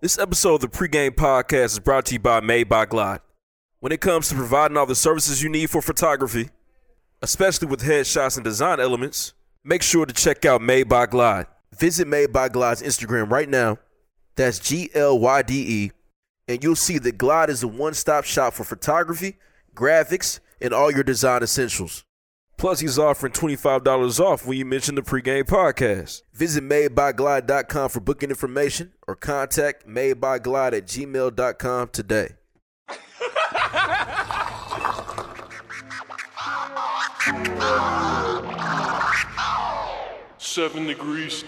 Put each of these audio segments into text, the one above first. This episode of the Pregame Podcast is brought to you by Made by Glide. When it comes to providing all the services you need for photography, especially with headshots and design elements, make sure to check out Made by Glide. Visit Made by Glide's Instagram right now. That's G L Y D E. And you'll see that Glide is a one stop shop for photography, graphics, and all your design essentials. Plus, he's offering $25 off when you mention the Pregame Podcast. Visit madebyglide.com for booking information or contact madebyglide at gmail.com today. Seven degrees.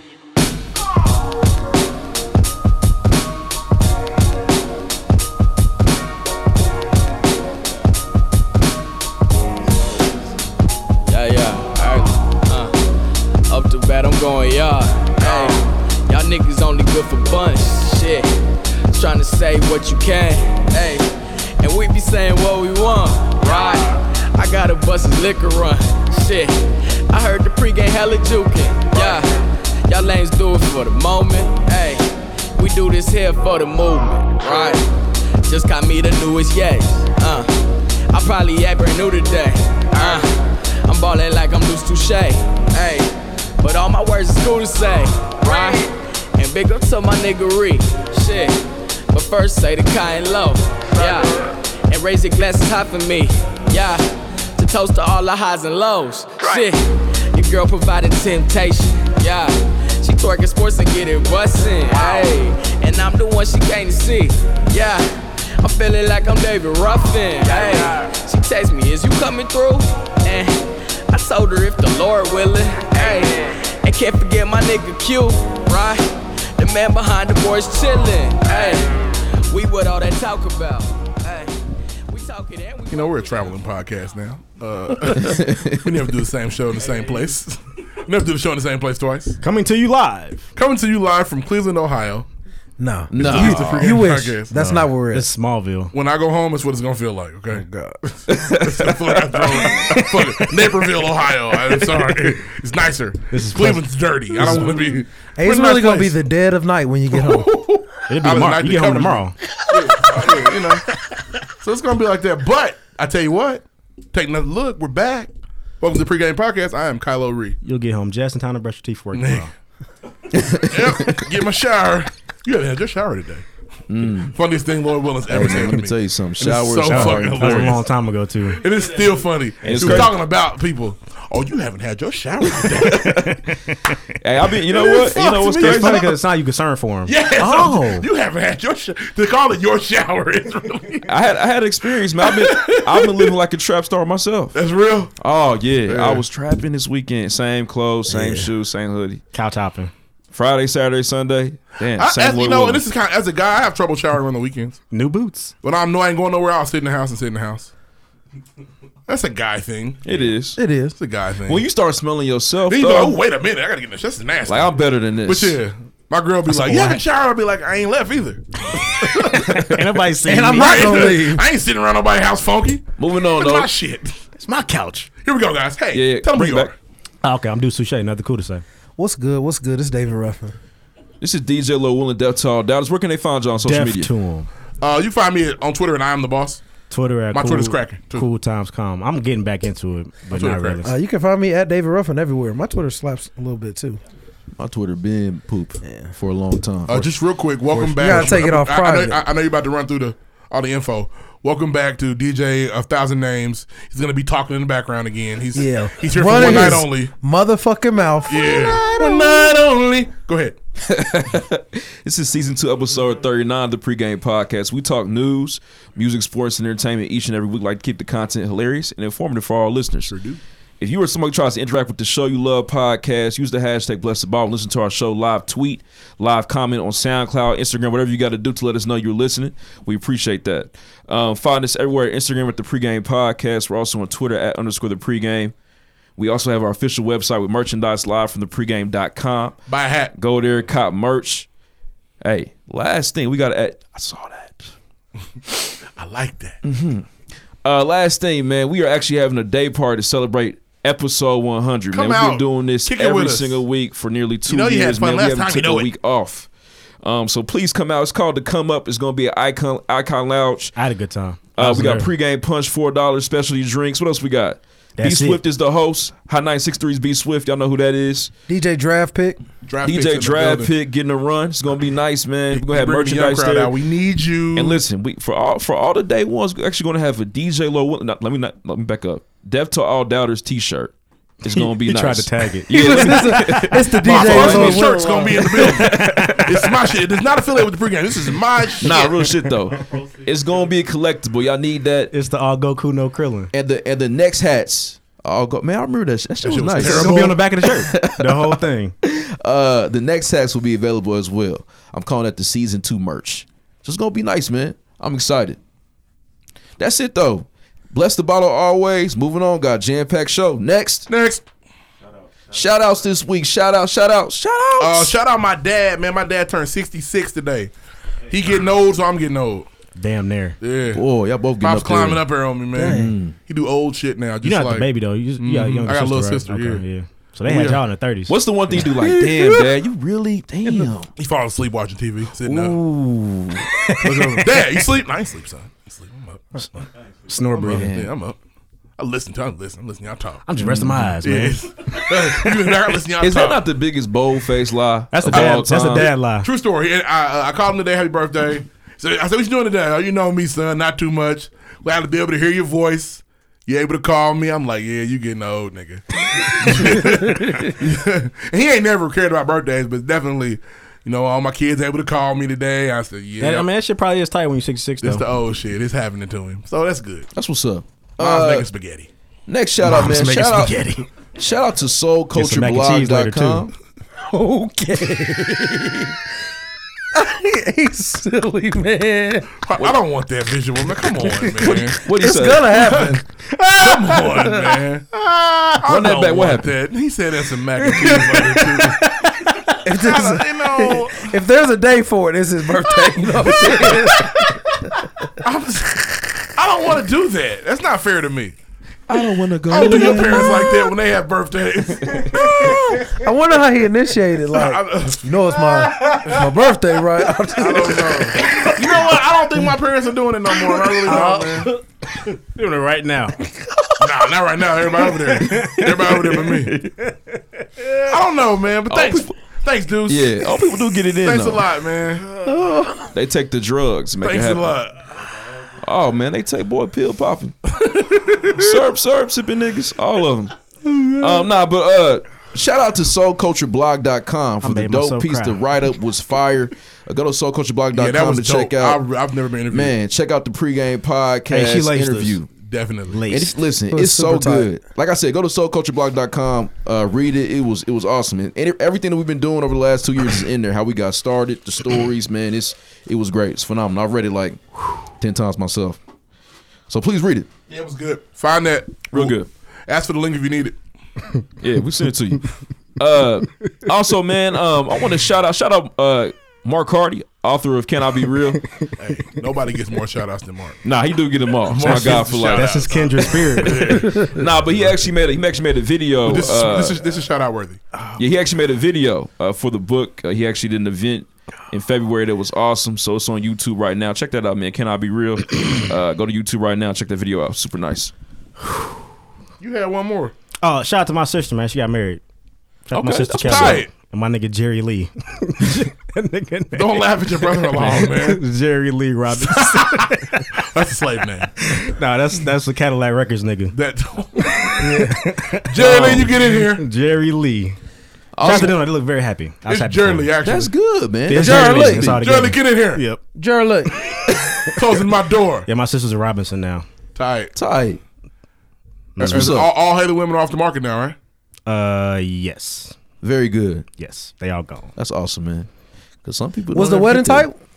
Yeah, yeah, alright. Uh, up to bat, I'm going yard. Hey, y'all niggas only good for bunch. Shit, trying to say what you can. Hey, and we be saying what we want. Right, I got a bus's liquor run. Shit, I heard the pregame hella jukin'. Yeah, y'all lanes do it for the moment. Hey, we do this here for the movement. Right, just got me the newest yes. Uh, I probably act brand new today. Uh, I'm ballin' like I'm loose touche. Hey, but all my words is cool to say, right? And big up to my niggery, shit. But first say the kind low, yeah. And raise your glasses high for me, yeah. To toast to all the highs and lows, shit. Your girl providing temptation, yeah. She twerking sports and getting bustin', hey. And I'm the one she came to see, yeah. I'm feeling like I'm David Ruffin. Hey, she text me, is you coming through? And I told her if the Lord willing. Hey, and can't forget my nigga Q, right? The man behind the boys chillin'. Hey, we what all that talk about. Hey, we talking and we. You know, we're a traveling podcast now. Uh, we never do the same show in the same place. We never do the show in the same place twice. Coming to you live. Coming to you live from Cleveland, Ohio. No, No. You, It's a freaking you wish. podcast. That's not Oh, where it is. It's Smallville. When I go home, it's what it's gonna feel like. Okay. God. Naperville, Ohio. I'm sorry. It's nicer. This is Cleveland's dirty. I don't want to be. Hey, it's We're a nice really gonna be place. the dead of night when you get home. It'll be I was tomorrow. not You get covered. home tomorrow. Yeah, you know. So it's gonna be like that. But I tell you what, take another look. We're back. Welcome to the pregame podcast. I am Kylo Ree. You'll get home just in time to brush your teeth for work tomorrow. Yep. Get my shower. You haven't had your shower today. Funniest thing Lord Willis ever said Mm. Man, to let me me. tell you something. it's Showers so are fucking That was a hilarious. long time ago too. It is still funny. it's You're crazy. talking about people. Oh, you haven't had your shower today. Hey, I be. You know what? You know Fuck what's me. It's crazy? funny because it's not you concerned for him. yes. Oh. You haven't had your shower. To call it your shower is really. I had I had experience, man. I've been I've been living like a trap star myself. That's real. Oh yeah, I was trapping this weekend. Same clothes, same shoes, same hoodie. Cow topping. Friday, Saturday, Sunday. Damn, I, same as, you Lord know, and willing. this is kind of, as a guy, I have trouble showering on the weekends. New boots. When I know I ain't going nowhere, I'll sit in the house and sit in the house. That's a guy thing. it is. It is. It's a guy thing. When you start smelling yourself, then you though, go, oh, wait a minute, I gotta get in this. That's nasty. like I'm better than but this. yeah, my girl be like, like, yeah, I why? can shower. I'll be like, I ain't left either. Ain't nobody seen And I'm me. not gonna leave. I ain't sitting around nobody's house funky. Moving on That's though. my shit. It's my couch. Here we go, guys. Hey, Yeah, yeah, tell them who bring you it back. are. Ah, okay, I'm due Suchet. Nothing cool to say. What's good? What's good? It's David Ruffin. This is DJ Lil Will and Death Tall Dallas. Where can they find you on social Deaf media? to him. Uh, you find me on Twitter, and I am the boss. Twitter at My cool, Twitter's cracking, too. Cool times calm. I'm getting back into it, but Twitter not really. cracking. Uh, you can find me at David Ruffin everywhere. My Twitter slaps a little bit too. My Twitter been poop for a long time. Uh, just real quick, welcome back. You gotta take it off I, I, know, private. I, I know you're about to run through the all the info. Welcome back to DJ A Thousand Names. He's gonna be talking in the background again. He's Yeah, he's here for one Running night his only. Motherfucking mouth. Yeah, one night only. Go ahead. This is season two, episode 39 of the pregame podcast. We talk news, music, sports, and entertainment each and every week. Like to keep the content hilarious and informative for our listeners. If you or somebody tries to interact with the show you love podcast, use the hashtag bless the ball. Listen to our show live tweet, live comment on SoundCloud, Instagram, whatever you got to do to let us know you're listening. We appreciate that. Um, find us everywhere at Instagram at the pregame podcast. We're also on Twitter at underscore the pregame. We also have our official website with merchandise live from the pregame.com. Buy a hat. Go there, cop merch. Hey, last thing we got to add. I saw that. I like that. Uh, last thing, man, we are actually having a day party to celebrate episode 100. Come man, we've been out. doing this Kick it with every us. single week for nearly two know you had years. fun man, last we haven't time, you taken a know it. week off. Um, so please come out. It's called the Come Up. It's going to be an icon icon lounge. I had a good time. I Uh, was we got there. pregame punch, four dollars, specialty drinks. What else we got? B That's it. Swift is the host. High nine six threes B Swift. Y'all know who that is. DJ Draft Pick. Draft picks in DJ the Draft building. Pick getting a run. It's gonna be nice, man. We're gonna have Bring the young merchandise crowd there. out. We need you. And listen, we for all for all the day ones, we're actually gonna have a DJ Low. Will- no, let me not let me back up. Death to all doubters T-shirt. It's gonna be he nice. tried to tag it. Yeah, let me- It's the my DJ. first Low new shirt's Will. gonna be in the building. it's my shit. It does not affiliate with the pregame. This is my shit. nah, real shit though. It's gonna be a collectible. Y'all need that. It's the all Goku no Krillin. And the and the next hats. All go man. I remember that. Shit. That shit was shit was nice. It's gonna be on the back of the shirt. The whole thing. Uh, the next hats will be available as well. I'm calling that the season two merch. So it's gonna be nice, man. I'm excited. That's it though. Bless the bottle always. Moving on, got jam packed show. Next, Next. shout outs this week. Shout out, shout out, shout out. Uh, shout out my dad, man. My dad turned 66 today. He getting old, so I'm getting old. Damn near. Yeah. Boy, y'all both getting Pop's up climbing there. up there on me, man. He do old shit now. Just You're not like, the baby though. You, you got a Mhm. younger I got a sister, little right? sister, Okay, yeah. Oh, yeah. So they had Yeah. y'all in the thirties. What's the one thing you do like? Damn, dad, you really damn. He falls asleep watching TV, sitting up. Ooh, Look over. Dad, you sleep? No, I ain't sleep, son. I sleep. I'm up. I'm up. snore I'm up. breathing? Yeah, I'm up. I listen to. I listen. I'm listening. I'm talking. I'm just resting my eyes, man. Yes. you been there, I listen. Y'all is that talk. not the biggest bold face lie? That's a of all dad. That's a time? dad lie. True story. And I, uh, I called him today. Happy birthday. So I said, "What you doing today?" Oh, you know me, son. Not too much. Glad to be able to hear your voice. You able to call me? I'm like, yeah, you getting old, nigga. And he ain't never cared about birthdays, but definitely, you know, all my kids able to call me today. I said, yeah, That- I mean, that shit probably is tight when you're 66 though. it's the old shit. It's happening to him, so that's good. That's what's up. Mom's Uh, making spaghetti. Next shout out, man. Mom's making Shout out, spaghetti. shout out to some mac and cheese later, soulcultureblog.com. okay. He's silly, man. I, I don't want that visual, man. Come on, man. What he It's say? gonna happen. Come on, man. Ah, I Run that don't back. What want happened? That. He said that's some mac and cheese. later, too. If there's, you know, if there's a day for it, it's his birthday. You know what I'm saying? I'm, I don't want to do that. That's not fair to me. I don't want to go. I don't do your parents like that when they have birthdays. I wonder how he initiated. Like, I, uh, you know, it's my it's my birthday, right? I don't know. You know what? I don't think my parents are doing it no more. I really Oh. don't, man. Doing it right now. Nah, not right now. Everybody over there. Everybody over there but me. I don't know, man. But thanks, thanks, dudes. Yeah, all people do get it in. Thanks though. a lot, man. They take the drugs, to make Thanks it a happen. lot. Oh man, they take boy pill popping, syrup, syrup sipping niggas, all of them. Um, nah, but uh, shout out to SoulCultureBlog.com for I the made dope myself piece. cry. The write up was fire. Uh, Go to SoulCultureBlog.com Yeah, that was to dope. check out. I, have never been interviewed. man, check out the pregame podcast Hey, she laced interview. us. definitely. And it's, Laced. listen, It was it's so super tight. good. Like I said, go to soulcultureblog.com, uh, read it. It was it was awesome. And and everything that we've been doing over the last two years is in there. How we got started, the stories, man. It's it was great. It's phenomenal. I've read it like ten times myself. So please read it. Yeah, it was good. Find that Real good. Ask for the link if you need it. Yeah, we sent it to you. Uh, also, man, um, I want to shout out shout out uh, Mark Hardy, author of Can I Be Real? Hey, nobody gets more shout outs than Mark. Nah, he do get them all. Mark gets the shout-out. That's his kindred spirit. Nah, but he actually made a, he actually made a video. This, is uh, this is this is shout out worthy. Yeah, he actually made a video uh, for the book. Uh, he actually did an event in February that was awesome. So it's on YouTube right now. Check that out, man. Can I be real? Uh, go to YouTube right now. Check that video out. Super nice. You had one more. Oh, shout out to my sister, man. She got married. Shout out to my Okay, sister that's Kelly. tight. And my nigga Jerry Lee. That nigga name- Don't laugh at your brother-in-law, man. Jerry Lee Robinson. That's a slave name. nah, that's that's the Cadillac Records nigga. That Jerry Lee, you get in here. Jerry Lee. Shout out to them. They look very happy. I was It's happy Jerry for Lee, them. actually. That's good, man. It's That's Jerry Lee. amazing. It's all Jerry Lee, together. get in here. Yep. Jerry, look, Closing my door. Yeah, my sister's a Robinson now. Mm-hmm. Tight. Tight. That's what's All, up. all Haley women are off the market now, right? Uh, yes, Very good. yes, they all gone. That's awesome, man. Because some people was the don't wedding ever get type?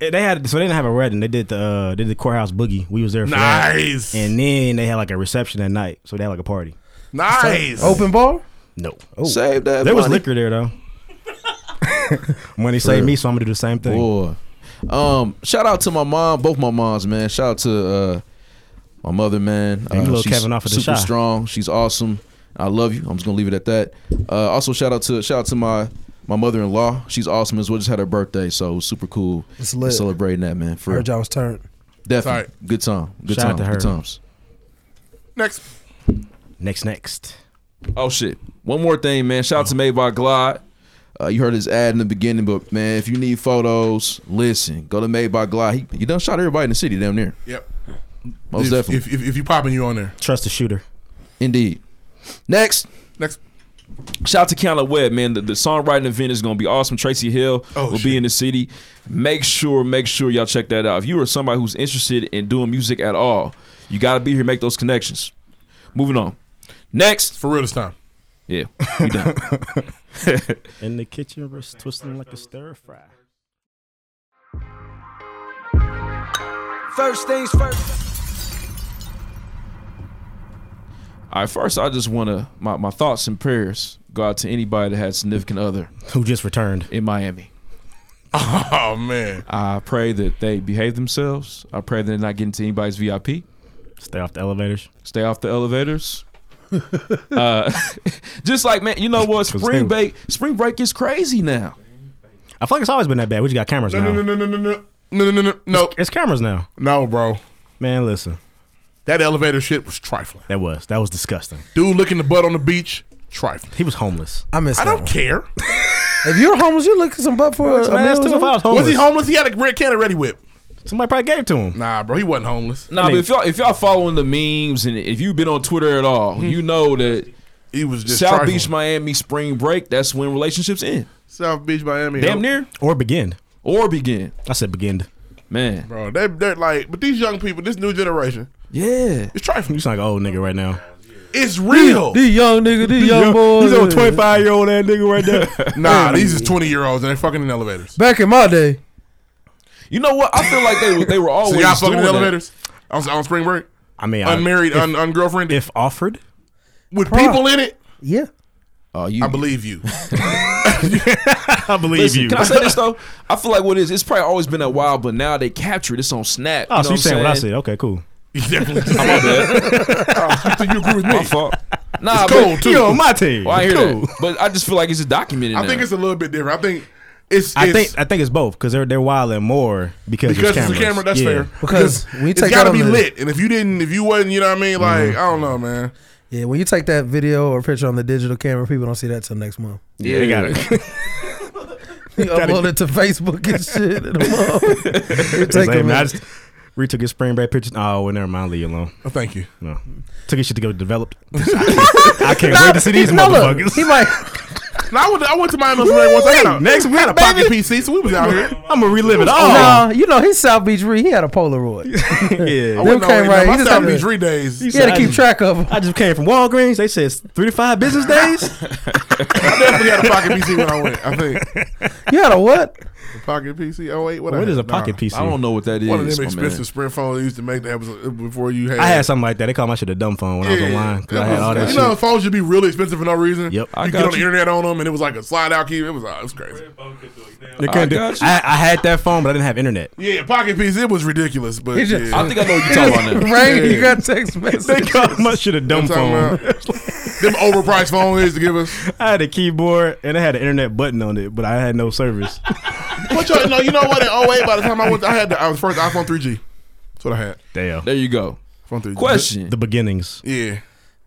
Eh, They had so they didn't have a wedding. They did the uh, they did the courthouse boogie. We was there for that. Nice. And then they had like a reception that night, so they had like a party. nice. Open bar. No, Oh. that. Save that. there was money. liquor there though. Money saved me, so I'm gonna do the same thing. Boy. Um, shout out to my mom, both my moms, man. Shout out to uh, my mother, man. Hey, you Uh, little she's Kevin off of the super shy. strong. She's awesome. I love you. I'm just gonna leave it at that. Uh, also, shout out to shout out to my my mother in law. She's awesome as well. Just had her birthday, so it was super cool. It's lit. Celebrating that man for Heard y'all was turned. definitely Tight. good time. Good Shout time. out to her. Good times. Next. Next, next. Oh shit! One more thing, man. Shout out Uh-huh. to Made by Glide. Uh, you heard his ad in the beginning, but man, if you need photos, listen, go to Made by Glide. He, he done shot everybody in the city down there. Yep. Most if, definitely. If, if, if you popping, you on there. Trust the shooter. Indeed. Next. Next. Shout out to Keanu Webb, man. The, the songwriting event is going to be awesome. Tracy Hill Oh, will shit. be in the city. Make sure, make sure y'all check that out. If you are somebody who's interested in doing music at all, you got to be here, make those connections. Moving on. Next. For real this time. Yeah, we done. In the kitchen, wrist twisting like a stir fry. First things first. all right, first, I just want to, my, my thoughts and prayers go out to anybody that had significant other Who just returned? in Miami. Oh man. I pray that they behave themselves. I pray they're not getting to anybody's VIP. Stay off the elevators. stay off the elevators. uh, just like man, you know what? Cause Spring they- break, spring break is crazy now. I feel like it's always been that bad. We just got cameras No now. no no no no no no no no no It's cameras now. no bro. Man, listen. That elevator shit was trifling. That was that was disgusting. Dude licking the butt on the beach, trifling. He was homeless. I missed I that don't one. care. If you're homeless, you're looking some butt for a, a Man, meal that's or too- if I something. was homeless. Was he homeless? He had a red can of Ready Whip. Somebody probably gave it to him. Nah, bro, he wasn't homeless. Nah, but if y'all if y'all following the memes and if you've been on Twitter at all, you know that He was just South trifling. Beach, Miami, spring break. That's when relationships end, South Beach, Miami. damn near Or begin. or begin. I said begin. Man, Bro, they, they're like, but these young people, this new generation, yeah, it's trifling. You sound like an old nigga right now. It's real. These young nigga, these young boys. He's a 25 year old that nigga right there. Nah, these is 20 year olds and they fucking in elevators. Back in my day, you know what? I feel like they were- they were always So y'all fucking in doing that. Uh, elevators on, on spring break? I mean, I- Unmarried, un, ungirlfriended? if offered, With people in it? yeah. Oh, you I believe you. I believe Listen, Can I say this though? I feel like what it is, it's probably always been that wild, but now they capture it. It's on Snap. oh, you know so what you I'm saying what I saying? said? Okay, cool. You definitely My bad. so you agree with me. My fault. Nah, It's but- cold, too. You on my team? Well, I hear Cool. that, but I just feel like it's just documented. I think now. it's a little bit different. I think it's, it's I think I think it's both because they're they're wilding more because, because it's it's a cameras. camera, that's Yeah. fair. Because when you it's take gotta that on be the- lit. And if you didn't, if you wasn't, you know what I mean? Like, I don't know, man. Yeah, when you take that video or picture on the digital camera, people don't see that till next month. Yeah, They got it. You upload it to Facebook and shit. In a month. You It's take like, man, I a minute. just retook his spring break pictures. Oh, well, never mind. Leave you alone. Oh, thank you. No, took his shit to go developed. I can't wait to see these No, look, motherfuckers. He might. Now, I went to, I went to Miami on spring break once. I had a, Next we had a week, pocket baby. PC, so we was out here. I'm gonna relive it all. oh, Nah, you know he's South Beach Re. He had a Polaroid. yeah. I Them went came right. My He just South had to- Beach three days. He had to keep track of them. I just came from Walgreens. They said it's three to five business days. I definitely had a pocket PC when I went. I think You had a what? a pocket PC. Oh wait, what? I what had? is a Nah. pocket PC? I don't know what that is. One of them my man. expensive sprint phones they used to make that was uh, before you had. I had something like that. They called my shit a dumb phone when I was online because I had all that you shit. know, phones should be really expensive for no reason. Yep. I you got get on the you. internet on them, and it was like a slide out key. It was, uh, it was crazy. They I couldn't do- got you. I, I had that phone, but I didn't have internet. Yeah, pocket PC. It was ridiculous, but just- yeah. I think I know what you're talking about now. Right? You got text They message. called my shit a dumb I'm talking phone. about them overpriced phones they used to give us. I had a keyboard and it had an internet button on it, but I had no service. But you know, you know what? In 08, by the time I went, I had the, I was first iPhone 3G. That's what I had. Damn. There you go. iPhone 3G. Question. The beginnings. Yeah,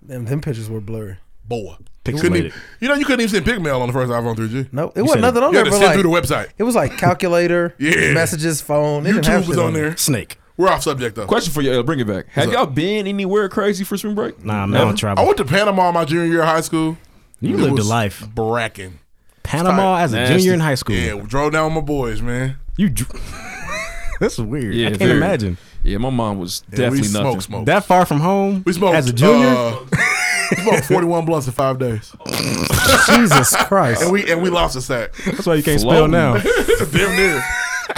Them, them pictures were blurry. boy. Couldn't Pixelated. even, you know, you couldn't even send pic mail on the first iPhone 3G. No, it wasn't said- nothing on You had there. to But sit like, through the website. it was like calculator, Yeah. messages, phone. It didn't have YouTube was shit on there. Snake. We're off subject though. Question for you. uh, Bring it back. Have up? y'all been anywhere crazy for spring break? Nah, man, I don't I travel. went to Panama my junior year of high school. You It lived a was life. Bracken. Panama as a Nasty. junior in high school. Yeah, we drove down with my boys, man. You. Dr- That's weird. Yeah, I can't very. imagine Yeah, my mom was And definitely we nothing. Smoked, smoked. that far from home. we smoked as a junior. uh, we smoked forty one blunts in five days, on there. Jesus Christ. and we and we lost a sack. That's why you can't spell Floating. now. Damn near.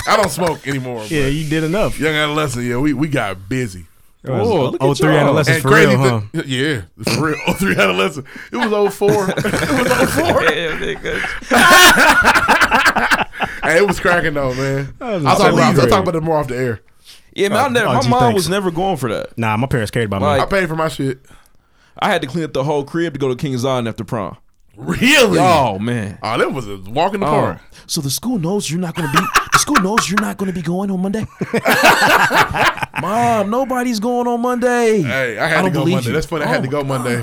I don't smoke anymore. yeah, Yeah. you did enough. Young adolescent, yeah, we, we got busy. Oh, look at oh, three y'all. adolescents for crazy real, huh? thi- yeah, for real. Oh, three adolescent. It was 04. it was 04. Yeah, nigga. hey, it was cracking though, man. That was I'll talk, insane. about, I'll talk about it more off the air. yeah man. I never, Oh, my gee, mom thanks. was never going for that. Nah, my parents cared about Like- I paid for my shit. I had to clean up the whole crib to go to King's Island after prom. Really? Oh man. Oh, that was a walk in the park. So the school knows you're not gonna be. the school knows you're not gonna be going on Monday. Mom, nobody's going on Monday. Hey, I had to don't go believe Monday. you. That's funny. I Oh had to my go Monday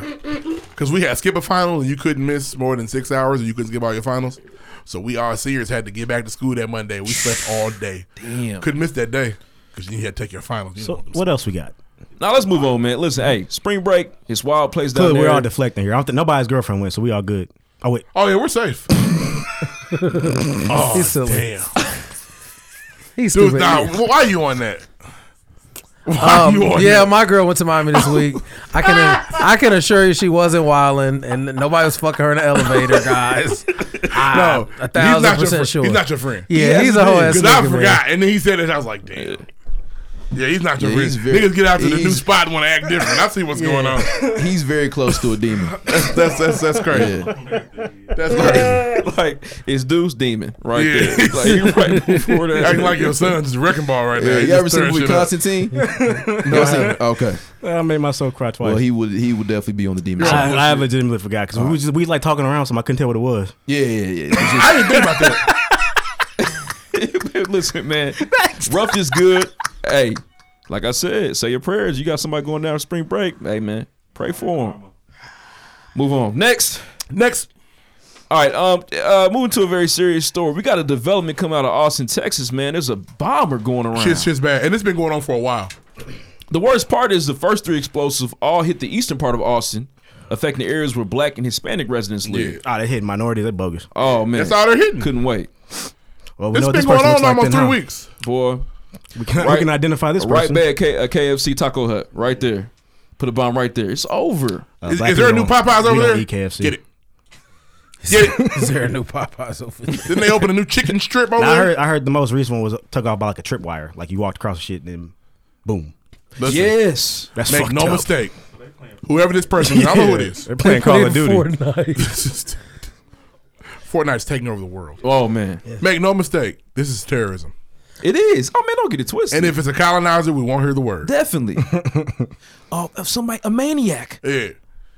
because we had skip a final and you couldn't miss more than six hours, and you couldn't skip all your finals. So we all seniors had to get back to school that Monday. We slept all day. Damn, couldn't miss that day because you had to take your finals. You So know. what else we got? Now let's move on, man. Listen, hey, spring break. It's wild place down Clearly, there. we're all deflecting here. I don't think nobody's girlfriend went, so we all good. Oh wait, Oh yeah, we're safe. oh He's silly. damn, He's dude, stupid. nah, why you on that? Why Um, you on yeah, that? my girl went to Miami this week. I can I can assure you she wasn't wilding and nobody was fucking her in the elevator, guys. no, a he's thousand not your percent friend. sure. He's not your friend. Yeah, he's a whole ass Because I nigga, man. forgot, and then he said it. I was like, damn. Yeah, he's not your Yeah, friend. he's very- Niggas get out to the new he's- spot and want to act different. I see what's going on. He's very close to a demon. That's that's that's, that's crazy. Yeah. That's crazy. like it's Deuce Demon right Yeah. there. Like you're right before that. Acting like your son's just a wrecking ball right now. Yeah, He you just ever seen the stirring movie shit up. Constantine? no, I haven't. Okay. I made myself cry twice. Well, he would he would definitely be on the demon side. I, I legitimately forgot because we was just, we was like talking around, so I couldn't tell what it was. Yeah, yeah, yeah. It's just- I didn't think about that. Listen, man. Rough is good. Hey, like I said, say your prayers. You got somebody going down for spring break. Hey, man, pray for him. Move on. Next. Next, All right. Um, uh, moving to a very serious story. We got a development coming out of Austin, Texas. Man, there's a bomber going around. shit's shit's bad, and it's been going on for a while. The worst part is the first three explosives all hit the eastern part of Austin, affecting the areas where black and Hispanic residents live. Ah, they hit minorities. They bogus. Oh man, That's all they're hitting. Couldn't wait, Well, we It's know been what this going person on looks like almost then, three huh? weeks. boy. We can, we Right- can identify this Right person. back, K- a KFC Taco Hut, right there. Put a bomb right there. It's over. Uh, Is, black is there a new people don't- Popeyes we E over don't there? eat KFC. Get it. Get it. Is there a new Popeyes over there? Didn't they open a new chicken strip over Now, I there? heard. I heard the most recent one was took off by like a tripwire. Like you walked across the shit and then, boom. Listen, Yes. That's Make fucked no up. mistake. Whoever this person is, I don't know who it is. They're playing Call of Duty. Fortnite. Fortnite's taking over the world. Oh man, Make no mistake, this is terrorism. it is. Oh man, don't get it twisted. And if it's a colonizer, we won't hear the word. definitely. oh, if somebody a maniac. Yeah,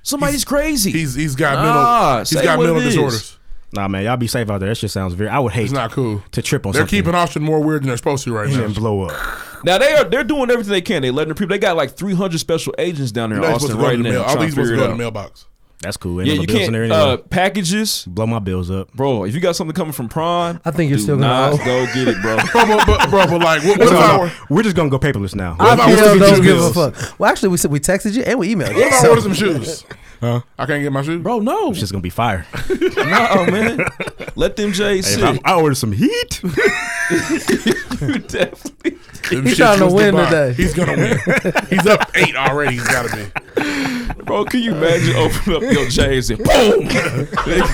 Somebody's crazy. he's he's got Nah, mental he's say got what mental it is. disorders. Nah, man, y'all be safe out there. That shit sounds very. I would hate It's not cool. to trip on They're something keeping Austin more weird than they're supposed to right now. and blow up. now they are they're doing everything they can. They letting the people. They got like three hundred special agents down there You're in not supposed to go to Austin right the mail. now. I think Trying you're to figure supposed to it go to the out. mailbox. That's cool. Ain't Yeah, no you bills in can't there anyway. uh, packages, blow my bills up. bro. If you got something coming from Prime, I think you're do still not gonna owe. go get it, bro. Bro, but, but, bro, but like, what, what if I, No, were- no, we're just gonna go paperless now. what if I IPL order some don't shoes? give a fuck. Well, actually, we said we texted you and we emailed What you. if I So, order some shoes? Huh? I can't get my shoes. Bro, no, It's just gonna be fire. no, man. Let them J's Hey, sit. if I, I ordered some heat. You definitely. Them shit He's trying to twisted win by. today. He's gonna win. he's up eight already. He's gotta be. Bro, can you imagine open up your J's and boom?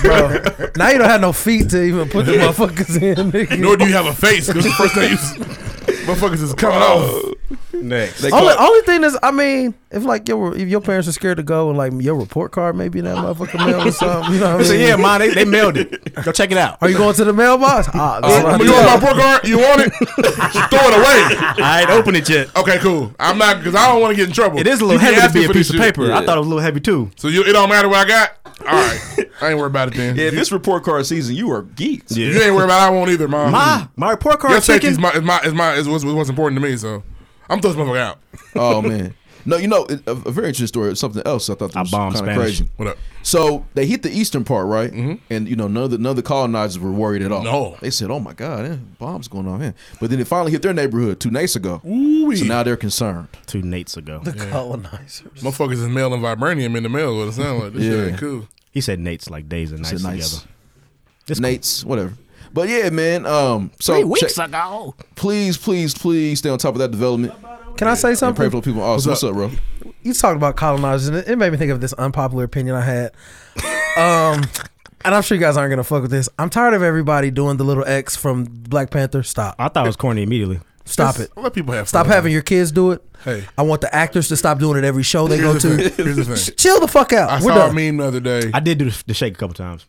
bro, now you don't have no feet to even put the motherfuckers in. Nigga. Nor do you have a face because the first thing you s- motherfuckers is coming off. Next. They Only, call- only thing is, I mean, if like your if your parents are scared to go and like your report card maybe in that motherfucking mail or something, you know what I So mean? yeah, mine they, they mailed it. Go check it out. Are you going to the mailbox? Ah, that's what I But you do. want my report card? You want it? Just throw it away. I ain't opened it yet. Okay, cool. I'm not because I don't want to get in trouble. It is a You little keep heavy to asking be a for this piece of shit. paper. I thought it was a little heavy too. So you, it don't matter what I got. All right, I ain't worried about it then. Yeah, if it's report card season, you are geeks. You ain't worried about. It, I won't either, mom. My my report card Mm-hmm. your safety chicken. is my is my is my is what's, what's important to me. So I'm throwing this motherfucker out. oh man. No, you know it- a, a very interesting story. Something else I thought I that was bombed kind of Spanish. Mm-hmm. crazy. What up? So they hit the eastern part, right? And you know, none of the none of the colonizers were worried at all. No. they said, "Oh my God, eh, bombs going on here!" But then it finally hit their neighborhood two nights ago. So now they're concerned. two Nates ago. colonizers. Motherfuckers is mailing vibranium in the mail. What it sound like? This shit Yeah. ain't cool. He said Nates like days and nights Said nights. together. It's cool. Nate's whatever. But yeah, man. Um, so check- ago. please, please, please stay on top of that development Can I say and pray something? for the people. in Austin. What's what's up? up, bro? You talking about colonizers, and it- it made me think of this unpopular opinion I had. Um, and I'm sure you guys aren't gonna fuck with this. I'm tired of everybody doing the little X from Black Panther. Stop. I thought it was corny immediately. Stop Uh, it. Just Let people have. Stop fun. having your kids do it. Hey. I want the actors to stop doing it every show they go Here's the to. thing. Here's the thing. Chill the fuck out. I We're saw a done. meme the other day. I did do the, the shake a couple times.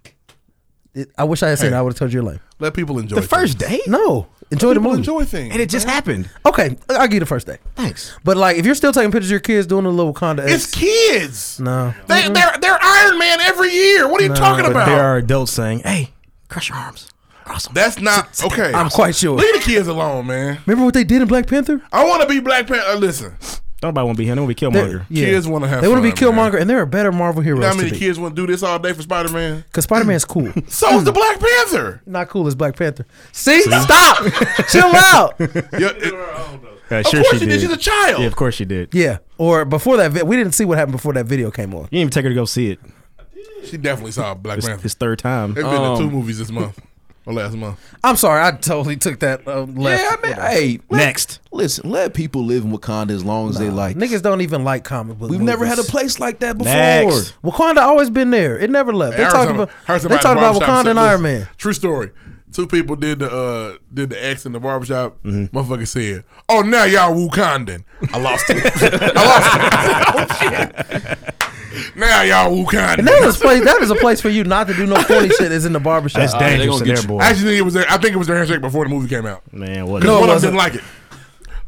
It, I wish I had seen. Hey. it. I would have told you your life. Let people enjoy The things. first date? No, enjoy the People movie. enjoy things. And it just happened. okay, I'll give you the first day. Thanks. But like, if you're still taking pictures of your kids doing a little Wakanda, it's X, uh, kids. no. They, they're they're Iron Man every year. What are you talking But about? there are adults saying, "Hey, cross your arms." Cross them. That's not okay. I'm quite sure. Leave the kids alone, man. Remember what they did in Black Panther? I want to be Black Panther. Listen, Nobody want to be him. They want to be They- Killmonger. yeah. kids want to have. They want to be fun, man. Killmonger, and there are better Marvel You heroes know how many to be. kids want to do this all day for Spider Man? Because Spider Man's cool. So is the Black Panther. Not cool as Black Panther. See? Stop! Chill out! Yeah, it- Uh, of course she did. She's a child. Yeah, of course she did. Yeah. Or before that, vi- we didn't see what happened before that video came on. You didn't even take her to go see it. she definitely saw Black It's Panther. his third time. They've been to two movies this month or last month. I'm sorry, I totally took that uh, left. Yeah, I mean, hey, let- Next. listen, let people live in Wakanda as long as they like. Niggas don't even like comic book. We've never had a movies. place like that before. Next. Wakanda always been there. It never left. They Harrison- talked about Harrison they Bobby talked about Barbershop Wakanda said- and Iron Man. True story. Two people did the uh, did the X in the barbershop. Motherfucker said, "Oh, now y'all Wakandan." I lost it. I lost it. now y'all Wakandan. And that is a place. That is a place for you not to do no corny shit. Is in the barbershop. That's dangerous in there, boy. I actually think it was. Their, I think it was their handshake before the movie came out. Man, what? No, No, one of them didn't like it.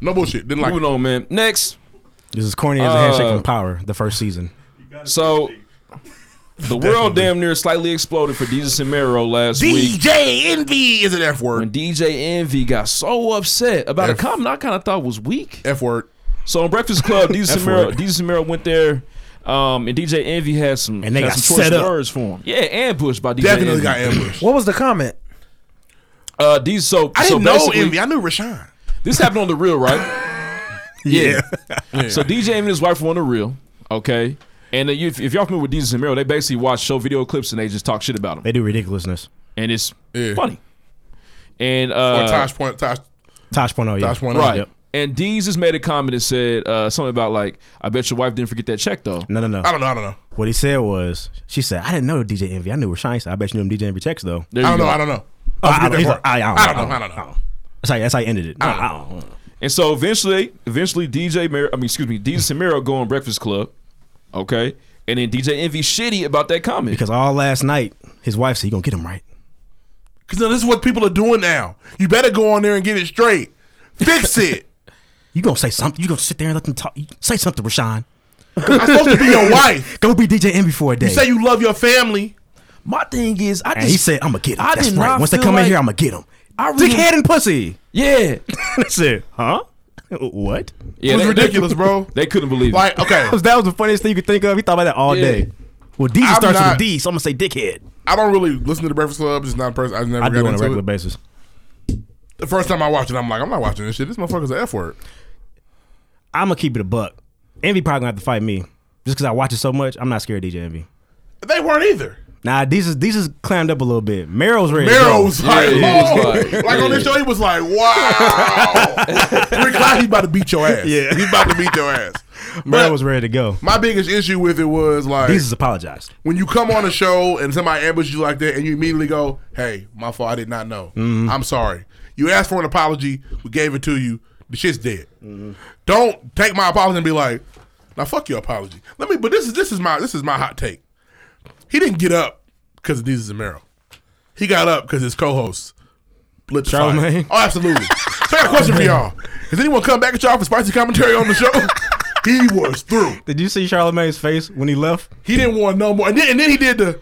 No bullshit. Didn't like it. Moving on, man. Next. this is corny as a handshake Uh, from Power. The first season. So the world damn near slightly exploded for DJ Samero last week. DJ Envy is an F When word. DJ Envy got so upset about a F- comment I kind of thought was weak. F word. So on Breakfast Club, DJ Samero, F-word. DJ Samero went there, um, and DJ Envy had some And they had got some set choice up. words for him. Yeah, ambushed by DJ Definitely Envy. got ambushed. What was the comment? Uh, these so I so didn't know basically- Envy. I knew Rashawn. This happened on the real, right? yeah. So DJ Envy and his wife were on the real, okay. And then you- if, if y'all familiar with DJ Samero, they basically watch show video clips and they just talk shit about him, They do ridiculousness. and it's Yeah. funny. And Or uh, Tosh Point. Tosh. Tosh point oh yeah. Tosh Point. right. Yep. And Deez just made a comment that said uh, something about like, "I bet your wife didn't forget that check though." No, no, no. oh. I don't know. I don't know. What he said was, she said, I didn't know DJ Envy. I knew Rashawn. He said, I bet you knew him DJ Envy checks though. There I you don't know. go. I don't know. I, forget don't, Oh, that he's part. like, I, I, I don't know. I don't know. That's how, that's how he ended it. No, I don't, know. And so eventually, eventually DJ, Mer- I mean, excuse me, DJ Samiro go on Breakfast Club, okay, and then DJ Envy shitty about that comment. Because all last night, his wife said, you going to get him right. Because this is what people are doing now. You better go on there and get it straight. Fix it. you going to say something. you going to sit there and let them talk. You- Say something, Rashawn. I'm supposed to be your wife. Go be DJ Envy for a day. You say you love your family. My thing is, I and he said, I'm going to get him. I that's did right. not Once they feel come in like- here, I'm going to get him. I really- Dickhead and pussy. yeah, I said, huh? What? yeah, it was they- ridiculous, bro. They couldn't believe it. Like, okay, That was the funniest thing you could think of. He thought about that all Yeah. day. Well, DJ I'm starts with not- a D, so I'm going to say dickhead. I don't really listen to the Breakfast Club. It's not a person. I never I got do on a into regular it. basis. The first time I watched it, I'm like, I'm not watching this shit. This motherfucker's an F word. I'm going to keep it a buck. Envy probably going to have to fight me. Just because I watch it so much, I'm not scared of DJ Envy. They weren't either. Nah, these is these is clammed up a little bit. Merrill's ready. to Mero go. was like, yeah, oh. it's like, like- on this show, he was like, wow. Rick Lyle, he's about to beat your ass. Yeah. he's about to beat your ass. Merrill But was ready to go. my biggest issue with it was like These is apologized. when you come on a show and somebody ambushes you like that, and you immediately go, "Hey, my fault. I did not know. I'm sorry." You asked for an apology. We gave it to you. The shit's dead. Don't take my apology and be like, "Now fuck your apology." Let me. But this is this is my this is my hot take. He didn't get up because of Jesus Zamero. He got up because his co-host lit the fire. Charlamagne? Oh, absolutely. so I got a question for y'all. Has anyone come back at y'all for spicy commentary on the show? he was through. Did you see Charlemagne's face when he left? He didn't want no more. And then, and then he did the.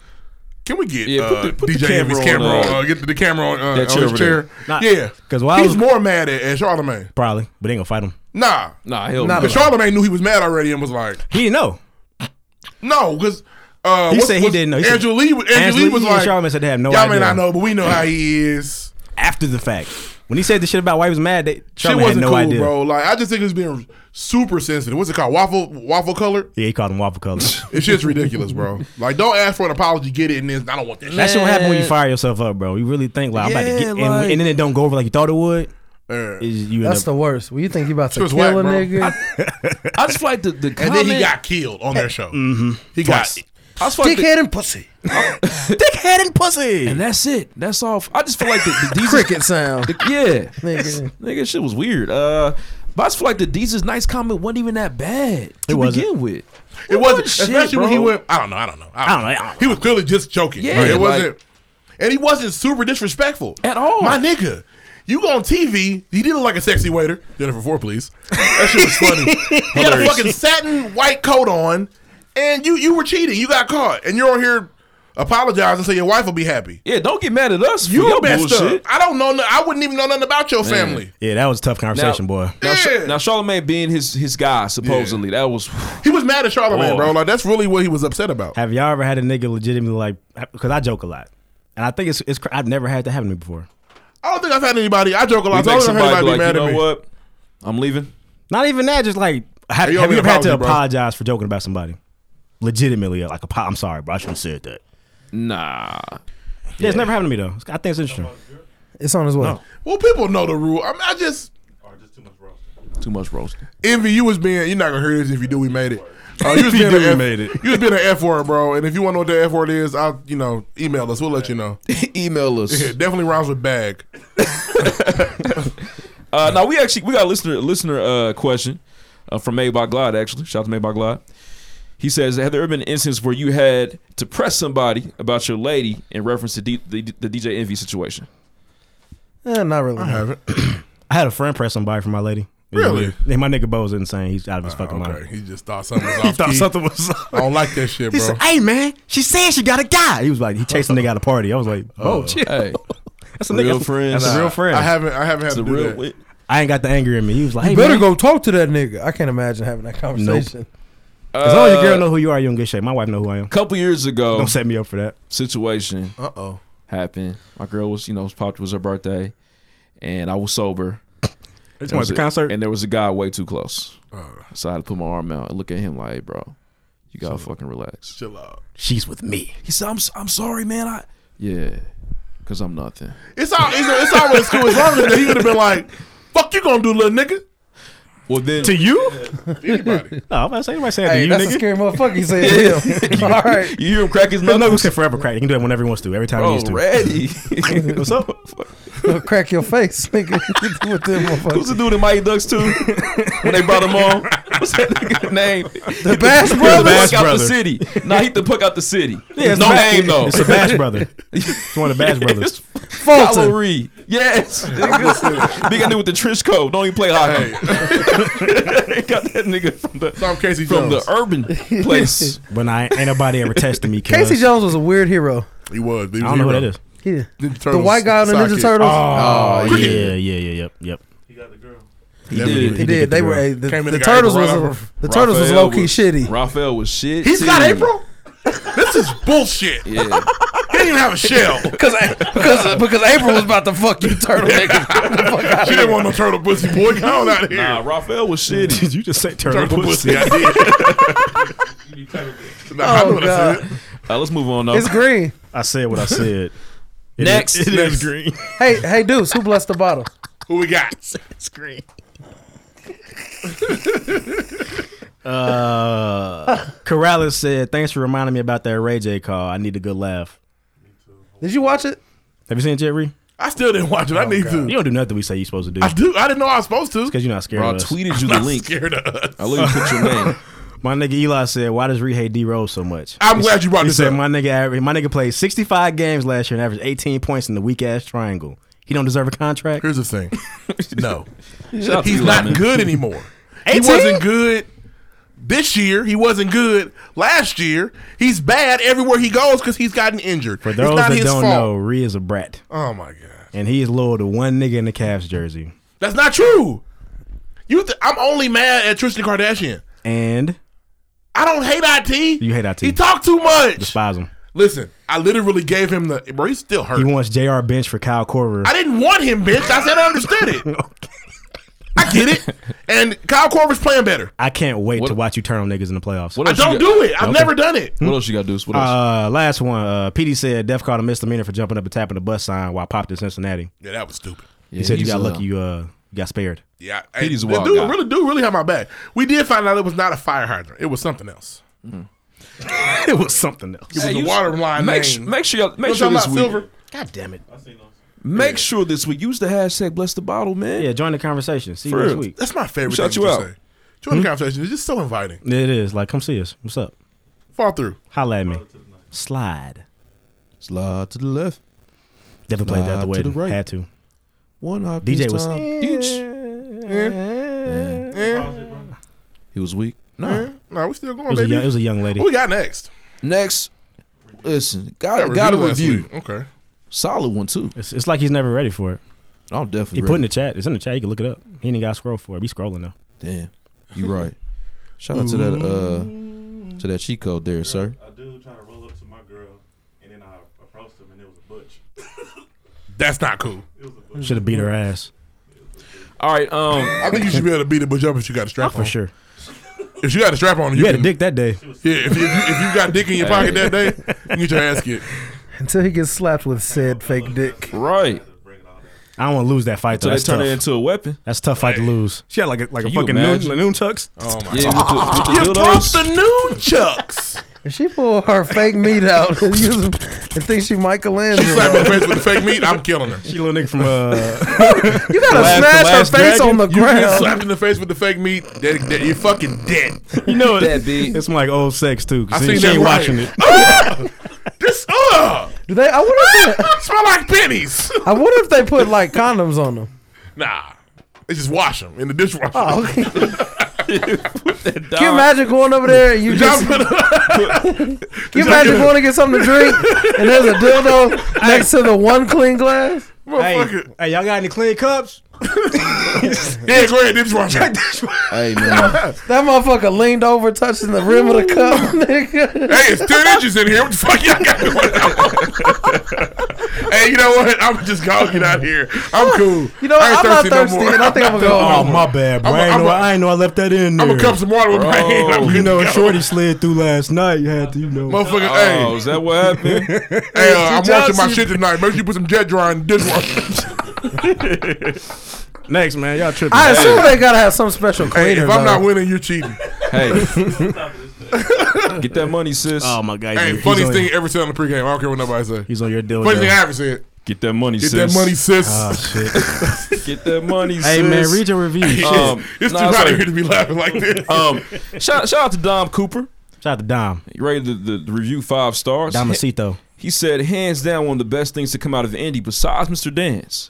Can we get Yeah, uh, put the- put the DJ camera Envy's on, camera on? uh, uh, get the camera on, uh, that on chair his over chair. Nah, yeah, 'cause while I he's was- more mad at, at Charlemagne. Probably, but they ain't gonna fight him. Nah, Nah, hell no. Not because Charlemagne knew he was mad already and was like, He didn't know. no, because. Uh, He what's- said he what's- didn't know. He said- Angela Lee, was- Angela Angela Lee was Yee and like, Charlamagne said they have no y'all idea." may not know, but we know how he is. After the fact, when he said the shit about why he was mad, they Shit Charlemagne had wasn't no cool, idea. bro. Like I just think it's being super sensitive. What's it called? Waffle waffle color. Yeah, he called him waffle color. that It's just ridiculous, bro. Like don't ask for an apology. Get it, and then I don't want that. shit shit. don't happen when you fire yourself up, bro. You really think like I'm about to get, and- and, then it don't go over like you thought it would. Yeah. It's just- you end That's up- the worst. Well, you think you about to She was kill whack, a bro. nigga? I just feel like the, the And comment. then he got killed on their show. Mm-hmm. He got I just feel like the- and pussy. dickhead and pussy. and that's it. That's all. I just feel like the, the Deez- Cricket sound. Yeah, Nigga. nigga, shit was weird. Uh, but I just feel like the Deez's nice comment wasn't even that bad to It wasn't. begin with. It wasn't, shit, especially when he bro. went. I don't know. I don't know. I I don't don't know. know, I don't He was clearly just joking. Yeah, Like, it like- wasn't. and he wasn't super disrespectful At all. My nigga, you go on TV. He did look like a sexy waiter. Jennifer Four, please. That shit was funny. he had a fucking satin white coat on, and you you were cheating. You got caught, and you're on here apologizing so your wife will be happy. Yeah, don't get mad at us. for You your messed bullshit. up. I don't know. no- I wouldn't even know nothing about your family. Yeah, that was a tough conversation, boy. Now, Sh- Yeah. now Charlemagne being his his guy supposedly that was He was mad at Charlamagne, Boy. bro. Like that's really what he was upset about. Have y'all ever had a nigga legitimately like? Because I joke a lot, and I think it's it's. cr- I've never had that happen to me before. I don't think I've had anybody. I joke a we lot. so I make don't think somebody anybody be be like mad you know at me. what I'm leaving. Not even that. Just like have, Hey, yo, have need you ever had to apology, bro. apologize for joking about somebody? Legitimately, uh, like apo- I'm sorry, bro. I shouldn't have said that. Nah, Yeah, it's never happened to me though. I think it's interesting. It's on his way. Well, people know the rule. I, mean, I just too much roasting. envy you as being. You're not gonna hear this if you do. We made it. Uh, you was If you being do, an we F- made it. You was being an F word, bro. And if you want to know what the F word is, I'll you know email us. We'll let you know. Email us. It definitely rhymes with bag. Uh, now we actually we got a listener listener uh, question uh, from Made by Glide actually. Shout out to Made by Glide. He says, "Have there ever been an instance where you had to press somebody about your lady in reference to D- the, the DJ Envy situation?" Eh, not really. haven't. I had a friend press somebody for my lady. It was Really? weird. Yeah, my nigga Bo's insane. He's out of his fucking Okay, mind. he just thought something was off. He thought key. something was. I don't like that shit, He bro. said, "Hey man, she said she got a guy." He was like, he chased a nigga out of party. I was like, "Oh, shit, Hey, that's a nigga. real that's a- friends. That's a real friend. I haven't. I haven't had it's to a do real. that. I ain't got the anger in me." He was like, You hey, better man, go talk to that nigga. I can't imagine having that conversation. As long as your Uh, girl know who you are, you in good shape. My wife know who I am. couple years ago, Oh. Don't set me up for that. situation Uh oh. happened. My girl was, you know, was popped. It was her birthday, and I was sober. I just There was wanted the a- concert. and there was a guy way too close. Oh. So I had to put my arm out and look at him like, "Hey, bro, you gotta fucking relax." Chill out. She's with me. He said, "I'm I'm sorry, man. I yeah, cause I'm nothing." It's all. It's, it's always cool. As long as that he would have been like, "Fuck you, gonna do, little nigga." Well then, To you? Anybody. No, Oh, I'm about to say anybody saying Hey, to you, that's a nigga. scary motherfucker. He said to him. All right. you hear him crack his No, nut no, we said forever crack. He can do it whenever he wants to. Every time he needs to. Already, What's up? Gonna crack your face, nigga. With them Who's motherfuckers. the dude in Mighty Ducks too? when they brought him on, what's that nigga name? The Bash He Brothers. the puck out the Brother. city. Nah, he the puck out the city. it's no the- name though. It's a Bash brother. It's one of the Bash brothers. Folsom. Yes. Big nigga with the trench coat. Don't even play hockey. they got that nigga from the I'm Casey from Jones. the urban place. But I ain't nobody ever tested me. cuz. Casey Jones was a weird hero. he was. He was I don't know who hero. that is. Yeah. Ninja The Turtles white guy on the Ninja sidekick. Turtles. Oh, yeah, cricket. yeah, yeah, yep, yep. He did. He He did did. get They the were girl. hey, the, Came in the the turtles was April. the turtles was Raphael low key was- shitty. Raphael was shit. He's got too. April. This is bullshit. He Yeah. didn't even have a shell. Because because because April was about to fuck you, turtle nigga. She didn't want no turtle pussy boy. Get on out of here. Nah, Raphael was shitty. Did you just say turtle turtle pussy? pussy. I did. nah, I know Oh what I said. god, Uh, let's move on though. it's green. I said what I said. It is- Next. It is green. Hey hey, Deuce, who blessed the bottle? Who we got? It's green. uh, Corrales said, "Thanks for reminding me about that Ray J call. I need a good laugh. Did you watch it? Have you seen it, Jerry? I still didn't watch it. I need You to. don't do nothing we say you're supposed to do I do. I didn't know I was supposed to. because you're not scared Bro, I of us. tweeted you the link. Scared of us. I literally put your name. My nigga Eli said, "Why does Ree hate D Rose so much?" I'm glad you brought He this said, up. "My nigga, aver- my nigga played 65 games last year and averaged 18 points in the weak ass triangle. He don't deserve a contract. Here's the thing. No, Shout out to he's Eli, not man. good anymore. He 18? wasn't good this year. He wasn't good last year. He's bad everywhere he goes because he's gotten injured. For those it's not that his don't fault. know, Ree is a brat, Oh my god, and he is loyal to one nigga in the Cavs jersey. that's not true. You, th- I'm only mad at Tristan Kardashian. And I don't hate it. You hate IT. He talked too much. despise him. Listen, I literally gave him the bro. He's still hurt. He wants Jr. Bench for Kyle Corver. I didn't want him, bitch. I said I understood it. I get it. And Kyle Korver's playing better. I can't wait What- to watch you turn on niggas in the playoffs. What I else you don't got- do it. I've never done it. Hmm. What else you got, Deuce? What else? Uh, last one. Uh, PD said Def caught a misdemeanor for jumping up and tapping the bus sign while popped in Cincinnati. Yeah, that was stupid. He said you got lucky. You uh, you got spared. Yeah, Petey's a the wild dude guy. really dude really had my back. We did find out it was not a fire hydrant. It was something else. Hmm. it was something else. It was a water line Make, su- name. make sure y'all, make You know sure what I'm this talking week. about, Silver? God damn it. Make sure this week. Use the hashtag bless the bottle, man. Yeah, join the conversation. See you For next real. week. That's my favorite Shout thing you to out. say. Join Hmm? the conversation. It's just so inviting. It is like, come see us. What's up? Fall through. Holla at me. Slide. Slide to the left. Definitely played that at Nah, the to wedding. the right. Had to. One eye DJ piece was- time each. He was weak. Nah. No, we still going, It was, a Oh, baby. young, it was a young lady. what we got next? Next, listen, got, That got a last review. week. Okay. Solid one too. It's, it's like he's never ready for it. I'm definitely. He put in ready. the chat. It's in the chat. You can look it up. He ain't got to scroll for it. Be scrolling though. Damn, you right. Shout out to that uh to that cheat code there, sir. A dude trying to roll up to my girl, and then I approached him, and it was a butch. That's not cool. Should have beat her ass All right, um, I think you should be able to beat a bitch up if you got a strap for on. Oh, sure. If you got a strap on, you, You had a can- dick that day. Yeah, if you, if you, if you got dick in your pocket that day, you can get your ass kicked. Until he gets slapped with said fake dick. right. I don't want to lose that fight. Though. So they That's turn tough. it into a weapon. That's a tough fight to lose. She had like a, like Can you imagine? noon tux. Oh my Yeah, with the, with the dildos. noon chucks. If she pull her fake meat out and, use, and think she Slap Michelangelo, her face with the fake meat. I'm killing her. She little nigga from uh. you gotta last- the smash last her face dragon, on the You get ground. slapped in the face with the fake meat. That, that, you're fucking dead. you know it. That big. It's from like old sex too. 'cause I she seen that she ain't right. watching it. This uh, Do they? I wonder. If they, smell like pennies. I wonder if they put like condoms on them. Nah, they just wash them in the dishwasher. Oh, okay. Can you imagine going over there and you just? Can you imagine going to get something to drink and there's a dildo next to the one clean glass? hey, Motherfucker. hey, y'all got any clean cups? Yeah, go ahead, dishwasher. Hey man, That motherfucker leaned over, touching the rim of the cup, nigga. Hey, it's 10 inches in here. What the fuck y'all got going on? hey, you know what? I'm just gonna get out here. I'm cool. You know what? I ain't I'm not no thirsty, more. and I think I'm gonna go Oh, home. my bad, bro. I'm a- I ain't I'm know. a- I ain't know I left that in there. I'm gonna cup some water with my hand. I'm you good know, to a go. shorty slid through last night. You had to, you know. Motherfucker, Oh, hey, is that what happened? hey uh, I'm watching my Johnson- shit tonight. Make sure you put some jet dry in the dishwasher. Next, man, y'all tripping. I assume they gotta have some special hey, cleaner. if I'm though. not winning, you're cheating. hey, get that money, sis. oh my god. Hey, Hey, funniest thing ever said on the pregame. I don't care what nobody say. He's on your deal. Funniest thing I ever said. get that money, Get sis. that money, sis. Oh shit. Get that money, sis. hey man, read your review. Shit. Um, it's nah, too hot sorry. in here to be laughing like this. Um, shout, shout out to Dom Cooper. Shout out to Dom. He rated the, the, the review five stars. Domicito. He said, hands down, one of the best things to come out of Indy besides Mr. Dance.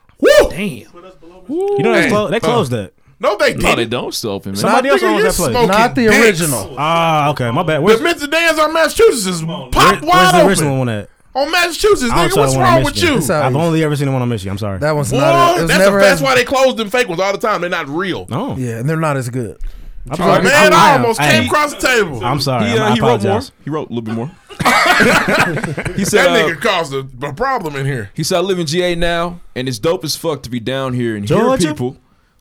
You know that's clo- they closed that. no, they No, they didn't. don't still open, man. Somebody else owns that place. Not the dicks. original. Ah, okay. My bad. The Where's, Mr. Dan's on Massachusetts is where- popped where's the wide original open. one at? On Massachusetts, I nigga, don't saw what's the one wrong on with Michigan. you? It's out I've east. only ever seen the one on Michigan. I'm sorry. That one's Boy, not. It was that's, a, never. that's as- why they closed them fake ones all the time. They're not real. no. yeah, and they're not as good. I'm Oh, sorry. man, I'm- I I'm- almost hey, came across the table. I'm sorry. He, I'm- uh, I he wrote more. apologize. He wrote a little bit more. he said, that uh, nigga caused a, a problem in here. He said, I live in GA now, and it's dope as fuck to be down here and Georgia? hear people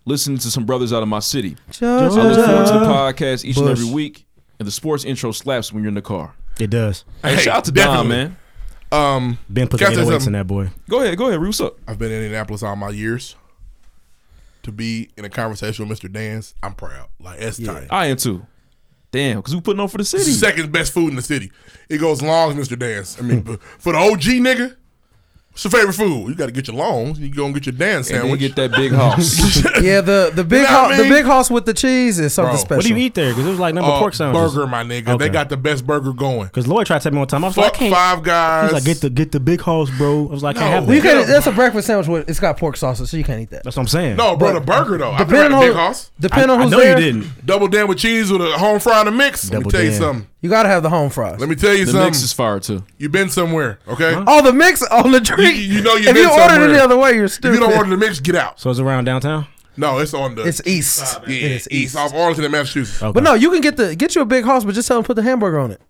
listening to some brothers out of my city. I look forward to the Georgia. podcast each and Bush. every week, and the sports intro slaps when you're in the car. It does. Hey, Hey, shout out to definitely. Dom, man. Um, Ben put the Can I say 808s in something? that boy. Go ahead, go ahead, Ree, what's up? I've been in Indianapolis all my years. To be in a conversation with Mr. Dan's, I'm proud. Like that's tight. I am too. Damn, because we putting on for the It's the city. second best food in the city. It goes long as Mr. Dan's. I mean, but for the OG nigga, what's your favorite food? You got to get your longs. You go and get your Dan And then sandwich. get that big house. Yeah, the the big know what ho- I the mean? big house with the cheese is something Bro, special. What do you eat there? Because it was like number Uh, pork sandwiches. burger, my nigga. Okay. They got the best burger going. Because Lloyd tried to tell me one time. I was like, Fuck I can't. Five Guys. He's like, get the get the big house, bro. I was like, I can't No. have Well, you that. can, that's a breakfast sandwich. With, it's got pork sausage, so you can't eat that. That's what I'm saying. no, bro. The But- burger though. I've been Depending at on, Big House. depending on I who's know there, you didn't. Double Dan with cheese with a home fry and a mix. Let me Double tell you Dan. something. you gotta have the home fries. Let me tell you the something. Knicks is fired too. You've been somewhere, okay? oh, the mix on the drink. You- you know you've if been you ordered it somewhere. the other way, you're If stupid. you don't order the mix, get out. So it's around downtown. No, it's on the it's east. yeah, It is east. off Arlington and Massachusetts. Okay. But no, you can get the get you a big house, but just tell them to put the hamburger on it.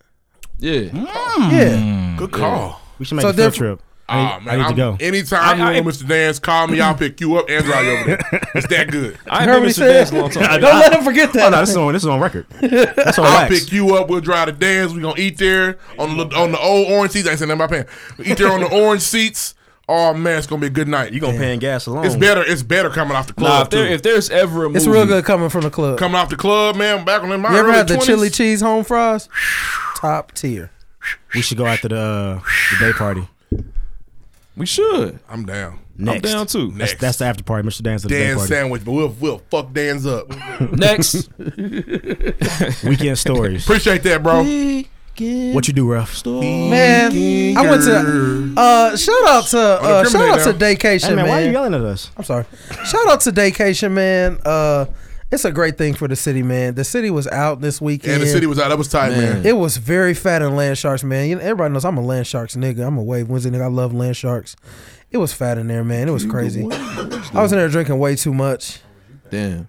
Mm. Yeah. Hmm. Yeah, Good call. we should make So a field different- trip. Ah, I need to I'm- go. Anytime I- you want Mr. Dance, call me. I'll pick you up and drive you over there. It's that good. I ain't heard been what he Mr. Dance in a long said. time. don't let him forget that. Oh no, this is on this is on record. That's on I'll wax. pick you up. We'll drive to Dan's. We're going to eat there on the, on the old orange seats. I ain't saying nothing about paying. We eat there on the orange seats. Oh, man, it's going to be a good night. You gonna paying gas alone? it's better. It's better coming off the Nah, if, club, there, too. if there's ever a movie, It's real good coming from the club. Coming off the club, man, back when in my you ever early had the 20s, chili cheese home fries? Top tier. We should go after the uh, the day party we should. I'm down. next. I'm down too. Next. That's the after party, Mr. Dance. at The day Dan party. sandwich, but we'll, we'll fuck Dan's up. Next. Weekend stories. Appreciate that, bro. Weekend. What you do, Ruff? Store. Man, I went to uh shout out Oh, to the uh, shout criminal out to now. Daycation, Hey, man, man. why are you yelling at us? I'm sorry. Shout out to Daycation, man. Uh it's a great thing for the city, man. The city was out this weekend. And the city was out. That was tight, man. It was very fat in Land Sharks, man. You know, everybody knows I'm a Land Sharks nigga. I'm a Wave Wednesday nigga. I love Land Sharks. It was fat in there, man. It was crazy. I was in there drinking way too much. Damn.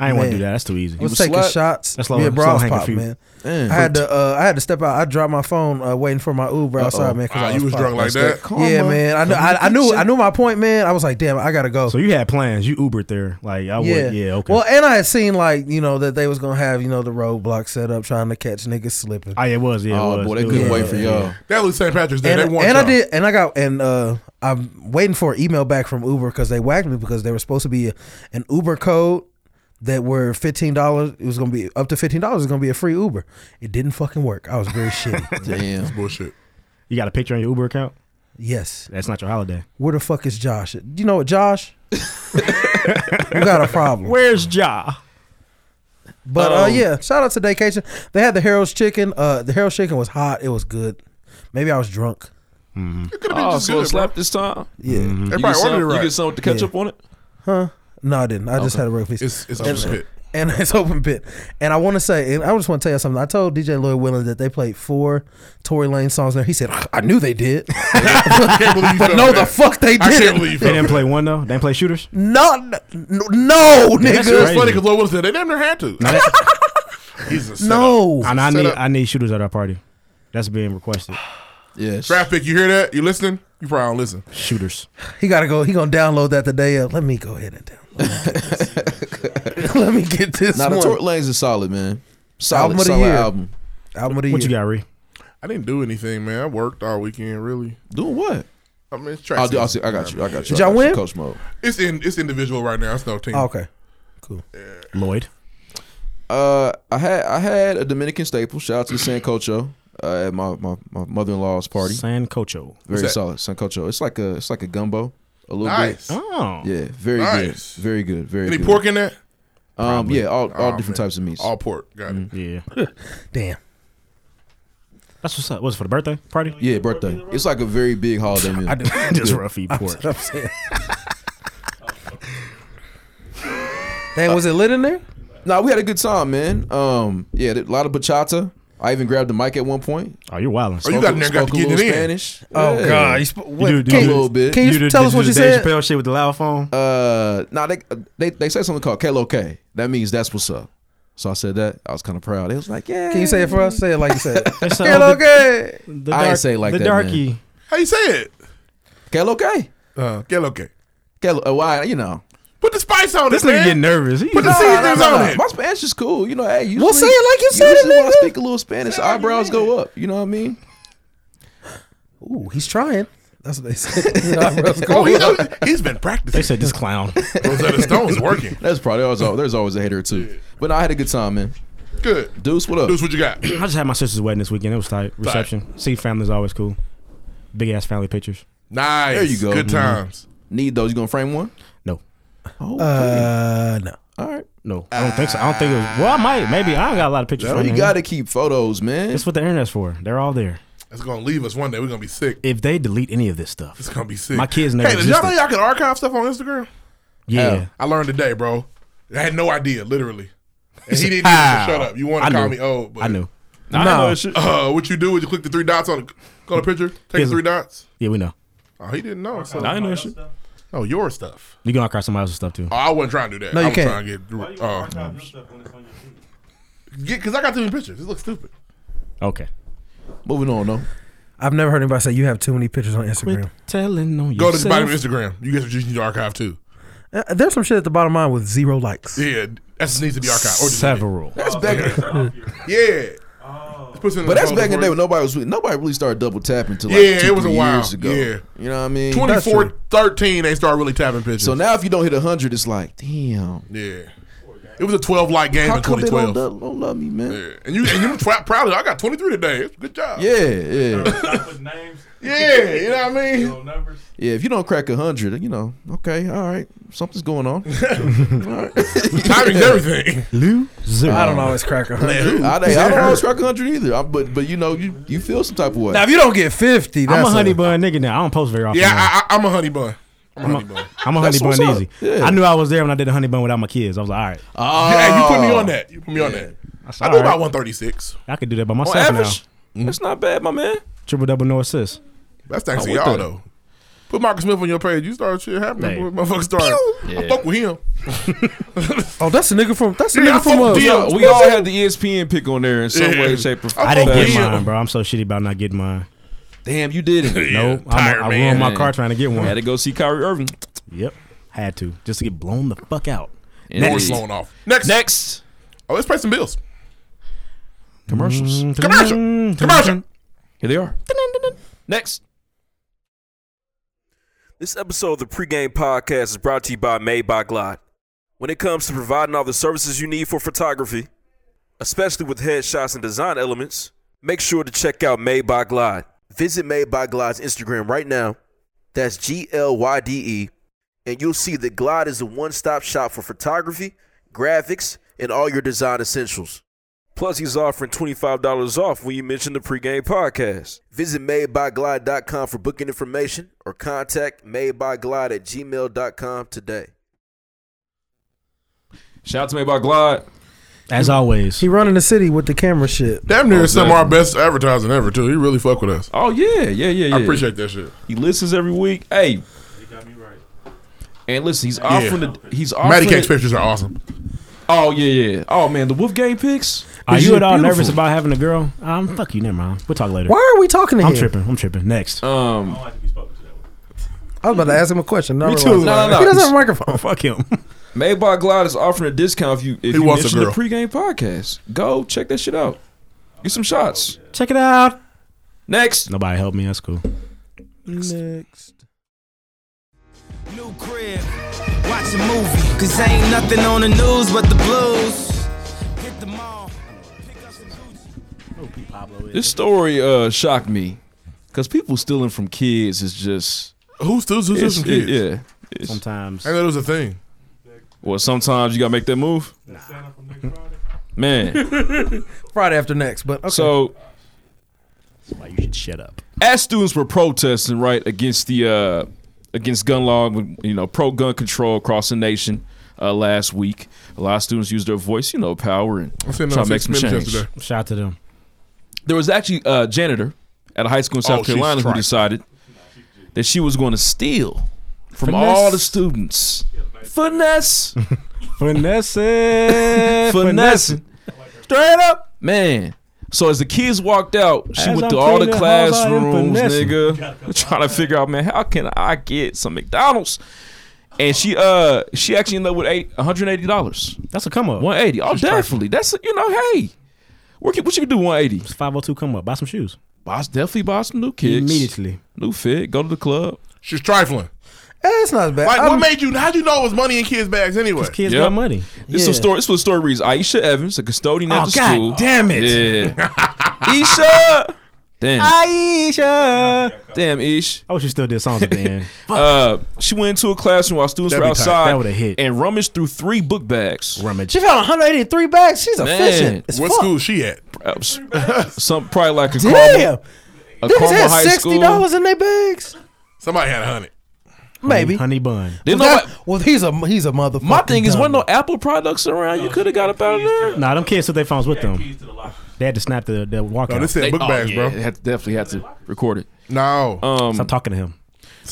I ain't want to Man. do that. That's too easy. I was taking shots. That's That's low- low, me a slow bras hanging pop, fruit. man. Damn. I had to uh, I had to step out. I dropped my phone uh, waiting for my Uber outside, man. 'cause Ah, I you was popped. drunk like that. Yeah, man. I knew I, I knew I knew my point, man. I was like, damn, I gotta go. So you had plans. You Ubered there. Like I yeah, would. Yeah. Okay. Well, and I had seen like you know that they was gonna have you know the roadblock set up trying to catch niggas slipping. I it was. Yeah. it Oh was. boy, It they was, couldn't yeah, wait for yeah. y'all. That was St. Patrick's Day. and they want and I y'all. did, and I got, and uh, I'm waiting for an email back from Uber because they whacked me because there was supposed to be a, an Uber code that were fifteen dollars. It was gonna be up to fifteen dollars. It's gonna be a free Uber. It didn't fucking work. I was very shitty. Damn. Bullshit. You got a picture on your Uber account? Yes. That's not your holiday. Where the fuck is Josh? You know what, Josh? we got a problem. Where's Ja? But Um, uh, yeah, shout out to Daycation. They had the Harold's chicken. Uh, the Harold's chicken was hot. It was good. Maybe I was drunk. Oh, so it slapped this time. Yeah. You Everybody get some, ordered it you right. get some with the ketchup on it. No, I didn't. I just had a rough piece. It's it's open spit. and it's open pit. And I want to say, and I just want to tell you something. I told DJ Lloyd Willing that they played four Tory Lane songs there. He said, I knew they did. I can't believe you but felt no, the that. fuck they I can't didn't. believe you They felt didn't that. play one though. They didn't play shooters. No, no, no, That's just nigga. crazy. funny because Lord Wilson said they damn near had to. He's a setup. No. And I Set need up. I need shooters at our party. That's being requested. Yes. Traffic, you hear that? You listening? You probably don't listen. Shooters. He gotta go. He gonna download that today. Uh, let me go ahead and download. this. Let me get this Now the one. Tort Lanes is solid, man. Solid, Album of the solid year. album. Album of the What year. you got, Ree? I didn't do anything, man. I worked all weekend, really. Doing what? I mean, it's track I'll do, I'll see, season. I got you. I got you. Did I y'all got you, win? Coach Mo. It's in. It's individual right now. It's no team. Oh, okay. Lloyd. Uh, I had I had a Dominican staple. Shout out to the Sancocho uh, at my, my, my mother in law's party. Sancocho. Very that? solid Sancocho. It's like a it's like a gumbo, a little Nice. Oh. bit. Yeah, very Nice. good, very good, very Any good. pork in that? Um, yeah, all, all Oh, different man. types of meats. All pork. Got Mm. it. Yeah. Damn. That's what's up. What's it for the birthday party? yeah, birthday. It's like a very big holiday meal. Just rough eat pork. I'm saying. Dang, was it lit in there? Nah, we had a good time, man. Um, yeah, a lot of bachata. I even grabbed the mic at one point. Oh, you're wilding. Oh, you Spoke got a- in there, got to spoke a get it little in. Spanish. Oh Yeah. God! You sp- what- do- do can, you- a little bit. can you did- tell did us what the you Dave said? Chappelle shit with the loud phone. Uh, nah, they they they say something called KLOK. That means that's what's up. So I said that. I was kind of proud. They was like, yeah. Can you say it for us? Say it like you said. it. That's Hell, all the- okay. the I ain't say it like the that, darky. How you say it? KLOK? Uh, get okay. KLOK, uh, why? You know. Put the spice on This it, nigga man. getting nervous. He- Put the seasonings Nah, on nah, it. My Spanish is cool. You know, hey. Usually, say it like you said it, usually when I nigga. speak a little Spanish, eyebrows go up. You know what I mean? Ooh, he's trying. That's what they said. Oh, he know, he's been They practicing. said this clown. Rosetta Stone's working. That's probably always, there's always a hater or two. But no, I had a good time, man. Good. Deuce, what up? Deuce, what you got? I just had my sister's wedding this weekend. It was tight. Reception. See family's always cool. Big ass family pictures. Nice. There you go. Good Mhm. times. Need those? You gonna frame one? No. Oh, Uh, no. all right. No. I don't think so. I don't think it was well I might. Maybe I don't got a lot of pictures from you him. gotta keep photos, man. That's what the internet's for. They're all there. It's gonna leave us one day. We're gonna be sick. If they delete any of this It's stuff. gonna be sick. My kids never Hey, did y'all know existed. y'all can archive stuff on Instagram? Yeah. I learned today, bro. I had no idea, literally. And he didn't even shut up. You want I to call knew. me old? But, I knew. Nah, I know that shit. Uh, what you do is you click the three dots on the, on the picture. Take His- the three dots. Yeah, we know. Oh, he didn't know. So, I know that shit. oh, your stuff. You can archive somebody else's stuff too. Oh, I wasn't trying to do that. No, I you was can't. trying to get. You Uh, archive your stuff when it's on your feed. get because I got too many pictures. It looks stupid. Okay. Moving on, though. I've never heard anybody say you have too many pictures on Instagram. telling on Go to the yourself. bottom of Instagram. You guys just need to archive too. Uh, There's some shit at the bottom of mine with zero likes. Yeah, that just needs to be archived. Or just Several. That's back. Yeah. Let's put it in the But that's folder back in the for day when you. nobody was nobody really started double tapping until like Yeah, two, it was a three while. years ago. Yeah. you know what I mean. 24, 13, they start really tapping pictures. So now if you don't hit hundred, it's like damn. yeah. It was a 12 light game How in come they don't, 2012. don't, don't love me, man? Yeah. And you and you proud, proud of it. I got 23 today. Good job. Yeah, yeah, I put names, Yeah, you know what I mean? no numbers. yeah. If you don't crack a hundred, you know, okay, all right, something's going on. Timing's everything. Zero. I don't always crack a hundred. I, I don't always crack a hundred either, I, but but you know, you you feel some type of way. Now if you don't get fifty, that's I'm a honey bun nigga now. I don't post very often. Yeah, now. I, I, I'm a honey bun. I'm a honey bun. I'm a honey what's bun up. easy. Yeah. I knew I was there when I did the honey bun without my kids. I was like, all right, Oh. yeah, you put me on that. You put me on that. I do all about right. 136. I could do that by On myself average, that's not bad, my man. now. Triple double, no assists. That's Oh, thanks to with y'all that. though. Put Marcus Smith on your page. You start shit happening. Hey. boy. Motherfucker start. I fuck with him. Oh, that's a nigga from that's a Yeah, I nigga from fuck uh, with Yeah, Yo, we all had the E ESPN pick on there in some Yeah. way, shape, or form. I didn't fuck get with him. mine, bro. I'm so shitty about not getting mine. Damn, you did it. Yeah, Nope. I'm- I ruined my car trying to get Had one. to go see Kyrie Irving. Yep. Had to. Just to get blown the fuck out. Always blowing off. Next. Next Oh, let's pay some bills. Mm-hmm. commercials. Commercial. Commercial. Here they are. Next. This episode of the pregame podcast is brought to you by Made by Glide. When it comes to providing all the services you need for photography, especially with headshots and design elements, make sure to check out Made by Glide. Visit Made by Glide's Instagram right now. That's G L Y D E. And you'll see that Glide is a one stop shop for photography, graphics, and all your design essentials. Plus, he's offering $25 off when you mention the pregame podcast. Visit madebyglide.com for booking information or contact madebyglide at gmail.com today. Shout out to me by Glide. As always. he running the city with the camera shit. Damn near some of our best advertising ever too. He really fuck with us. Oh yeah, yeah, yeah, yeah. I appreciate that shit. He listens every week. Hey. And listen, he's offering the he's offering. Matty the- Cake's pictures are awesome. Oh yeah, yeah. Oh man, the Wolf Game picks. Are These you at all beautiful. nervous about having a girl? Um, fuck you. Never mind. We'll talk later. Why are we talking to I'm him? tripping. I'm tripping. Next. Um, I was about to ask him a question. Me too. No, no, no. He doesn't have a microphone. fuck him. Maybach Glide is offering a discount if you if He you wants a mention the girl. pregame podcast. Go check that shit out. Get some shots. Check it out. Next. Nobody helped me. That's cool. Next. New crib, watch a movie. Cause ain't nothing on the news but the blues. Hit the mall, pick up some Gucci. This story uh shocked me because people stealing from kids is just Who's still who's it's, some it- kids? I yeah. It's- Sometimes. didn't know it was a thing. well, sometimes you gotta make that move, man. Friday after next, but okay. so Why you should shut up. as students were protesting right against the uh, against gun law, you know, pro gun control across the nation uh, last week. A lot of students used their voice, you know, power and I seen try on to make six some minutes change. yesterday. Shout out to them. There was actually a janitor at a high school in South Oh, she's Carolina who tripping. decided that she was going to steal from all the students. Finesse, Finesse. finesse, straight up, man. So as the kids walked out, she As went I'm through all the cleaning the house, I am classrooms, finessing. nigga, trying to figure out, man, how can I get some McDonald's? And she, uh, she actually ended up with eight, one hundred eighty dollars, That's a come up. one eighty. Oh, definitely. That's a, you know, hey, what you, what you can do one eighty? It's 502 come up. Buy some shoes. Boss definitely buy some new kicks, Immediately. new fit, go to the club. She's trifling. Eh, it's not as bad. Like, I'm- what made you? How'd you know it was money in kids' bags anyway? Kids Yep. got money. This was story. This was story reads Aisha Evans, a custodian at Oh, the God school. damn it. Yeah, Isha. Damn, Aisha. damn Ish. I wish you still did songs at the end. Uh, she went into a classroom while students That'd were be tight. outside That would've hit. and rummaged through three book bags. Rummage. she found 183 bags. She's Man. efficient. As What fuck. school is she at? Uh, s- Some probably like a Damn. Carmel, a Niggas Carmel had High sixty School. dollars in their bags. Somebody had a hundred. Maybe. Honey bun. Didn't Well, nobody- that- well, he's a he's a motherfucker. my thing is, wasn't no Apple products around. You could have got up out of there. Nah, them kids took their phones with them. They had to snap the, the walkout. No, this said book oh, bags, yeah, bro. they had to- definitely had to record it. No. Um, Stop talking to him.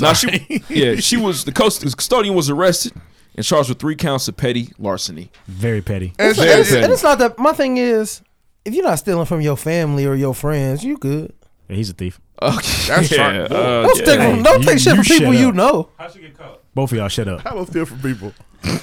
Now she, yeah, she was the cust- the custodian was arrested and charged with three counts of petty larceny. Very petty. And she- And and it's, she- and it's not that. My thing is, if you're not stealing from your family or your friends, you good. Yeah, he's a thief. Okay, That's right. uh, Don't, take, Oh, Hey, don't you- take shit you from people shut you up. know. How'd you get caught? Both of y'all shut up. I don't steal from people.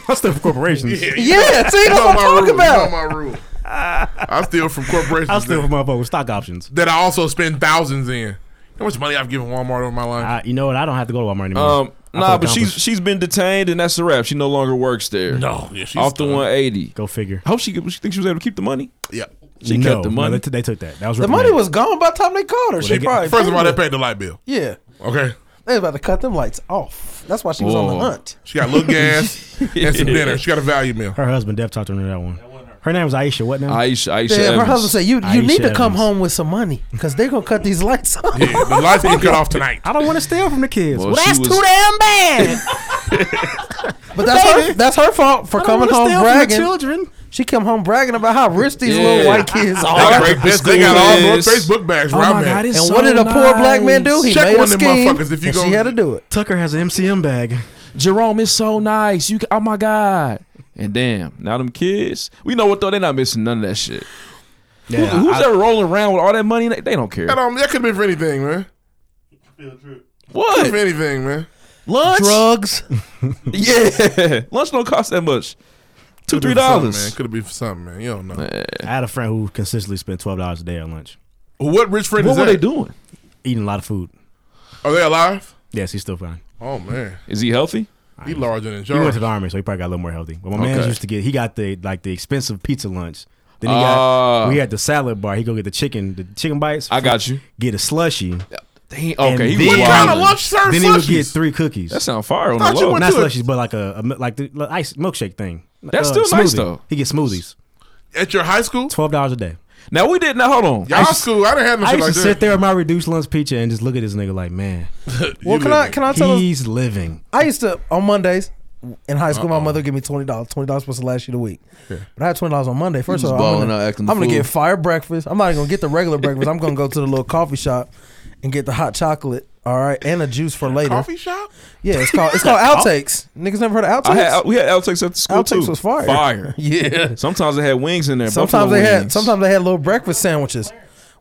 I steal from corporations. Yeah, see, You that's know what I'm my talking rule. about. You know my rule. I steal from corporations I steal that, from motherfuckers. Stock options. that I also spend thousands in. You know How much money I've given Walmart over my life? I, you know what? I don't have to go to Walmart anymore. Um, Nah, but she's she's been detained and that's a wrap. She no longer works there. No, yeah, she's off the done. one eighty. Go figure. I hohope she, she think she was able to keep the money. Yeah. She no, kept the no, money. they, t- they took that. That was The money was gone by the time they called her. she they get- probably First of all, paid they them. paid the light bill. yeah, Okay. they was about to cut them lights off. That's why she was on the Whoa. hunt. She got a little gas and some dinner. She got a value meal. her husband. Dev talked to her that one. Her name was Aisha. What now? Aisha, Aisha Damn, her Evans. husband said, "You you Aisha need to come Evans. home with some money because they're gonna cut these lights off." Yeah, the lights getting cut off tonight. I don't want to steal from the kids. Well, Well, she that's was- too damn bad. But that's her that's her fault for I don't coming want to home steal from the bragging. children. She come home bragging about how rich these little Yeah. white kids They are. got, break the they got all school North Face is- book bags. Oh where my I'm God, at. it's And so what did a poor black man do? nice. He Check made one a of them scheme, motherfuckers if you and gonna- she had to do it. Tucker has an MCM bag. Jerome is so nice. You, can, oh my god. And damn, now them kids. We know what though. They're not missing none of that shit. Who- who's I- that rolling around with all that money? They, they don't care. That, um, that could have been for anything, man. Field trip. Could have What been anything, man. lunch? Drugs. Yeah, lunch don't cost that much. Two three man. dollars. Could have been for something, man. You don't know. I had a friend who consistently spent twelve dollars a day on lunch, Well, what rich friend is What that? were they doing? eating a lot of food. Are they alive? Yes, he's still fine. Oh man, Is he healthy? he large and in He went charge. to the army, so he probably got a little more healthy. But my man Okay. used to get he got the like the expensive pizza lunch. Then he got Ah. we had the salad bar. He go get the chicken, the chicken bites. I got you. Get a slushy. Damn, okay, And he then- was What Kind wild. of lunch serve then he would get slushies. three cookies. That sound fire on Thought the you low. went not to a- slushies, but like a, a mi- like the like ice milkshake thing. Uh, That's still nice, though. He gets smoothies. At your high school, Twelve dollars a day. Now we did. Now hold on. y'all school, I didn't have no I shit used like to sit that. there at my reduced lunch pizza and just look at this nigga like, man, Well, can I can I tell us? he's living. I used to on Mondays in high school. Uh-uh. My mother would give me twenty dollars. Twenty dollars supposed to last you the week. But I had twenty dollars on Monday. First was of all, I'm balling gonna, out, I'm acting the gonna fool. get fire breakfast. I'm not even gonna get the regular breakfast. I'm gonna go to the little coffee shop and get the hot chocolate. All right, and a juice for later. Coffee shop? Yeah, it's called it's called outtakes. Niggas never heard of outtakes. I had we had outtakes at the school Outtakes too. was fire. Fire. yeah. Sometimes they had wings in there. Sometimes buffalo they had wings. sometimes they had little breakfast sandwiches.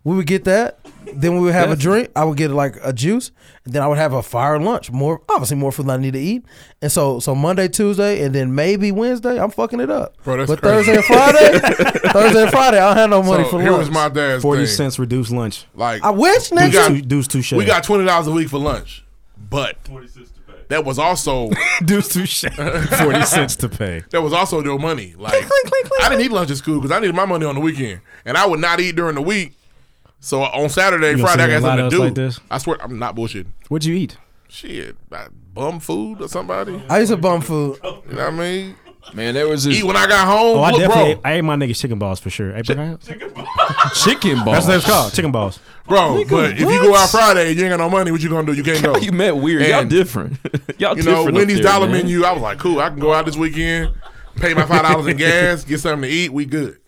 We would get that. Then we would have a drink. I would get like a juice. And then I would have a fire lunch. More obviously more food than I need to eat. And so so Monday, Tuesday, and then maybe Wednesday, I'm fucking it up. Bro, that's but crazy. Thursday and Friday, Thursday and Friday, I don't have no money So for here lunch. was my dad's Forty thing. cents reduced lunch. Like I wish We nigga. got- Two dudes touche. we got twenty dollars a week for lunch, but Forty cents to pay. that was also dudes touche. Forty cents to pay. that was also their money. Like I didn't eat lunch at school because I needed my money on the weekend, and I would not eat during the week. So on Saturday, You gonna Friday, I see a got lot something of to us do. like this? I swear, I'm not bullshitting. What'd you eat? Shit, I bum food or somebody. You know I used to bum food. what I mean? Man, there was Eat this when I got home. Oh, I Look, definitely bro, I ate my nigga chicken balls for sure. Apricot? chicken ball. That's what it's called, chicken balls. bro. But if you go out Friday and you ain't got no money, what you gonna do? You can't go. you met weird. Y'all And- different. Y'all You different know, up Wendy's there, dollar man. menu. I was like, cool. I can go out this weekend, pay my five dollars in gas, get something to eat. We good.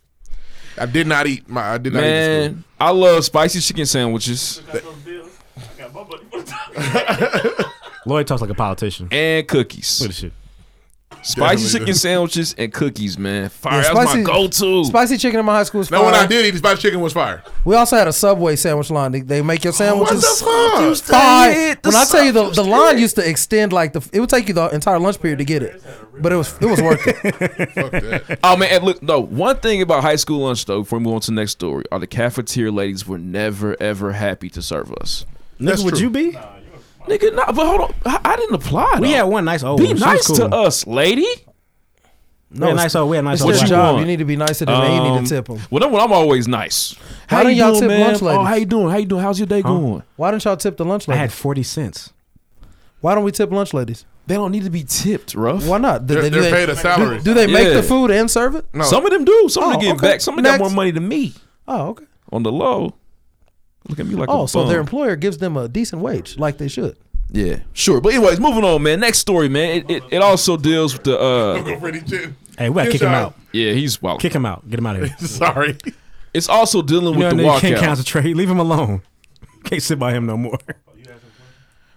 I did not eat my. I did not eat. This food. Man, I love spicy chicken sandwiches Got those bills. I got my money for the time. Lloyd talks like a politician. and Look at this cookies. shit. Spicy Definitely chicken sandwiches and cookies, man. Fire. Yeah, That's my spicy- go-to. Spicy chicken in my high school was Now when fire. uh, I did eat, the spicy chicken was fire. We also had a Subway sandwich line. They, they make your sandwiches. fuck? five. when I tell you the, the line used to extend like the it would take you the entire lunch period to get it, but it was it was worth it. Fuck that. Oh man, and look, no. One thing about high school lunch though, before we move on to the next story, are the cafeteria ladies were never ever happy to serve us. Nigga, would true. you be? Nigga, nah, but hold on, I, I didn't apply. We though. had one nice old be one. She was nice cool. to us, lady. We had nice old. We had nice It's old. their you black- job. want? Um, You need to be nicer than them. You need to tip them. Well, I'm, I'm always nice. Why don't y'all doing, tip lunch Oh, ladies? how you doing? How you doing? How's your day going? Why don't y'all tip the lunch I ladies? had forty cents. Why don't we tip lunch ladies? They don't need to be tipped, rough. Why not? Do They're, they, do they're they- paid a salary. do they make Yeah. the food and serve it? no, Some of them do. Some of them Oh, get okay. back. Some of them got Next. more money than me Oh, okay. on the low. Look at me like a Oh, so bum. their employer gives them a decent wage, like they should. yeah, sure. But anyways, moving on, man. Next story, man. It, it, it also deals with the uh Go for the chicken. Hey, we gotta Good kick him job. out. yeah, he's wild. Kick him out. Get him out of here. Sorry. It's also dealing You know, with the nigga can't walkout. concentrate. Leave him alone. Can't sit by him no more.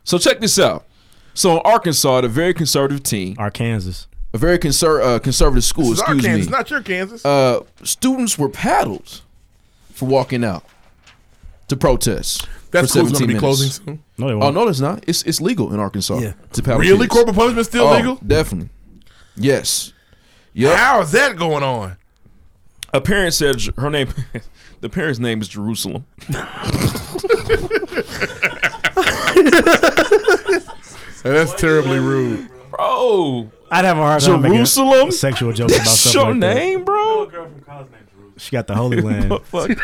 So check this out. So in Arkansas, the very conservative team, Arkansas. A very conser- uh, conservative school, This is our excuse Kansas, me. not your Kansas. Uh, students were paddled for walking out to protest. that for school's gonna 17 be minutes. closing soon. No, they won't. Oh no, it's not. It's it's legal in Arkansas. Yeah. to Oh, paddle Really, kids. corporal punishment still Oh, legal? Definitely. Yes. Yep. How is that going on? a parent said her name. the parent's name is Jerusalem. And that's terribly rude. bro. I'd have a hard time making Jerusalem? a sexual joke about That's your something like that. name, bro. She got the Holy Land. Fuck.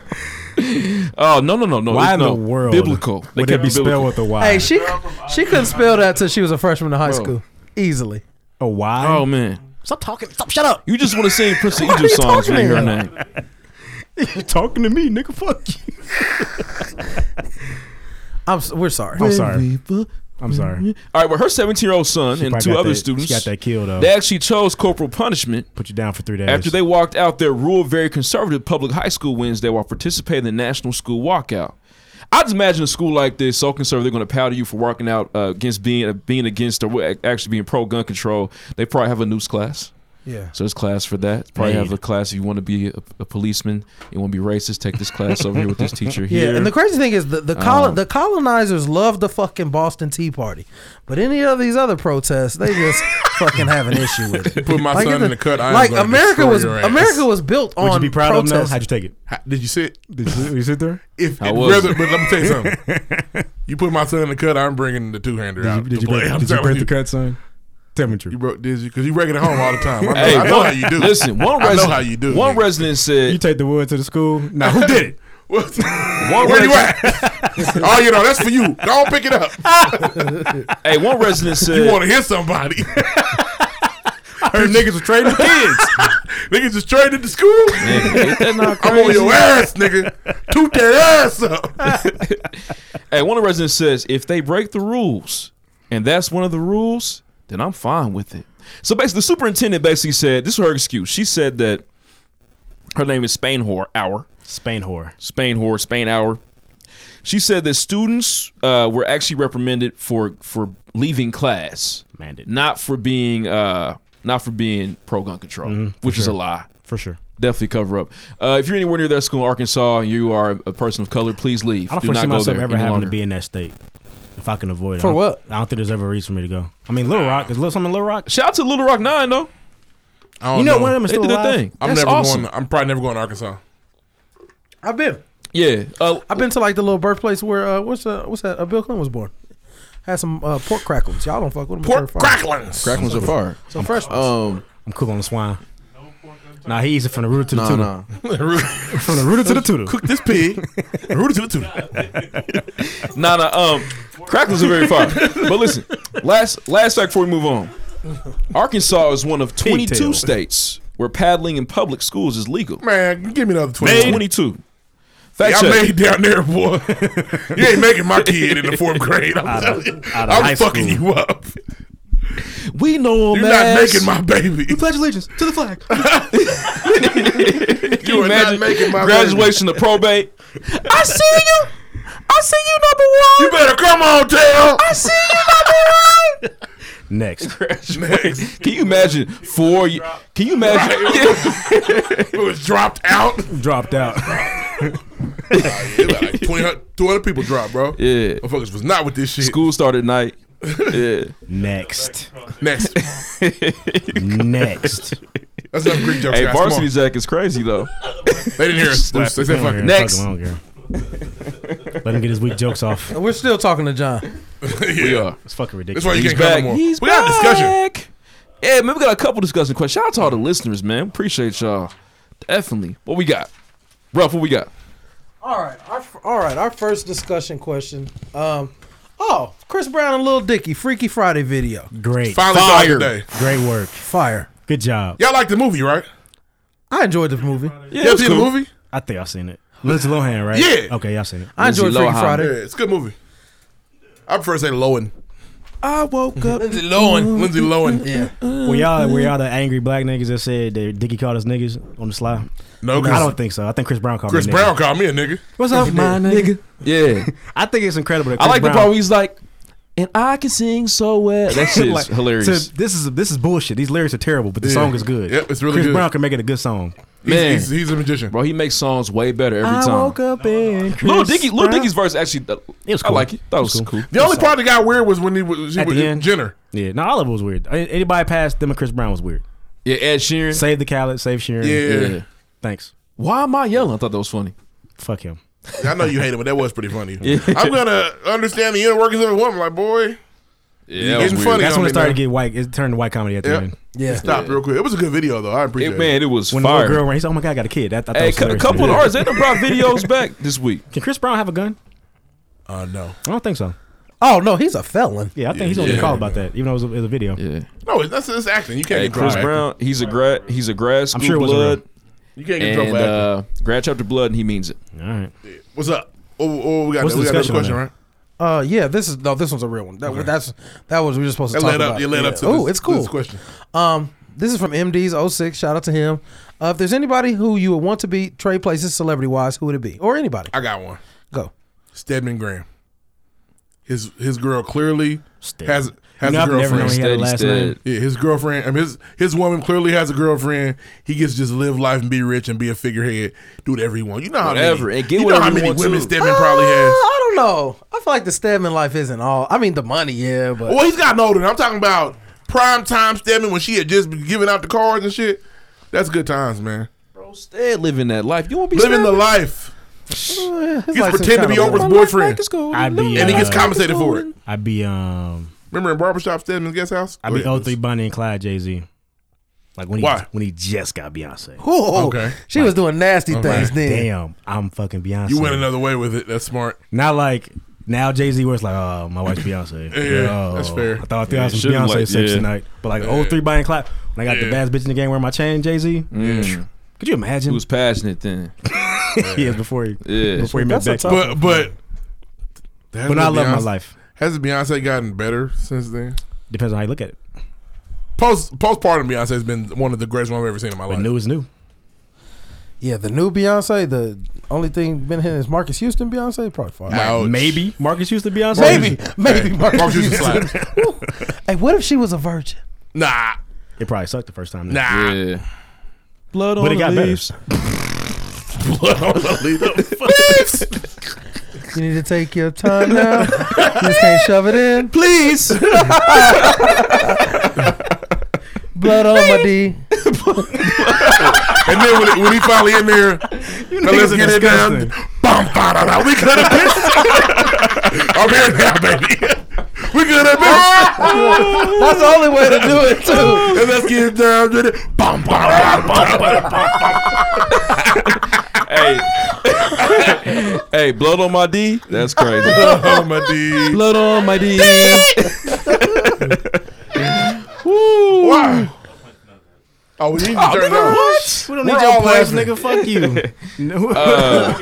Oh no no no no! Why in the no. world Biblical. They would can't it be be spelled biblical. with a Y? Hey, she she couldn't spell that till she was a freshman in high school. Easily. a Y? Oh man, Stop talking. Stop. Shut up. you just want to sing Prince of Egypt songs when you hear her name. You're talking to me, nigga. Fuck you. I'm s- we're sorry. I'm sorry. I'm sorry. All right, well, her 17 year old son and Probably two got other that- students She got that kill though. they actually chose corporal punishment Put you down for three days. after they walked out their rural, very conservative public high school Wednesday while participating in the national school walkout. I just imagine a school like this so conservative they're going to powder you for walking out uh, against being being against or what- actually being pro gun control. They probably have a news class. Yeah. So there's class for that. Probably Made. have a class if you want to be a, a policeman, you want to be racist, take this class over here with this teacher Yeah, here. and the crazy thing is the the, col- Um, the colonizers love the fucking Boston Tea Party, but any of these other protests, they just fucking have an issue with. It. Put my Like, son it's in the cut. I am like gonna America destroy was your ass. America was built on Would you be proud of them? though? protest. How'd you take it? Ha- Did you sit? Did you, you sit there? If I it- was. rather- but let me tell you something. You put my son in the cut. I'm bringing the two hander Did you, out. did to you, play. break, I'm did you telling break the cut, son? Tell me the You truth. broke did you? Because you break it at home all the time. I know, Hey, I know one- how you do. Listen, one I know resident, how you do. one nigga. resident You said, take the wood to the school? No, who did it? What? one Where you resident, at? oh, you know that's for you. Go on, pick it up. hey, one resident said, You want to hit somebody? Her niggas was trading kids. nigga just traded to school. Ain't that not I'm on crazy? your ass, nigga. Toot their ass up. Hey, one of the residents says, if they break the rules, and that's one of the rules, then I'm fine with it. So basically, the superintendent basically said, this was her excuse. She said that her name is Spain Whore Hour. Spain whore. Spain Whore, Spain Hour. She said that students uh, were actually reprimanded for for leaving class, Mandate. not for being uh, not for being pro gun control, which is a lie. For Mm-hmm, sure. Definitely cover up. Uh, if you're anywhere near that school in Arkansas and you are a person of color, please leave. I don't Do foresee not go myself there ever any having longer. to be in that state. If I can avoid it. For I don't- what? I don't think there's ever a reason for me to go. I mean, Little Rock. Is Little something in Little Rock? Shout out to Little Rock Nine though. I don't You know, one of them is They still did their alive. thing. I'm That's never awesome. going. I'm probably never going to Arkansas. I've been Yeah. Uh, I've been to like the little birthplace where uh, what's uh, what's that? Uh, Bill Clinton was born. Had some uh, pork cracklings. Y'all don't fuck with them. Pork They're fire. cracklings. Cracklings are fire. Some fresh ones. Um, I'm cool on the swine. Nah, he eats it from the rooter to the no, tooter. no. From the rooter to the tooter. Cook this pig. Rooted to the tooth. nah, nah. Um, crackers are very fire. but listen, last last fact before we move on. Arkansas is one of 22 Pigtail. states where paddling in public schools is legal. Man, give me another twenty. 22. Yeah, Fact I check. made down there, boy. you ain't making my kid in the fourth grade. I'm, Out of- telling you. out of high I'm fucking school. you up. we know You're not making my baby. Pledge allegiance to the flag. Can you are not making my graduation to probate? I see you. I see you, number one. You better come on, Tail. I see. Next. Next. Can you imagine four? ye- Can you imagine? It was dropped out. Dropped out. like 200, 200 people dropped, bro. Yeah. Motherfuckers was not with this shit. School started at night. Yeah. Next. Next. Next. That's enough Greek jokes, Hey, guys. Come varsity on. Zach is crazy though. They didn't hear us. They said fuck it. Next. Fuck him, I don't care. Let him get his weak jokes off. And we're still talking to John. We are. It's fucking That's ridiculous. why you He's can't come back. no more. He's we back. got a discussion. Yeah, man, we got a couple discussion questions. Shout out to all the listeners, man. Appreciate y'all. Definitely. What we got? Ruff, what we got? All right, our, all right. Our first discussion question. Um, oh, Chris Brown and Lil Dicky Freaky Friday video, Great. Finally saw it today. Great work. fire. Good job. Y'all like the movie, right? I enjoyed the movie. Yeah, Y'all it's seen cool. the movie? I think I've seen it. Lindsay Lohan, right? Yeah. Okay, y'all seen it. I enjoyed Lindsay Freaky Lohan. Yeah, Friday. it's a good movie. I prefer to say Lowen. I woke up. Lindsay Lohan. Lindsay Lohan. Yeah, Were y'all were y'all the angry black niggas that said that Dickie called us niggas on the slide? No, I because don't think so. I think Chris Brown called Chris me a nigga. Brown called me a nigga. What's up, my nigga? Yeah. I think it's incredible. That I Chris like Brown, the part where he's like, and I can sing so well. That shit's Like, hilarious. to- this is this is bullshit. These lyrics are terrible, but the Yeah. song is good. Yep, it's really Chris good. Brown can make it a good song. He's, Man. he's, he's a magician. Bro, he makes songs way better every time. up in Little Dicky, Little Dicky's verse actually, uh, It was I cool. like it. That was was cool. cool. The only part that got weird was when he was, he At was the end. Jenner. Yeah, no, all of it was weird. A- Anybody past them and Chris Brown was weird. Yeah, Ed Sheeran. Save the Khaled, save Sharon. Yeah. Yeah. Thanks. Why am I yelling? I thought that was funny. Fuck him. I know you hate it, but that was pretty funny. I'm gonna understand the inner workings of a woman. Like, boy, Yeah, that It's was weird. funny. That's on when me it started now. to get white. It turned to white comedy at the Yeah. end. Yeah. It stopped real quick. It was a good video though. I appreciate It- it. man, it was When the fire. little girl ran, he said, "Oh my god, I got a kid." That, I thought hey, was cu- a hilarious. couple of Yeah. artists they done brought videos back this week. Can Chris Brown have a gun? Uh, no, I don't think so. Oh no, he's a felon. Yeah, I think he's gonna Yeah. be called about that, even though it was a, it was a video. Yeah, no, it's, that's it's acting. You can't hey, get drunk Chris for acting. Brown, he's a grad, he's a grad school I'm sure it wasn't blood You can't get drunk and for acting. uh, grad chapter blood, and he means it. All right. What's up? Oh, oh, we got What's the we got another discussion question, on right? Uh, yeah. This is no. This one's a real one. That that's that was we were supposed to It talk led about. up. It led up to. Oh, this- it's cool. This question. Um, this is from MD's 06. Shout out to him. Uh, if there's anybody who you would want to be trade places celebrity wise, who would it be? Or anybody? I got one. Go. Stedman Graham. His his girl clearly has has You know, a I've never known girlfriend. he had a Steady, last steady. name. Yeah, his girlfriend. I mean, his his woman clearly has a girlfriend. He gets to just live life and be rich and be a figurehead, do whatever he wants. You know how Whatever, many, and get you know how whatever you many want, women too. Stedman probably Uh, has. I don't know. I feel like the Stedman life isn't all. I mean, the money, yeah, but Well, he's gotten older. I'm talking about prime time Stedman when she had just been giving out the cards and shit. That's good times, man. Bro, stay living that life. You won't be Living the life. it's He like some pretend to kind be of- over his boyfriend, I'd be. and he gets uh, compensated for it. I'd be. Um. Remember in barbershop Stedman's guest house? I'd be 03 Bunny and Clyde Jay Z. Like when he Why? when he just got Beyonce. Whoa, Okay. She was doing nasty things then. Damn, I'm fucking Beyonce. You went another way with it. That's smart. Not like now Jay Z where it's like, oh, my wife's Beyonce. Yeah, Oh, that's fair. I thought I threw out some should've Beyonce like- sex yeah. tonight. But like 03 Bunny and Clyde, when I got Yeah. the baddest bitch in the game wearing my chain, Jay Z. Could you He imagine? was passionate then. yeah, before he Yeah. before he met That's a back. tough- But but has But I love my Beyonce- life. Has Beyonce gotten better since then? Depends on how you look at it. Post postpartum Beyonce has been one of the greatest ones I've ever seen in my But life. new is new. Yeah, the new Beyonce. The only thing been hitting is Marcus Houston Beyonce. Probably fine. Ouch. Maybe Marcus used to Beyonce. Maybe, maybe Hey, Marcus, Marcus Houston Houston. Woo. hey, what if she was a virgin? Nah, It probably sucked the first time. nah. Yeah. Blood But on it the got better. leaves. You need to take your time now. you just can't shove it in. Please. Blood on my D. And then when, when he finally in there, now let's are get it down. Bum, ba, da, da. We could have bitch. I'm here now, baby. We could have bitch. That's the only way to do it too. and let's get it down. to the- Bum, ba, da, da, bum, ba, da, bum. hey. hey, blood on my D. That's crazy. Oh my D. blood on my D. Wow. Oh, we need to turn it on. We don't need We're your all points, laughing. nigga. Fuck you. No. Uh,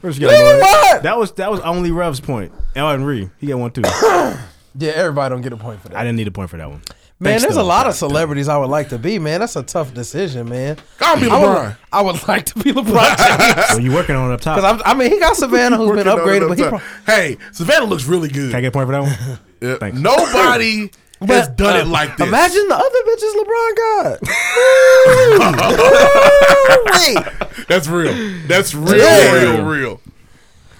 First, you got one. That was that was only Rev's point. El Henry, he got one too. I Yeah, everybody don't get a point for that. didn't need a point for that one. Man, Thanks, there's though. a lot of celebrities I would like to be. Man, that's a tough decision, man. I'll be I LeBron. would, I would like to be LeBron James. So you working on it up top? 'Cause I'm- I mean, he got Savannah, who's been Working on it upgraded, up but he top. pro- hey, Savannah looks really good. Can I get a point for that one? Yeah. Thanks. Nobody has But, uh, done it like this. imagine the other bitches LeBron got. Woo! Wait, That's real. That's real, Yeah. real, real.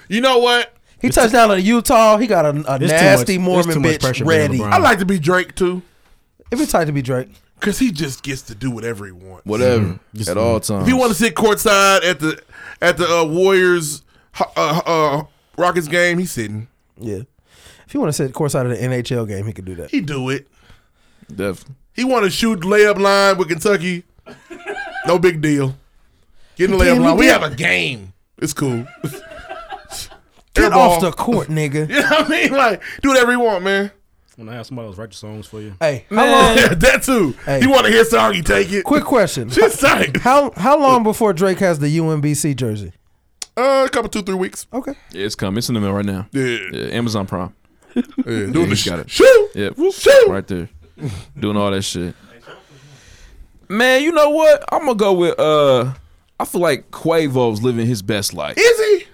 You know what? he touched down in Utah. He got a, a It's too nasty much- it's too Mormon much bitch pressure being ready. LeBron. I like to be Drake too, It'd be tight to be Drake. because he just gets to do whatever he wants. Whatever. Mm-hmm. At all times. If you want to sit courtside at the at the uh, Warriors uh, uh, Rockets game, he's sitting. Yeah. If you want to sit courtside of the NHL game, he could do that. He do it. Definitely. He want to shoot layup line with Kentucky. No big deal. Get in the layup Damn, he line. We did. have a game. It's cool. Get Air ball. off the court, nigga. You know what I mean? Like, do whatever you want, man. When I have somebody else write your songs for you, Hey, how long, Yeah, that too. Hey. You want to hear a song, you take it. quick question. Just tight. How how long before Drake has the UMBC jersey? Uh, a couple, two, three weeks. Okay. Yeah, it's coming. It's in the mail right now. Yeah. Yeah, Amazon Prime. yeah. Doing the he's sh- got it. Shoot. Yeah, Shoot. right there, doing all that shit. Man, you know what? I'm gonna go with. uh I feel like Quavo's living his best life. Is he?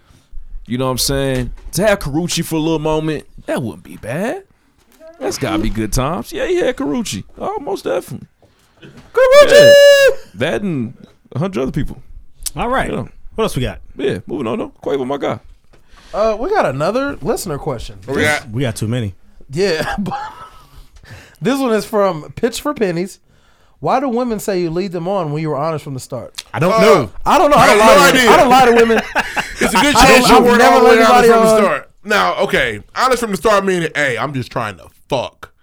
You know what I'm saying? To have Carucci for a little moment, that wouldn't be bad. That's gotta be good times. Yeah, he had Carucci. Oh, most definitely. Carucci. That and a hundred other people. all right. Yeah. What else we got? But yeah, moving on though. Quavo, my guy. Uh, we got another listener question. Oh, Yeah. We got too many. Yeah. this one is from Pitch for Pennies. Why do women say you lead them on when you were honest from the start? I don't Uh, know. I don't know. I I don't, have no lie, to women. idea. I don't lie to women. It's a good I- chance I- you I've weren't never all the way let honest from the anybody on. start. Now, okay, honest from the start meaning, hey, I'm just trying to fuck.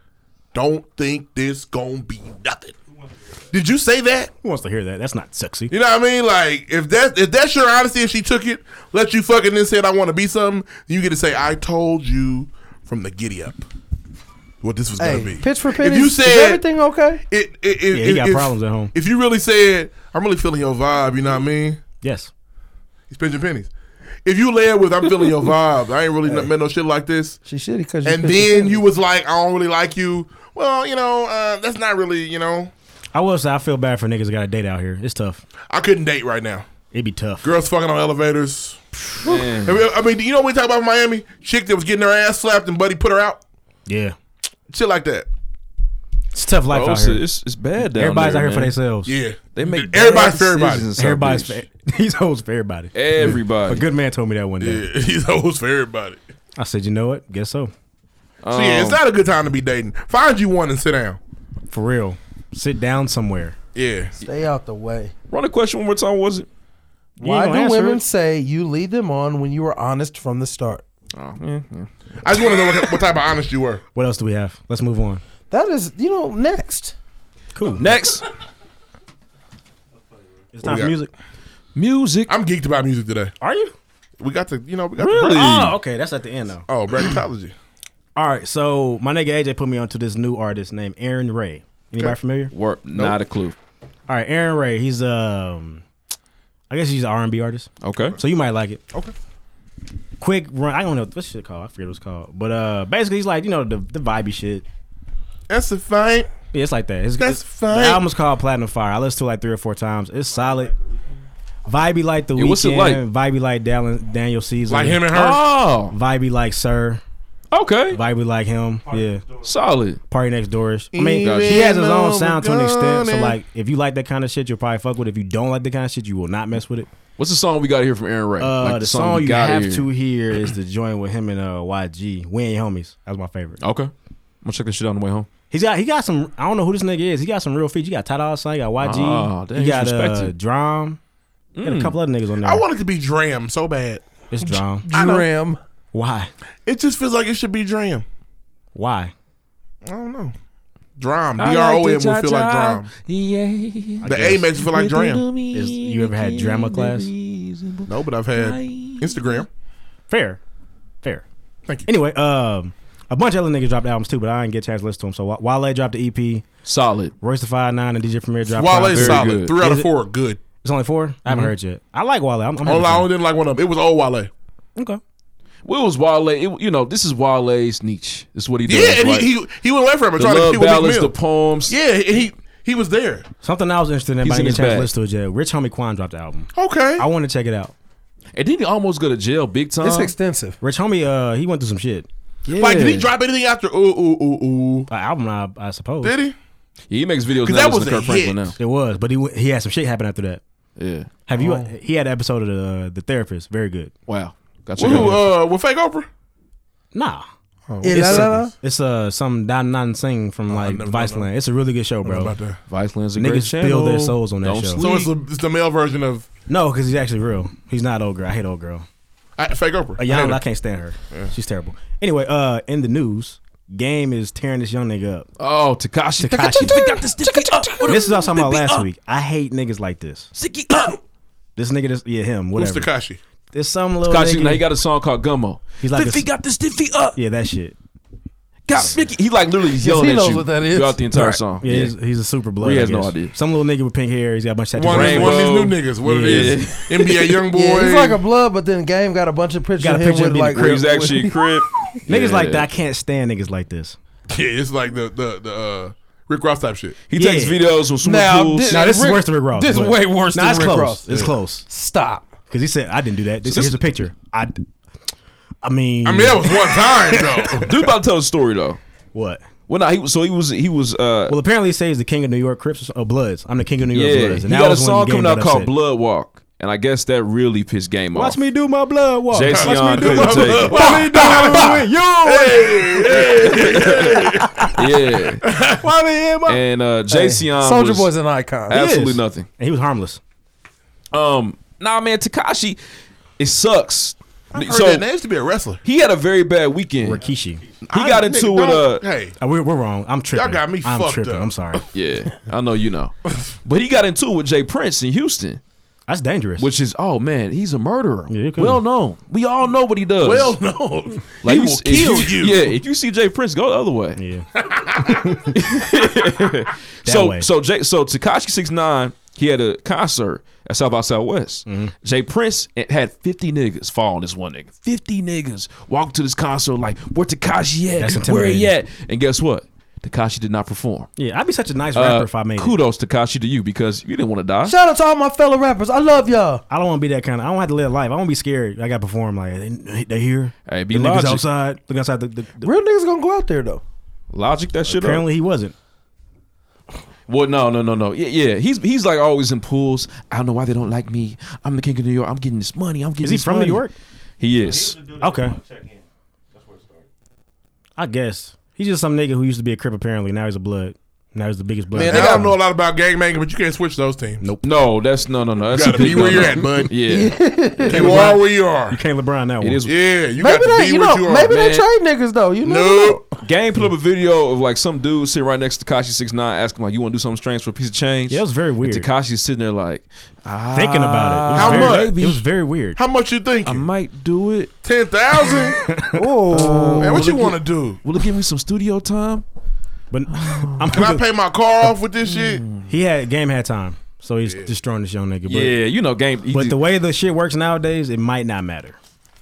Don't think this gonna be nothing. Did you say that? Who wants to hear that? That's not sexy. You know what I mean? Like if that if that's your honesty, if she took it, let you fucking then said I want to be something, you get to say I told you from the giddy up what this was Hey, gonna be. pitch for pennies. If you is said everything okay? it, it, it, Yeah, he it- got if- problems at home. If you really said I'm really feeling your vibe, you know what I mean? Yes. He's pinching pennies. If you lay it with I'm feeling your vibe, I ain't really met no shit like this. She shitty because And then you was like, I don't really like you. Well, you know, uh, that's not really, you know, I will say I feel bad for niggas that got a date out here. It's tough. I couldn't date right now. It'd be tough. Girls fucking on elevators. I mean- I mean, you know what we talk about in Miami? Chick that was getting her ass slapped and buddy put her out. Yeah. Shit like that. It's a tough life Bro, out it's, here. it's, it's bad down Everybody's out there, here for man. themselves. Yeah. They make everybody's bad for everybody. decisions in South Everybody's Beach. for, he's hoes for everybody. A everybody. good man told me that one day. Yeah, he's hoes for everybody. I said, you know what? Guess so. So Um, yeah, it's not a good time to be dating. Find you one and sit down. For real. Sit down somewhere. Yeah. stay out the way. Run the question one more time. What was it? You ain't Why gonna do answer women it. say you lead them on when you were honest from the start? I just want to know what, what type of honest you were. What else do we have? Let's move on. That is, you know, next. Cool. Next, It's time we for got? music. music. I'm geeked about music today. Are you? We got to, you know, we got Really? to. Oh, okay. That's at the end though. Oh, bracketology. All right. So my nigga AJ put me onto this new artist named Aaron Ray. Anybody Okay. familiar? Work. Not a clue. All right, Aaron Ray. He's um, I guess he's an R and B artist. Okay. So you might like it. Okay. Quick run. I don't know what this shit called. I forget what it's called. But uh, basically, he's like you know the the vibey shit. That's a fine. Yeah, it's like that. It's, That's it's- fine. The album's called Platinum Fire. I listened to it like three or four times. It's solid. Vibey like the Yeah, weekend. what's it like? Vibey like Dal- Daniel Caesar. Like him and her. Oh, Vibey like Sir. okay. Vibey like him. Yeah. Solid. Party Next Doorish. I mean, Gotcha. he has his own Even sound to an extent. So overcoming. like, if you like that kind of shit, you'll probably fuck with. it. If you don't like that kind of shit, you will not mess with it. What's the song we got here from Aaron Ray? Uh, Like the, song, we you gotta have hear. to hear is the joint with him and uh, YG. We ain't homies. That was my favorite. Okay. I'm gonna check this shit out on the way home. He's got he got some. I don't know who this nigga is. He got some real features. He got Ty Dolla Sign. He got YG. Ah, damn, he he's got uh, respected. Drum. He got a couple other niggas on there. I want it to be Dram so bad. it's Drum. Dram. Why? It just feels like it should be Dram. Why? I don't know. Dram. D R O M will feel like Dram. Yeah. The A makes it feel like Dram. Is, you ever had drama class? No, but I've had Instagram. Fair, fair. Thank you. Anyway, um, a bunch of other niggas dropped albums too, but I didn't get a chance to listen to them. So Wa- Wale dropped the EP. Solid. Royce the Five Nine and DJ Premier dropped. Wale Prime. is solid. good. Three out Is of it- four are good. It's only 4 I haven't heard yet. I like Wale. I'm, I'm Only I happy only didn't like one of them. It was old Wale. for him. Okay. Well, it was Wale. It, you know, this is Wale's niche. This is what he does. Yeah, and right? he, he he went away from it. the Tried to love keep with ballads, Meek the Mill. poems. Yeah, and he he was there. Something I was interested in, but He's I didn't in get a his chance to bag. listen to it yet. Rich Homie Quan dropped the album. Okay. I want to check it out. And then he almost go to jail big time. It's extensive. Rich Homie, uh, he went through some shit. Like, did he drop anything after? Ooh, ooh, ooh, ooh. An album, I, I suppose. Did he? Yeah, he makes videos 'Cause now. that That was was to a Kurt Franklin hit. now. It was, but he went, he had some shit happen after that. Yeah. Have Oh. you? He had an episode of the, the Therapist. Very good. Wow. Gotcha. Who? Uh, with fake Oprah? Nah. Oh, Yeah, la, la, la. It's uh some Dan Nan Singh from like never- Vice never- Land. It's a really good show, bro. About that. Viceland's a Niggas great spill channel. their souls on that Don't show. Sleep. So it's the, it's the male version of No, because he's actually real. He's not old girl. I hate old girl. I, fake Uh, Oprah. A I hate young, her. I can't stand her. She's terrible. Anyway, uh, in the news, Game is tearing this young nigga up. oh, Takashi. Tekashi. This is what I was talking about last week. I hate niggas like this. This nigga, this, yeah, him, Who's whatever. Takashi? There's some little Takashi. Now he nigga. got a song called Gummo. He's like, a, got this stiffy up. yeah, that shit. Got Mickey. He like literally yelling he at knows you what that is. throughout the entire song. Yeah, He's, he's a super blood. Oh, He I has no guess. idea. Some little nigga with pink hair. He's got a bunch of tattoos. One, of these- one of Rainbow. these new niggas. What it Yeah. is? NBA young boy. Yeah, he's like a blood, but then Game got a bunch of pictures Got a of him picture of him with in like the crib. He's actually a crip. Niggas like Yeah. that. I can't stand niggas like this. Yeah, it's like the the the uh, Rick Ross type shit. He Yeah. takes videos with swimming Now, pools. thi- Now this is Rick- worse than Rick Ross. this is but- way worse Nah, than it's Rick close. Ross. It's close. Stop. Because he said, I didn't do that. This, here's a picture. I, d- I mean, I mean, that was one time though. Dude, about to tell a story though. what? Well, nah, he was- so he was he was uh Well, apparently he says the king of New York Crips or Bloods. I'm the king of New York yeah Bloods. he that got a was when song Game coming out got called upset. Blood Walk. And I guess that really pissed game Watch off. me do my blood walk. Jason Watch Yon me do couldn't my take it. blood walk. Watch me do my Yo, yeah. why me in my? And uh Jason Soldier Boy's an icon. absolutely is. nothing. And he was harmless. Um nah man, Takashi, it sucks. Heard so that name used to be a wrestler. he had a very bad weekend. Rikishi. He got into it uh Hey, Uh, we're, we're wrong. I'm tripping. Y'all got me I'm fucked tripping. up. I'm sorry. Yeah, I know you know. But he got into it with Jay Prince in Houston, That's dangerous. which is oh man, he's a murderer. Yeah, you could- well known. We all know what he does. well, no, he Like, you- will if kill you. Yeah, if you see Jay Prince, go the other way. yeah. so way. so Jay so Takashi six nine he had a concert at South by Southwest. Mm-hmm. Jay Prince had fifty niggas fall on this one nigga. Fifty niggas walked to this concert like where Takashi That's at? Where he at? intimidating. And guess what? Takashi did not perform. Yeah, I'd be such a nice rapper Uh, if I made it. kudos Takashi to you because you didn't want to die. Shout out to all my fellow rappers. I love y'all. I don't want to be that kind of. I don't have to live life. I want to be scared. I got to perform like they, they here. Hey, be the niggas logic. outside. Look outside. The, the, the- Real niggas gonna go out there though. Logic that shit up. apparently he wasn't. Well, no, no, no, no. Yeah, yeah. He's he's like always in pools. I don't know why they don't like me. I'm the king of New York. I'm getting this money. I'm getting. Is he this from New money. York? He is. Okay, Check in. That's where it started. I guess he's just some nigga who used to be a crip. Apparently now he's a blood. Now he's the biggest blood. Man, I don't know a lot about gangbanging, but you can't switch those teams. Nope. No, that's no, no, no. You That's gotta a be big where you're no, no. at, bud. Yeah, You are where you are. you can't LeBron that one. it is. Yeah, you Maybe got to they, be you what know, you are. maybe they man. trade niggas though. You never know. Nope. Gang put up a video of like some dude sitting right next to Takashi six nine, asking like, "You want to do something strange for a piece of change?" Yeah, it was very weird. Takashi's sitting there like, ah, Thinking about it. How it was very, much? It was very weird. How much you I thinking? might do it. Ten thousand? Oh, Man, what you look want to do? Will it give me some studio time? But I'm Can I pay my car off with this shit? he had game had time, so he's destroying this young nigga. But, yeah, you know, game. he but did- the way the shit works nowadays, it might not matter.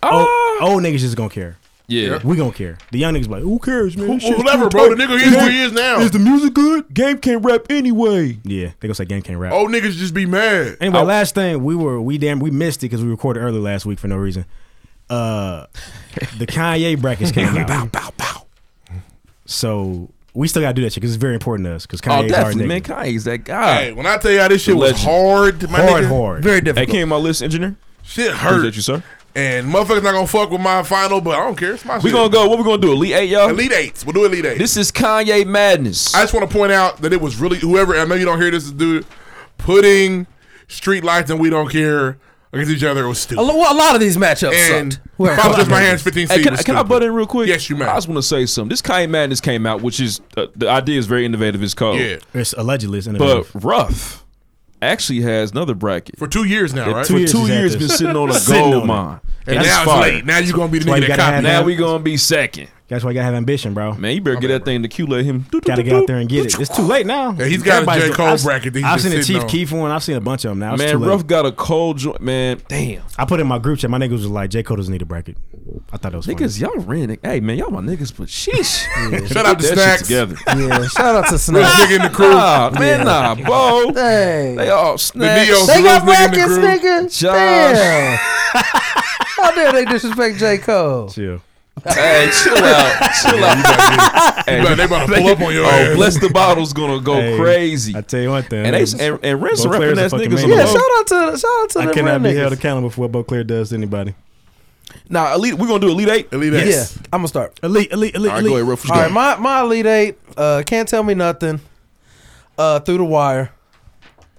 Ah! Old, old niggas just gonna care. yeah. We gonna care. The young niggas be like, who cares, man? This Well, shit's Whatever, too bro. The tight. nigga is who he is now. Is the music good? Game can't rap anyway. Yeah, they gonna say game can't rap. Old niggas just be mad. Anyway, last thing we were we damn we missed it because we recorded early last week for no reason. Uh, the Kanye brackets came out. Oh, So we still gotta do that shit because it's very important to us. Because Oh, Kanye's our definitely, nigga. man. Kanye's that guy. Hey, when I tell y'all this shit was Legend. hard, my hard, nigga, hard. very Hey, difficult. came my list engineer. shit Appreciate hurt. you, sir. And motherfuckers not gonna fuck with my final, but I don't care. It's my We shit. gonna go. What we gonna do? Elite eight, y'all. Elite eights. We'll do Elite eight. This is Kanye madness. I just want to point out that it was really whoever. I know you don't hear this, dude. Putting street lights and we don't care against each other was A, stupid. lo- well, a lot of these matchups And sucked. Whoever if I was fucked just my it. hands, fifteen Hey, seed can, was can I stupid. butt in real quick? Yes, you may. I just want to say something. This Kanye Madness came out, which is uh, the idea is very innovative. It's called, Yeah, It's allegedly it's but innovative. rough actually has another bracket. for two years now, right? For years two he's at years, this. been sitting on a Sitting on gold it. mine, and it's now it's fire. late. Now you gonna be the That's why nigga you that gotta copied. have it. Now we gonna be second. That's why you gotta have ambition, bro. Man, you better get that thing to Q. Let him. Gotta get out there and get it. It's too late now. Yeah, he's got a Everybody's- J. Cole I've- bracket that he's I've just seen the sitting Chief on. Keith one. I've seen a bunch of them now. It's too Man, late. rough got a cold joint. Man, damn. I put in my group chat. My niggas was like, J. Cole doesn't need a bracket. I thought it was funny. Niggas, y'all ran it. Hey, man, y'all my niggas, but sheesh. Shout out to That shit Snacks. together. Yeah, shout out to Real Snap. nigga in the crew. nah, man, nah, bro. They Dang. all snacks. Neos. They got Real nigga in the brackets, group. nigga. Josh. Damn. How dare they disrespect J. Cole? Chill. Hey, chill out, chill out. Hey, But they about to pull up on your oh, ass. bless the bottle's gonna go Hey, crazy. I tell you one thing. And they and, and Rince Bo Claire's repping a ass fucking niggas on maniac. Yeah, the shout low. out to shout out to I them cannot real be held niggas. accountable for what Beauclair does to anybody. Nah, elite. We're gonna do elite eight. Elite Yeah, eight. I'm gonna start. Elite, elite, elite, All right, go ahead, Ruff. All right, my my elite eight uh, can't tell me nothing. Uh, through the wire,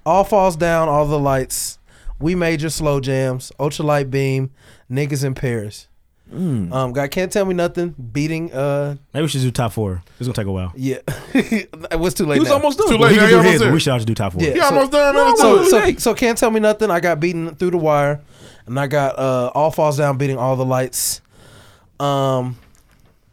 all falls down, all the lights. We major slow jams, ultralight beam, niggas in Paris. Um, guy can't tell me nothing. Beating, uh, Maybe we should do top four. It's gonna take a while. yeah, it was too late. He was now. almost Too done. late. we now, can you do almost his, but there. we should actually do top four. Yeah. You so- almost done, man. Let's do so, it. so, so can't tell me nothing. I got beaten through the wire, and I got uh, all falls down beating all the lights. Um,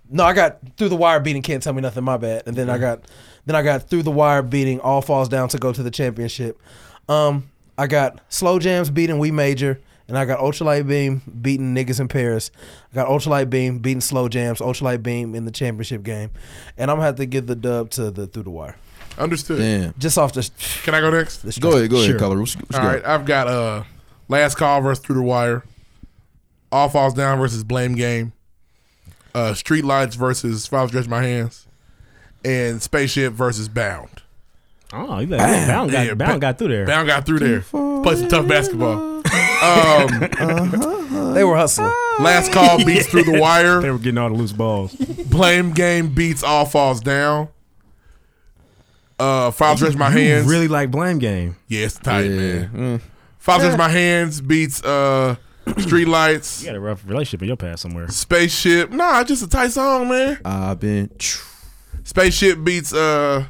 no, I got through the wire beating can't tell me nothing. My bad. And then I got then I got through the wire beating all falls down to go to the championship. Um, I got slow jams beating we major. And I got ultralight beam beating niggas in Paris. I got ultralight beam beating slow jams. Ultralight beam in the championship game, and I'm gonna have to give the dub to the through the wire. Understood. Damn. Just off the, Can I go next? the Go ahead, go ahead, Sure. Color. What's, what's All good? right, I've got uh last call versus through the wire, all falls down versus blame game, uh street lights versus five stretch my hands, and spaceship versus bound. Oh, you like, Bound got Yeah, Bound Ba- got through there. Bound got through there. Play some tough basketball. Um, They were hustling. last call beats through the They wire. were getting all the loose balls. Blame game beats all falls down. Uh, five stretch my You hands. Really like blame game. Yeah, it's tight, man. Five Touch My Hands beats uh Street Lights, You got a rough relationship in your past somewhere. Spaceship. Nah, just a tight song, man. I've been. Spaceship beats uh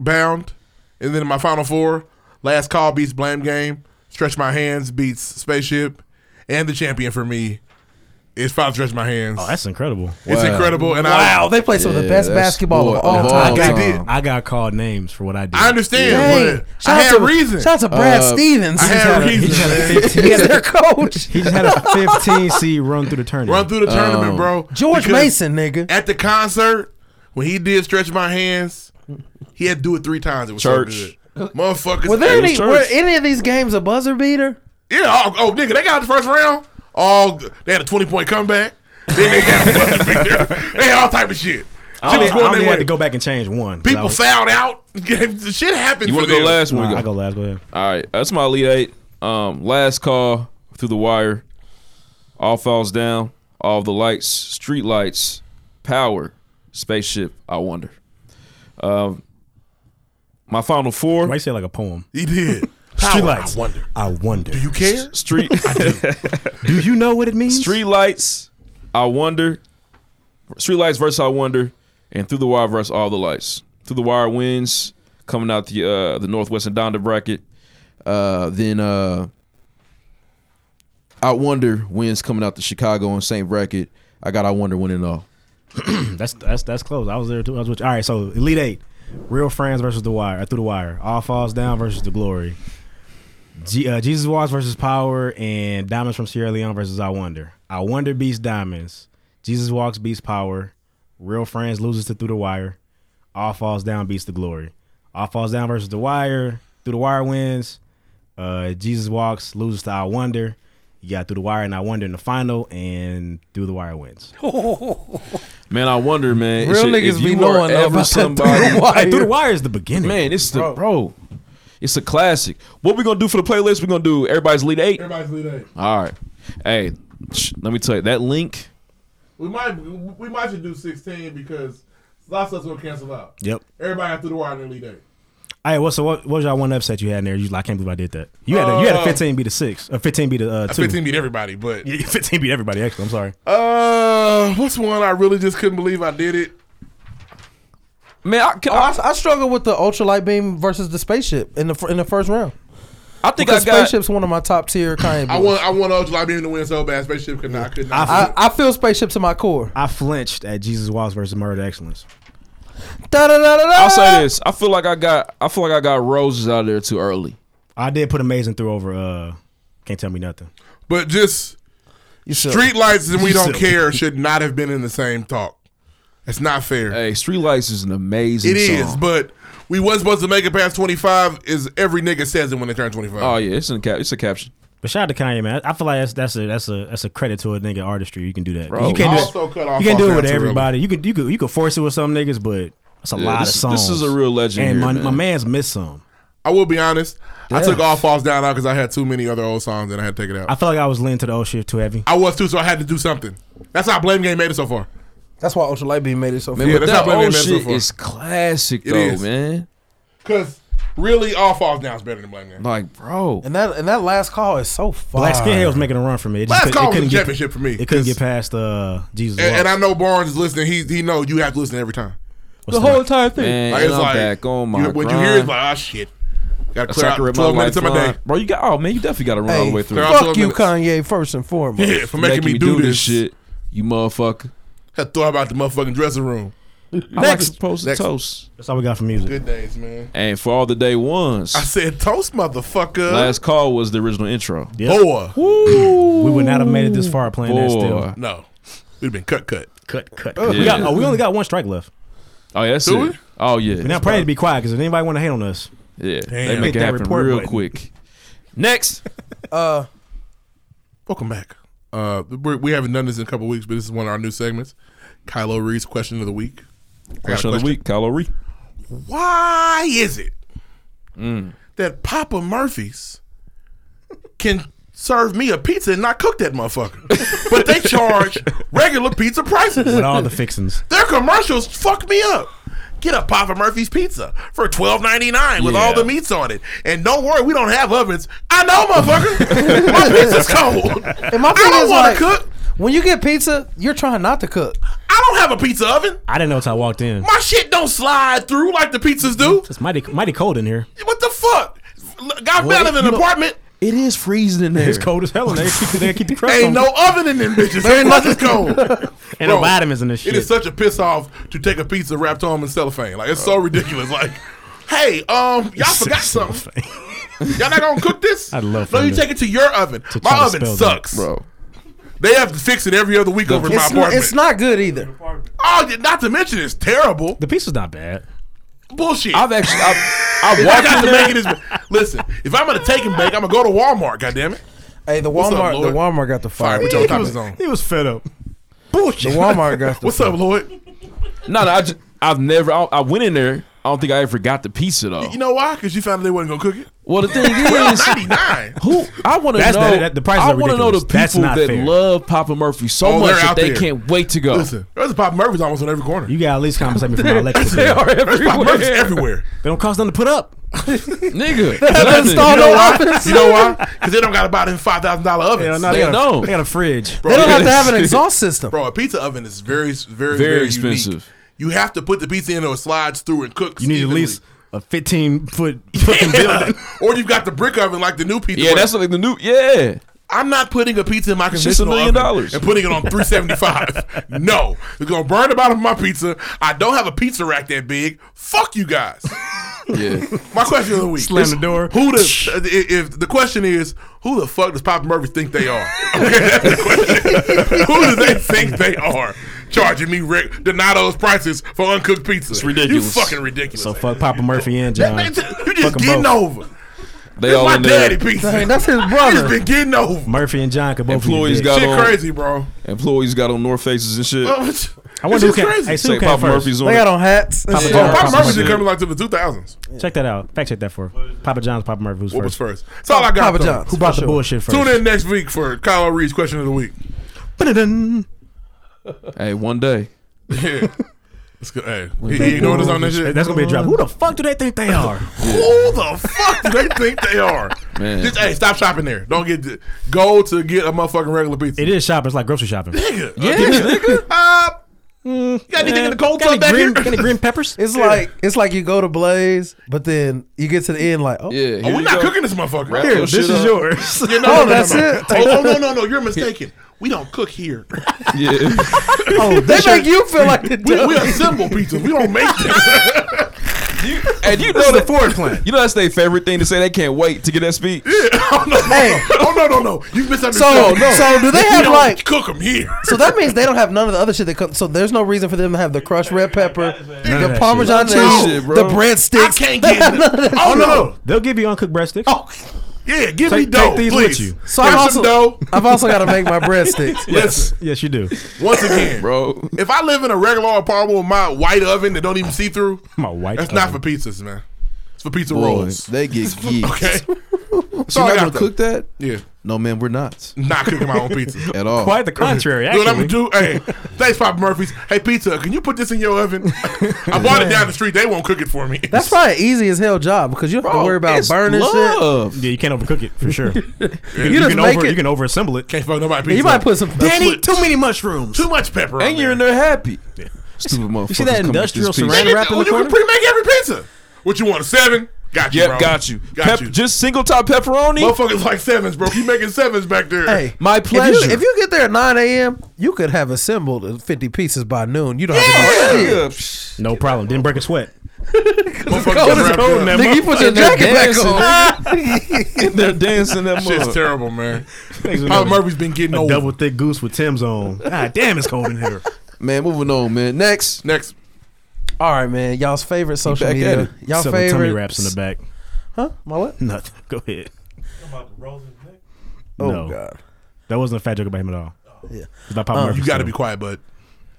Bound. And then my final four, Last Call beats Blame Game, Stretch My Hands beats Spaceship, and the champion for me is Five Stretch My Hands. Oh, that's incredible. it's incredible and Wow, they played some of the Yeah, best that's- basketball boy, of all of all time. time. got, They did. I got called names for what I did. I I understand, Dang. but I had to, reason. Shout out to Brad Uh, Stevens. I had He reason. just had man. a- He had their coach. He just had a 15 seed run through the tournament. Run through the tournament, bro. George Because- Mason, nigga. at the concert when he did stretch my hands, he had to do it three times. It was Church. so good. Motherfuckers. Were there was any were church. any of these games a buzzer beater? yeah. Oh, oh, nigga, they got the first round. All they had a twenty point comeback. Then they got the buzzer beater. They had all type of shit. I Shit only, was I going only their had to way. go back and change one. 'cause I People was- fouled out. The shit happened. You want to go last? When Nah, we I go. go last. Go ahead. All right, that's my elite eight. Um, last call through the wire. All falls down. All the lights, street lights, power, spaceship. I wonder. Um, my final four. Why you say it like a poem? He did. Streetlights. Oh, I wonder. I wonder. Do you, You care? Street know what it means? street lights. I wonder. Street lights versus I wonder, and through the wire versus all the lights. Through the wire wins coming out the uh, the Northwestern Donda bracket. Uh, then uh, I wonder wins coming out to Chicago on same bracket. I got I wonder winning all. Mm, That's that's that's close. I was there too. I was with you. All right, so Elite Eight, Real Friends versus The Wire. uh, Through the Wire, All Falls Down versus The Glory. G, uh, Jesus Walks versus Power and Diamonds from Sierra Leone versus I Wonder. I Wonder beats Diamonds. Jesus Walks beats Power. Real Friends loses to Through the Wire. All Falls Down beats The Glory. All Falls Down versus The Wire. Through the Wire wins. Uh, Jesus Walks loses to I Wonder. You got Through the Wire and I Wonder in the final, and Through the Wire wins. Man, I wonder, man. Real if niggas you be are knowing ever about somebody- Hey, Through the somebody. Wire is the beginning. Man, it's the bro. It's a classic. What we gonna do for the playlist? We gonna do everybody's lead eight. Everybody's lead eight. All right. Hey, sh- let me tell you that link. We might we might should do sixteen because lots of us gonna cancel out. Yep. Everybody got through the wire in lead eight. Hey, what's so what, what was y'all one upset you had in there? You, I can't believe I did that. You had a, you had a Uh, 15 beat a six, a 15 beat a uh, two. Fifteen beat everybody, but Yeah, 15 beat everybody. Actually, I'm sorry. Uh, what's one I really just couldn't believe I did it? Man, I, can, I, Oh, I, I struggle with the ultralight beam versus the spaceship in the fir- in the first round. I think I Because got. spaceship's one of my top tier kind. I of want I want Ultra Beam to win so bad. Spaceship could not could not. I, I feel spaceship to my core. I flinched at Jesus Walls versus Murder Excellence. Da, da, da, da, da. I'll say this. I feel like I got. I feel like I got roses out of there too early. I did put Amazing through over. uh Can't tell me nothing. but just You should. street lights and we You don't silly. care should not have been in the same talk. It's not fair. Hey, Streetlights is an amazing. it is, song. but we wasn't supposed to make it past twenty five. Is every nigga says it when they turn twenty five? Oh yeah, it's in cap. It's a caption. But shout out to Kanye, man. I feel like that's that's a that's a that's a credit to a nigga artistry. You can do that. Bro. you can't do Also it. cut off You can do off it with Dance Gorilla. everybody. You could you could you could force it with some niggas, but that's a Yeah, lot this- of songs. this is a real legend And here, my, man. my man's missed some. I will be honest. I Yeah. took all falls down out because I had too many other old songs and I had to take it out. I felt like I was leaning to the old shit too heavy. I was too, so I had to do something. That's how Blame Game made it so far. That's why ultralight beam made it so. far. Yeah, that's that not playing old that so shit far. is classic It though, is. man. Cause really, all falls down is better than Blame Game. Like, bro. And that and that last call is so far. Black Skinhead was making a run for me. It Last could- call was a get- championship for me. It couldn't It's- get past uh, Jesus. And, and I Walks. know Barnes is listening. He he knows you have to listen every time. the whole entire thing. Man, Like, and it's I'm like back on my you, when you grind. hear it, it's like, ah, shit. Got to A clear sucker out in my 12 minutes of my lifeline. day. Bro, you got. Oh man, you definitely got to run all the way through. They're all Fuck 12 you, minutes. Kanye. First and foremost. Yeah, for making, me do, this. shit. shit, you motherfucker. I thought about the motherfucking dressing room. I like to supposed to Next. toast. That's all we got for music. Good days, man. And for all the day ones, I said toast, motherfucker. last call was the original intro. Boy. We would not have made it this far playing that Boy. still. No. We'd have been cut, cut. Cut, cut. Yeah. We, got, oh, we only got one strike left. Oh, yeah, that's Do it. we? Oh yeah. And now pray to be quiet because if anybody want to hate on us, yeah, they Damn. make Hit it that happen report real button. quick. Next, Uh, Welcome back. Uh, we're, we haven't done this in a couple weeks, but this is one of our new segments. Kylo Reed's question of the week. I got a question of the week, Kylo Ree. Why is it that Papa Murphy's can serve me a pizza and not cook that motherfucker. but they charge regular pizza prices. With all the fixings. Their commercials fuck me up. Get a Papa Murphy's pizza for twelve ninety nine with all the meats on it. And don't worry, we don't have ovens. I know, motherfucker. my pizza's cold. And my I thing don't want is like, to cook. When you get pizza, you're trying not to cook. I don't have a pizza oven. I didn't know until I walked in. My shit don't slide through like the pizzas do. It's mighty mighty cold in here. What the fuck? God Well, found in you an know- apartment. It is freezing in there. It's cold as hell in there. They keep, they keep the crust Ain't on. no oven in them bitches. Ain't nothing cold. Ain't no Bro, vitamins in this shit. It is such a piss off to take a pizza wrapped home in cellophane. Like it's so ridiculous. Like, hey, um, y'all forgot something. Y'all not gonna cook this? I'd love for No, you them to- take it to your oven. try My to oven spell that, sucks. bro. They have to fix it every other week over in my It's not, apartment. it's not good either. oh, yeah, not to mention it's terrible. the pizza's not bad. Bullshit. I've actually, I've, I've If I walked got in to there. make it as listen. If I'm gonna take and bake, I'm gonna go to Walmart. goddammit. Hey, the What's up, Walmart, the Lord? Walmart got the Sorry, fire. but your topics on. He was fed up. The Walmart got the What's up, Lloyd? No, no, I just, I've never. I, I went in there. I don't think I ever got the pizza Oh. though. You know why? Because you found out they wasn't gonna cook it. well, the thing Well, is, ninety nine. who I want to That's know. the- that- the prices I are wanna know the ridiculous. That's people not that fair. love Papa Murphy so Oh, much they're that out they there. can't wait to go. Listen, there's a Pop Murphy's almost on every corner. You gotta at least compensate me for my electricity. they they are Pop Murphy's everywhere, everywhere. don't cost nothing to put up. nigga. installed Nothing. no office. You know why? Because they don't got to buy them five thousand dollar ovens. Yeah, no, They they, got don't. A, they got a fridge. They don't have to have an Shit. exhaust system. Bro, a pizza oven is very, very, very, Very expensive. expensive. You have to put the pizza in, or it slides through and cooks. You need at evenly. least a 15 foot fucking building. or you've got the brick oven like the new pizza. Yeah, where that's like the new. Yeah, I'm not putting a pizza in my just a conventional million oven dollars. and putting it on 375. no, it's gonna burn the bottom of my pizza. I don't have a pizza rack that big. Fuck you guys. yeah. My question of the week: Slam is the door. Who the? if- If the question is, who the fuck does Papa Murphy think they are? Okay, that's the question. who do they think they are? Charging me Rick Donato's prices for uncooked pizza. It's ridiculous. You fucking ridiculous. so fuck Papa Murphy and John. Man, you just Fuck 'em getting both. over. They It's all my in there. daddy pizza. Dang, that's his You just brother. been getting over. Murphy and John could both Employees be big. got Shit on crazy, bro. employees got on North faces and shit. I wonder who It's just came. crazy. Hey, see who Say came Papa first. Murphy's on. They got on hats. and Papa shit. John. Pop Papa Murphy Murphy. did coming like to the 2000s. Check that out. Fact check that for us. Papa John's Papa Murphy was What first. was first? That's all I got. Papa though. John's. Who brought the bullshit first? Tune in next week for Kyle Reed's question of the week. Ba-da-dun. Hey, one day. Yeah. It's good. Hey, he, he ignored us on that shit. That's gonna be a drop. Who the fuck do they think they are? Who the fuck do they think they are? Man. Just, hey, stop shopping there. Don't get the, go to get a motherfucking regular pizza. it is shopping. It's like grocery shopping. Got Nigga. Yeah, nigga. Uh, you got anything in the cold tub any back green, here? got any green peppers? It's like it's like you go to Blaze, but then you get to the end like, oh, Yeah, Oh, here we're you not go. cooking this motherfucker. Wrap Here. your shit up. yours. Yeah, no, Oh, no, no, that's no. it? Oh, oh, no, no, no. You're mistaken. We don't cook here. Yeah. oh they make you feel like the We, dude. we assemble pizzas. We don't make them. And you know that forward plan. you know that's their favorite thing to say. They can't wait to get that speech. oh, no, Hey. no, no. Oh, no, no, no. You misunderstood. So, so do they We have don't like? cook them here? So that means they don't have none of the other shit that comes. So there's no reason for them to have the crushed red pepper, of the that parmesan, shit. None of that and shit, bro. the breadsticks. I can't get them. Oh, no. They'll give you uncooked breadsticks. Oh, Yeah, give me Take- dough, take these with please. you. So Give I've some also, dough. I've also got to make my breadsticks. Listen, Yes, you do. once again, Bro. If I live in a regular apartment with my white oven that don't even see through, My white. that's not for pizzas, man. It's for pizza rolls. they get geeked. Okay, So all I you're not got gonna though. cook that? yeah, No, man, we're not not cooking my own pizza. You at all. Quite the contrary, know what I'm actually. gonna do? Hey, thanks, Papa Murphy's. Hey, pizza, can you put this in your oven? I bought it down the street. They won't cook it for me. That's probably an easy as hell job because you don't have to worry about It's burning shit. love. Yeah, you can't overcook it for sure. you, can- just can make over, it- you can overassemble it. can't fuck nobody pizza. You might put some. Danny, too many mushrooms. too much pepper. And on you're in there. there happy. Stupid motherfucker. You see that industrial Nigga, saran wrap in the you corner? can pre-make every pizza. What you want? A seven? Got you. Yep, bro. got you. Got Pep- you. Just single top pepperoni. Motherfuckers like sevens, bro. Keep making sevens back there. Hey, My if you- If pleasure. you, get there at 9 a.m., you could have assembled 50 pieces by noon. You don't have to. Yeah. No problem. Didn't break a sweat. Motherfuckers as wrapped cold up. now. Nigga, you put your And they're jacket back dancing. on. They're dancing that Shit's much. terrible, man. Papa Murphy's been getting a old. double thick goose with Tim's on. God damn, it's cold in here. Man, moving on, man. Next. Next. All right, man. Y'all's favorite social back at it. media. Y'all Several favorite. tummy wraps in the back. Huh? My what? Nothing. Go ahead. Oh, No. God. That wasn't a fat joke about him at all. Yeah. Uh, It's about Pop Murphy. You got to be quiet, bud.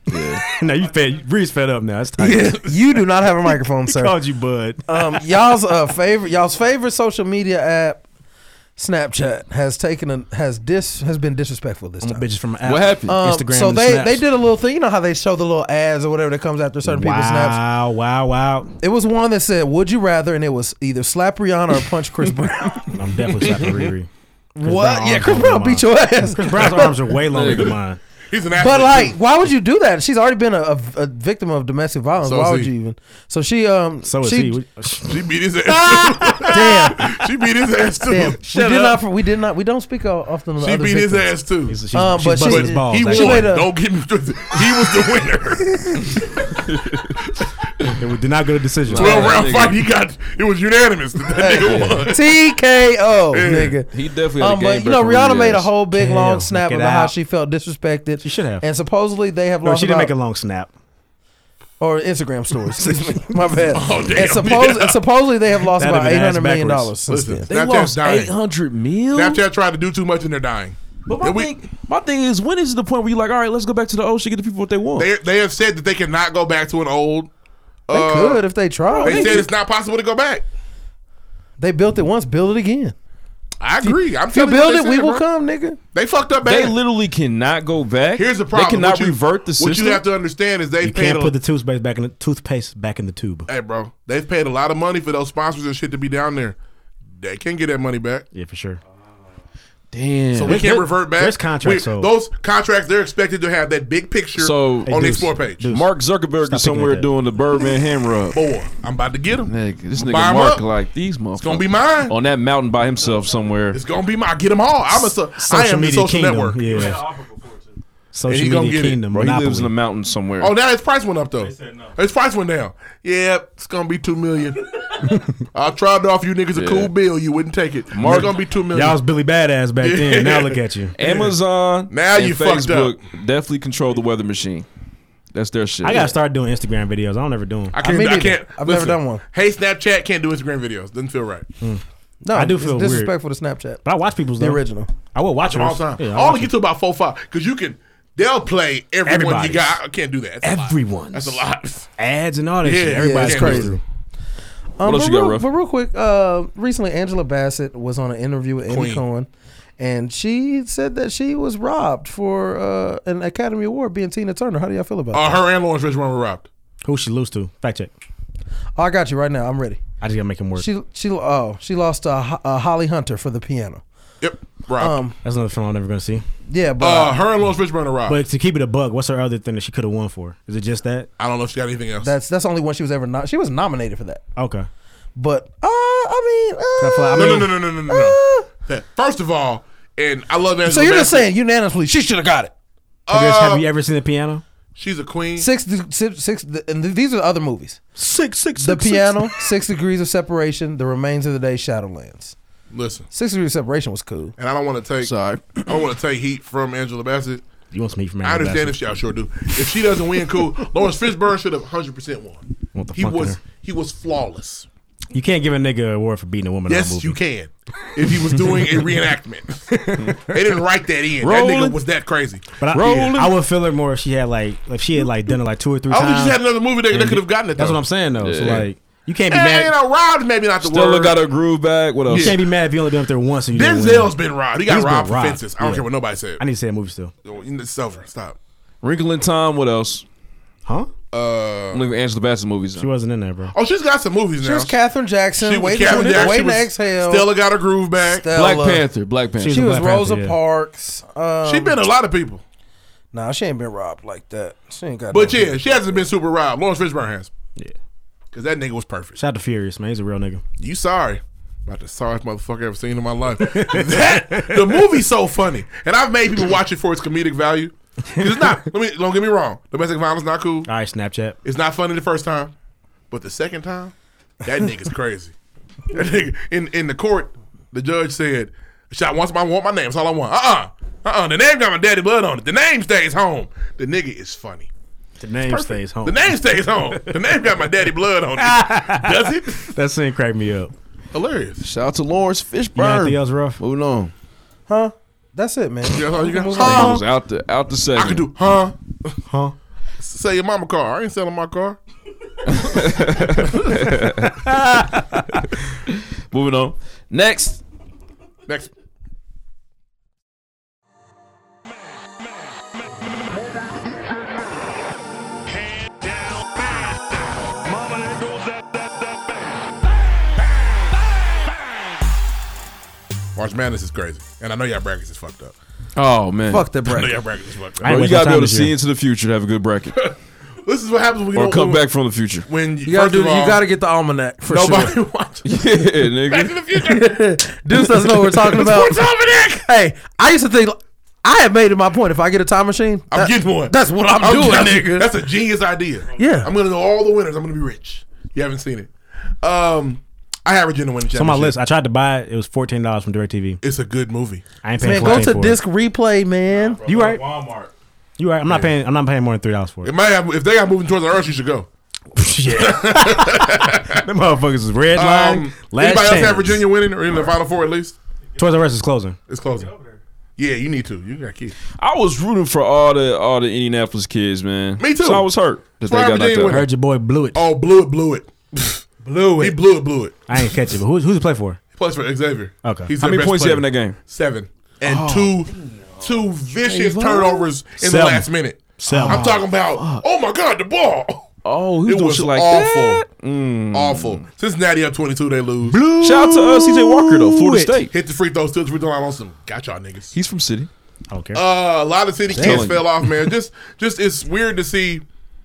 now you fed. Reed's fed up now. It's tight. You do not have a microphone, He sir. called you bud. uh, Um, y'all's uh, favorite y'all's favorite social media app Snapchat has taken a, has dis has been disrespectful this I'm time. bitches from What happened? Um, Instagram so and they snaps. they did a little thing. You know how they show the little ads or whatever that comes after certain people's snaps. Wow, wow, wow! It was one that said, "Would you rather?" and it was either slap Rihanna or punch Chris Brown. I'm definitely slapping Riri. Chris what? Brown's Yeah, arms Chris longer Brown than beat mine. your ass. Chris Brown's arms are way longer than mine. He's an athlete. But like, too. why would you do that? She's already been a, a, a victim of domestic violence. So why is would he. you even? So she um So is she, he. We- she beat his ass. Damn, too. she beat his ass too. damn. She we did not. We did not. We don't speak o- often. Of the other beat his victims. ass too. She's, she's, Um, she's but busting she- his balls. He She won. made a- Don't get me twisted. He was the winner. actually. we did not get a decision. Twelve round fight. He got. It was unanimous. That nigga won. TKO, Yeah. nigga. He definitely had a Um, game but you know, breaker with Rihanna his made a ass. whole big Damn, long snap get about how out. she felt disrespected. She should have. And supposedly they have No, lost she didn't about- make a long snap. or Instagram stories. Excuse me, my bad. Oh, damn. and, suppos- and supposedly they have lost That'd about have eight been ass hundred million dollars backwards. since Listen, then. They Snapchat's lost dying. eight hundred mil. Snapchat tried to do too much and they're dying. But my And we- thing, my thing is, when is the point where you're like, all right, let's go back to the old shit, get the people what they want? They they have said that they cannot go back to an old. They uh, could if they tried. They They, said it's not possible to go back. built it once, build it again. I agree. I'm If you telling you build what it, they we said, will bro. come, nigga. They fucked up They bad. literally cannot go back. Here's the problem. They What cannot you- revert the What system. you have to understand is they You paid. can't A, put the toothpaste back in the toothpaste back in the tube. hey, bro, they've paid a lot of money for those sponsors and shit to be down there. They can't get that money back. Yeah, for sure. Damn. So So, we can't there- revert back. there's contracts, so- Those contracts, they're expected to have that big picture So- on Hey, the Deuce. explore page. Deuce. Mark Zuckerberg Stop is thinking somewhere like that. doing the Birdman hammer up. Boy, I'm about to get them. Nigga, this nigga Buy 'em Mark Oh. up. like these motherfuckers. It's gonna be mine. on that mountain by himself somewhere. It's gonna be mine. Get them all. I'm a. so- I am the social network. Yeah. And he Social gonna media get it, kingdom. Bro, he lives in the monopoly. mountain somewhere. Oh, now his price went up though. said no. His price went down. Yeah, it's gonna be two million. I tried to offer you niggas a cool bill. You wouldn't take it. Mark- it's gonna be two million. Y'all was Billy Badass back then. Now look at you. Amazon Now and you fucked Facebook definitely control the weather machine. That's their shit. I gotta start doing Instagram videos. I don't ever do them. I can't. I mean, I, can't. I've never done one. Hey, Snapchat can't do Instagram videos. Doesn't feel right. No, I do it's feel weird. disrespectful to Snapchat. But I watch people's The though. original. I will watch them All time. Yeah, I All watch to get to about four five because you can. They'll play everyone you Everybody's. got. I can't do that. That's a lot. everyone's. That's a lot. Ads and all that Yeah, shit. yeah, Everybody's it's crazy. crazy. Um, What else but, you got, real, Ruff? but real quick, uh, recently Angela Bassett was on an interview with Andy Queen. Cohen, and she said that she was robbed for uh, an Academy Award being Tina Turner. How do y'all feel about Uh, her and Lawrence Richmond were robbed. Who she lose to? Fact check. it? Oh, I got you right now. I'm ready. I just gotta make him work. She she oh she lost uh, Ho- uh, Holly Hunter for the piano. Yep, robbed. Um, That's another film I'm never gonna see. yeah, but uh, her and Lawrence Richmond are robbed. But to keep it a bug, what's her other thing that she could have won for? Is it just that? I don't know if she got anything else. that's that's the only one she was ever not. She was nominated for that, Okay. but uh, I mean, I feel uh, like- I no, no, mean, no, no, no, no, no, no. Ah. uh, That- First of all, and I love Angela. so you're just Bassett. saying unanimously she should have got it. Have you- Uh, have you ever seen the piano? she's a queen. Six six, six and these are other movies. Six, six, The Piano, Six Degrees of Separation, The Remains of the Day, Shadowlands. Listen, Six Degrees of Separation was cool. and I don't want to take. Sorry. I don't want to take heat from Angela Bassett. You want some heat from I Angela understand Bassett. if she, I sure do. If she doesn't win, cool. Lawrence Fishburne should have 100 percent won. Want the He funk in was her. he was flawless. You can't give a nigga an award for beating a woman. in a Yes, movie. you can. If he was doing a reenactment, they didn't write that in. That nigga Rolling. was that crazy. But I, Rolling. I would feel it more if she had like if she had like done it like two or three I times. don't think she's had another movie they, they And could have gotten it. That's though. what I'm saying though. So Yeah. like you can't be Hey, mad. you know, robbed is maybe not the Stella word. got her groove back. What else? You can't be mad if you only done it there once. And you didn't win. Denzel's been robbed. He got He's been robbed for robbed. fences. I don't Yeah. care what nobody said. Oh, I need to say a movie still. It's over. Stop. Wrinkle in Time. What else? Huh? Uh, I'm looking at Angela Bassett movies. She wasn't in there, bro. oh, she's got some movies now. Here's Catherine Jackson. she was waiting Catherine to, Jackson. Waiting She to was- exhale. Stella got her groove back. Stella. Black Panther. Black Panther. She was Black Panther, Rosa yeah. Parks. Um, She been a lot of people, Nah, she ain't been robbed like that. She ain't got. but no- yeah, she hasn't been super robbed. Lawrence Fishburne has. Yeah. Cause that nigga was perfect. Shout out to Furious, man. He's a real nigga. You sorry. About the sorriest motherfucker I've ever seen in my life. that the movie's so funny, and I've made people watch it for its comedic value. 'Cause It's not. Let me don't get me wrong. Domestic violence not cool. All right, Snapchat. It's not funny the first time, but the second time, that nigga's crazy. That nigga in in the court, the judge said, "Shot once, I want my name. That's all I want." Uh uh-uh. uh. The name got my daddy blood on it. The name stays home. The nigga is funny. The name stays home. The name stays home. The name got my daddy blood on it. Does it? That scene cracked me up. Hilarious. Shout out to Lawrence You got anything Fishburne. else rough? Moving on. Huh? That's it, man. That's all you got? He Huh? was out the out the I segment. can do, huh? Huh? Sell your mama car. I ain't selling my car. Moving on. Next, Next. March Madness is crazy, and I know y'all brackets is fucked up. Oh man. Fuck the I know bracket. y'all brackets is fucked I up. ain't Bro, you wasting gotta be time able to this see year. into the future to have a good bracket, This is what happens when you or don't come when, back from the future. when You gotta first do. You of all, gotta get the almanac for nobody sure. watches. yeah, nigga. Deuce doesn't know what we're talking about. Hey, I used to think I have made it my point. If I get a time machine, I'm that- getting one. That's what I'm, doing, that's, nigga. That's a genius idea. Yeah. I'm gonna know all the winners. I'm gonna be rich. You haven't seen it. Um, I have Regina winning championship. It's on my list. I tried to buy it. It was fourteen dollars from DirecTV. It's a good movie. I ain't paying man, fourteen go dollars. to disc replay, man. You right? Walmart. You right? I'm not paying. I'm not paying more than three dollars for It it. might have if they got moving towards the earth, you should go. yeah. Them motherfuckers is red line. Um, last anybody else chance. have Virginia winning or in the final four at least? Toys R Us is closing. It's closing. Yeah, you need to. You got kids. I was rooting for all the all the Indianapolis kids, man. Me too. So I was hurt that Why they got Virginia knocked out. winning? Heard your boy blew it. Oh, blew it, blew it, blew it. He blew it, blew it. I ain't catch it. But who's who's it play for? Plus for Xavier. Okay. Oh. He's How their many best points do you have in player. that game? Seven and two. Two vicious turnovers in the Seven. last minute. Seven. I'm talking about. Oh my God, the ball. Oh, he It was doing was shit like awful. that. Mm. Awful. Cincinnati up 22, they lose. Shout out to uh, CJ Walker though, Florida it. State. Hit the free throw, still the free throw line on some. Got y'all niggas. He's from City. I don't care. Uh, a lot of city kids Telling fell off, man. Just, just it's weird to see.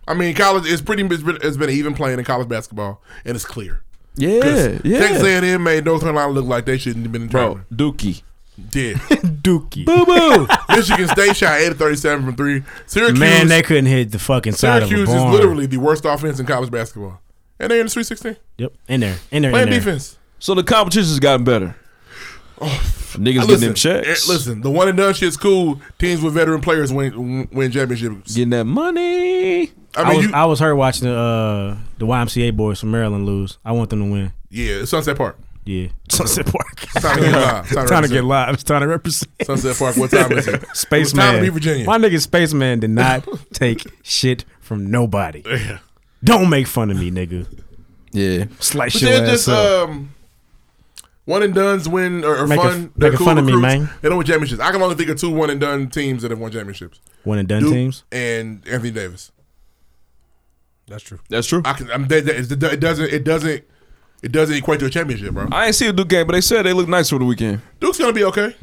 I mean, college is pretty. It's been, it's been an even playing in college basketball, and it's clear. Yeah, Texas yeah. A&M made North Carolina look like they shouldn't have been in the Bro, tournament. Dookie. Did Dookie. Michigan State shot eight of thirty-seven from three. uh, Syracuse, Man, they couldn't hit the fucking side Syracuse of a is barn. literally the worst offense in college basketball, and they're in the three sixteen Yep, in there, in there, playing in there. defense. So the competition's gotten better. Oh, Niggas getting them checks. eh, listen, the one and done shit's cool. Teams with veteran players win win championships. Getting that money. I I, mean, was you, I was hurt watching the uh, the YMCA boys from Maryland lose. I want them to win. yeah, it's Sunset Park. Yeah, Sunset Park. Time to get live. Time to Trying to represent. get live. It's time to represent. Sunset Park. What time is it? Spaceman. Time to be Virginia. My nigga Spaceman did not take shit from nobody. Don't make fun of me, nigga. Yeah. Slice But your then ass just up. um, one and done's win or, or Making- fun. They're making fun of me, recruits. man. They don't win championships. I can only think of two one and done teams that have won championships: One and done Duke teams. and Anthony Davis. That's true. That's true. I can. I'm, that, that, it doesn't. It doesn't. It doesn't equate to a championship, bro. I ain't see a Duke game, but they said they look nice for the weekend. Duke's gonna be okay.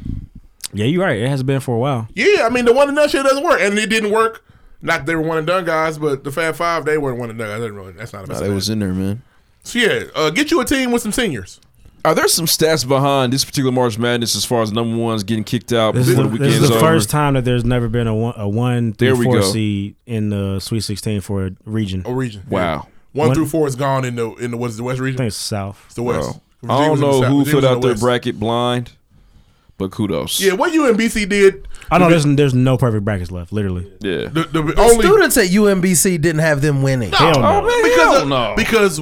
Yeah, you're right. It has been for a while. Yeah, I mean the one and done shit doesn't work, and it didn't work. Not that they were one and done guys, but the Fab Five they weren't one and done. I didn't really. That's not about Nah, nah, they was in there, man. So yeah, uh, get you a team with some seniors. Are there some stats behind this particular March Madness as far as number ones getting kicked out This is before the, the this weekend's is the over? first time that there's never been a one, a one There through we four go. seed in the Sweet 16 for a region. A region. Wow. One, One- through four is gone in the in the what is the West I region? think it's South. It's the West. Bro, Virginia I don't was in know the South. who Virginia filled was in out the their West. bracket blind, but kudos. Yeah, what UMBC did. I know there's there's no perfect brackets left, literally. Yeah. The, the only Students at UMBC didn't have them winning. Hell no. because Hell no. because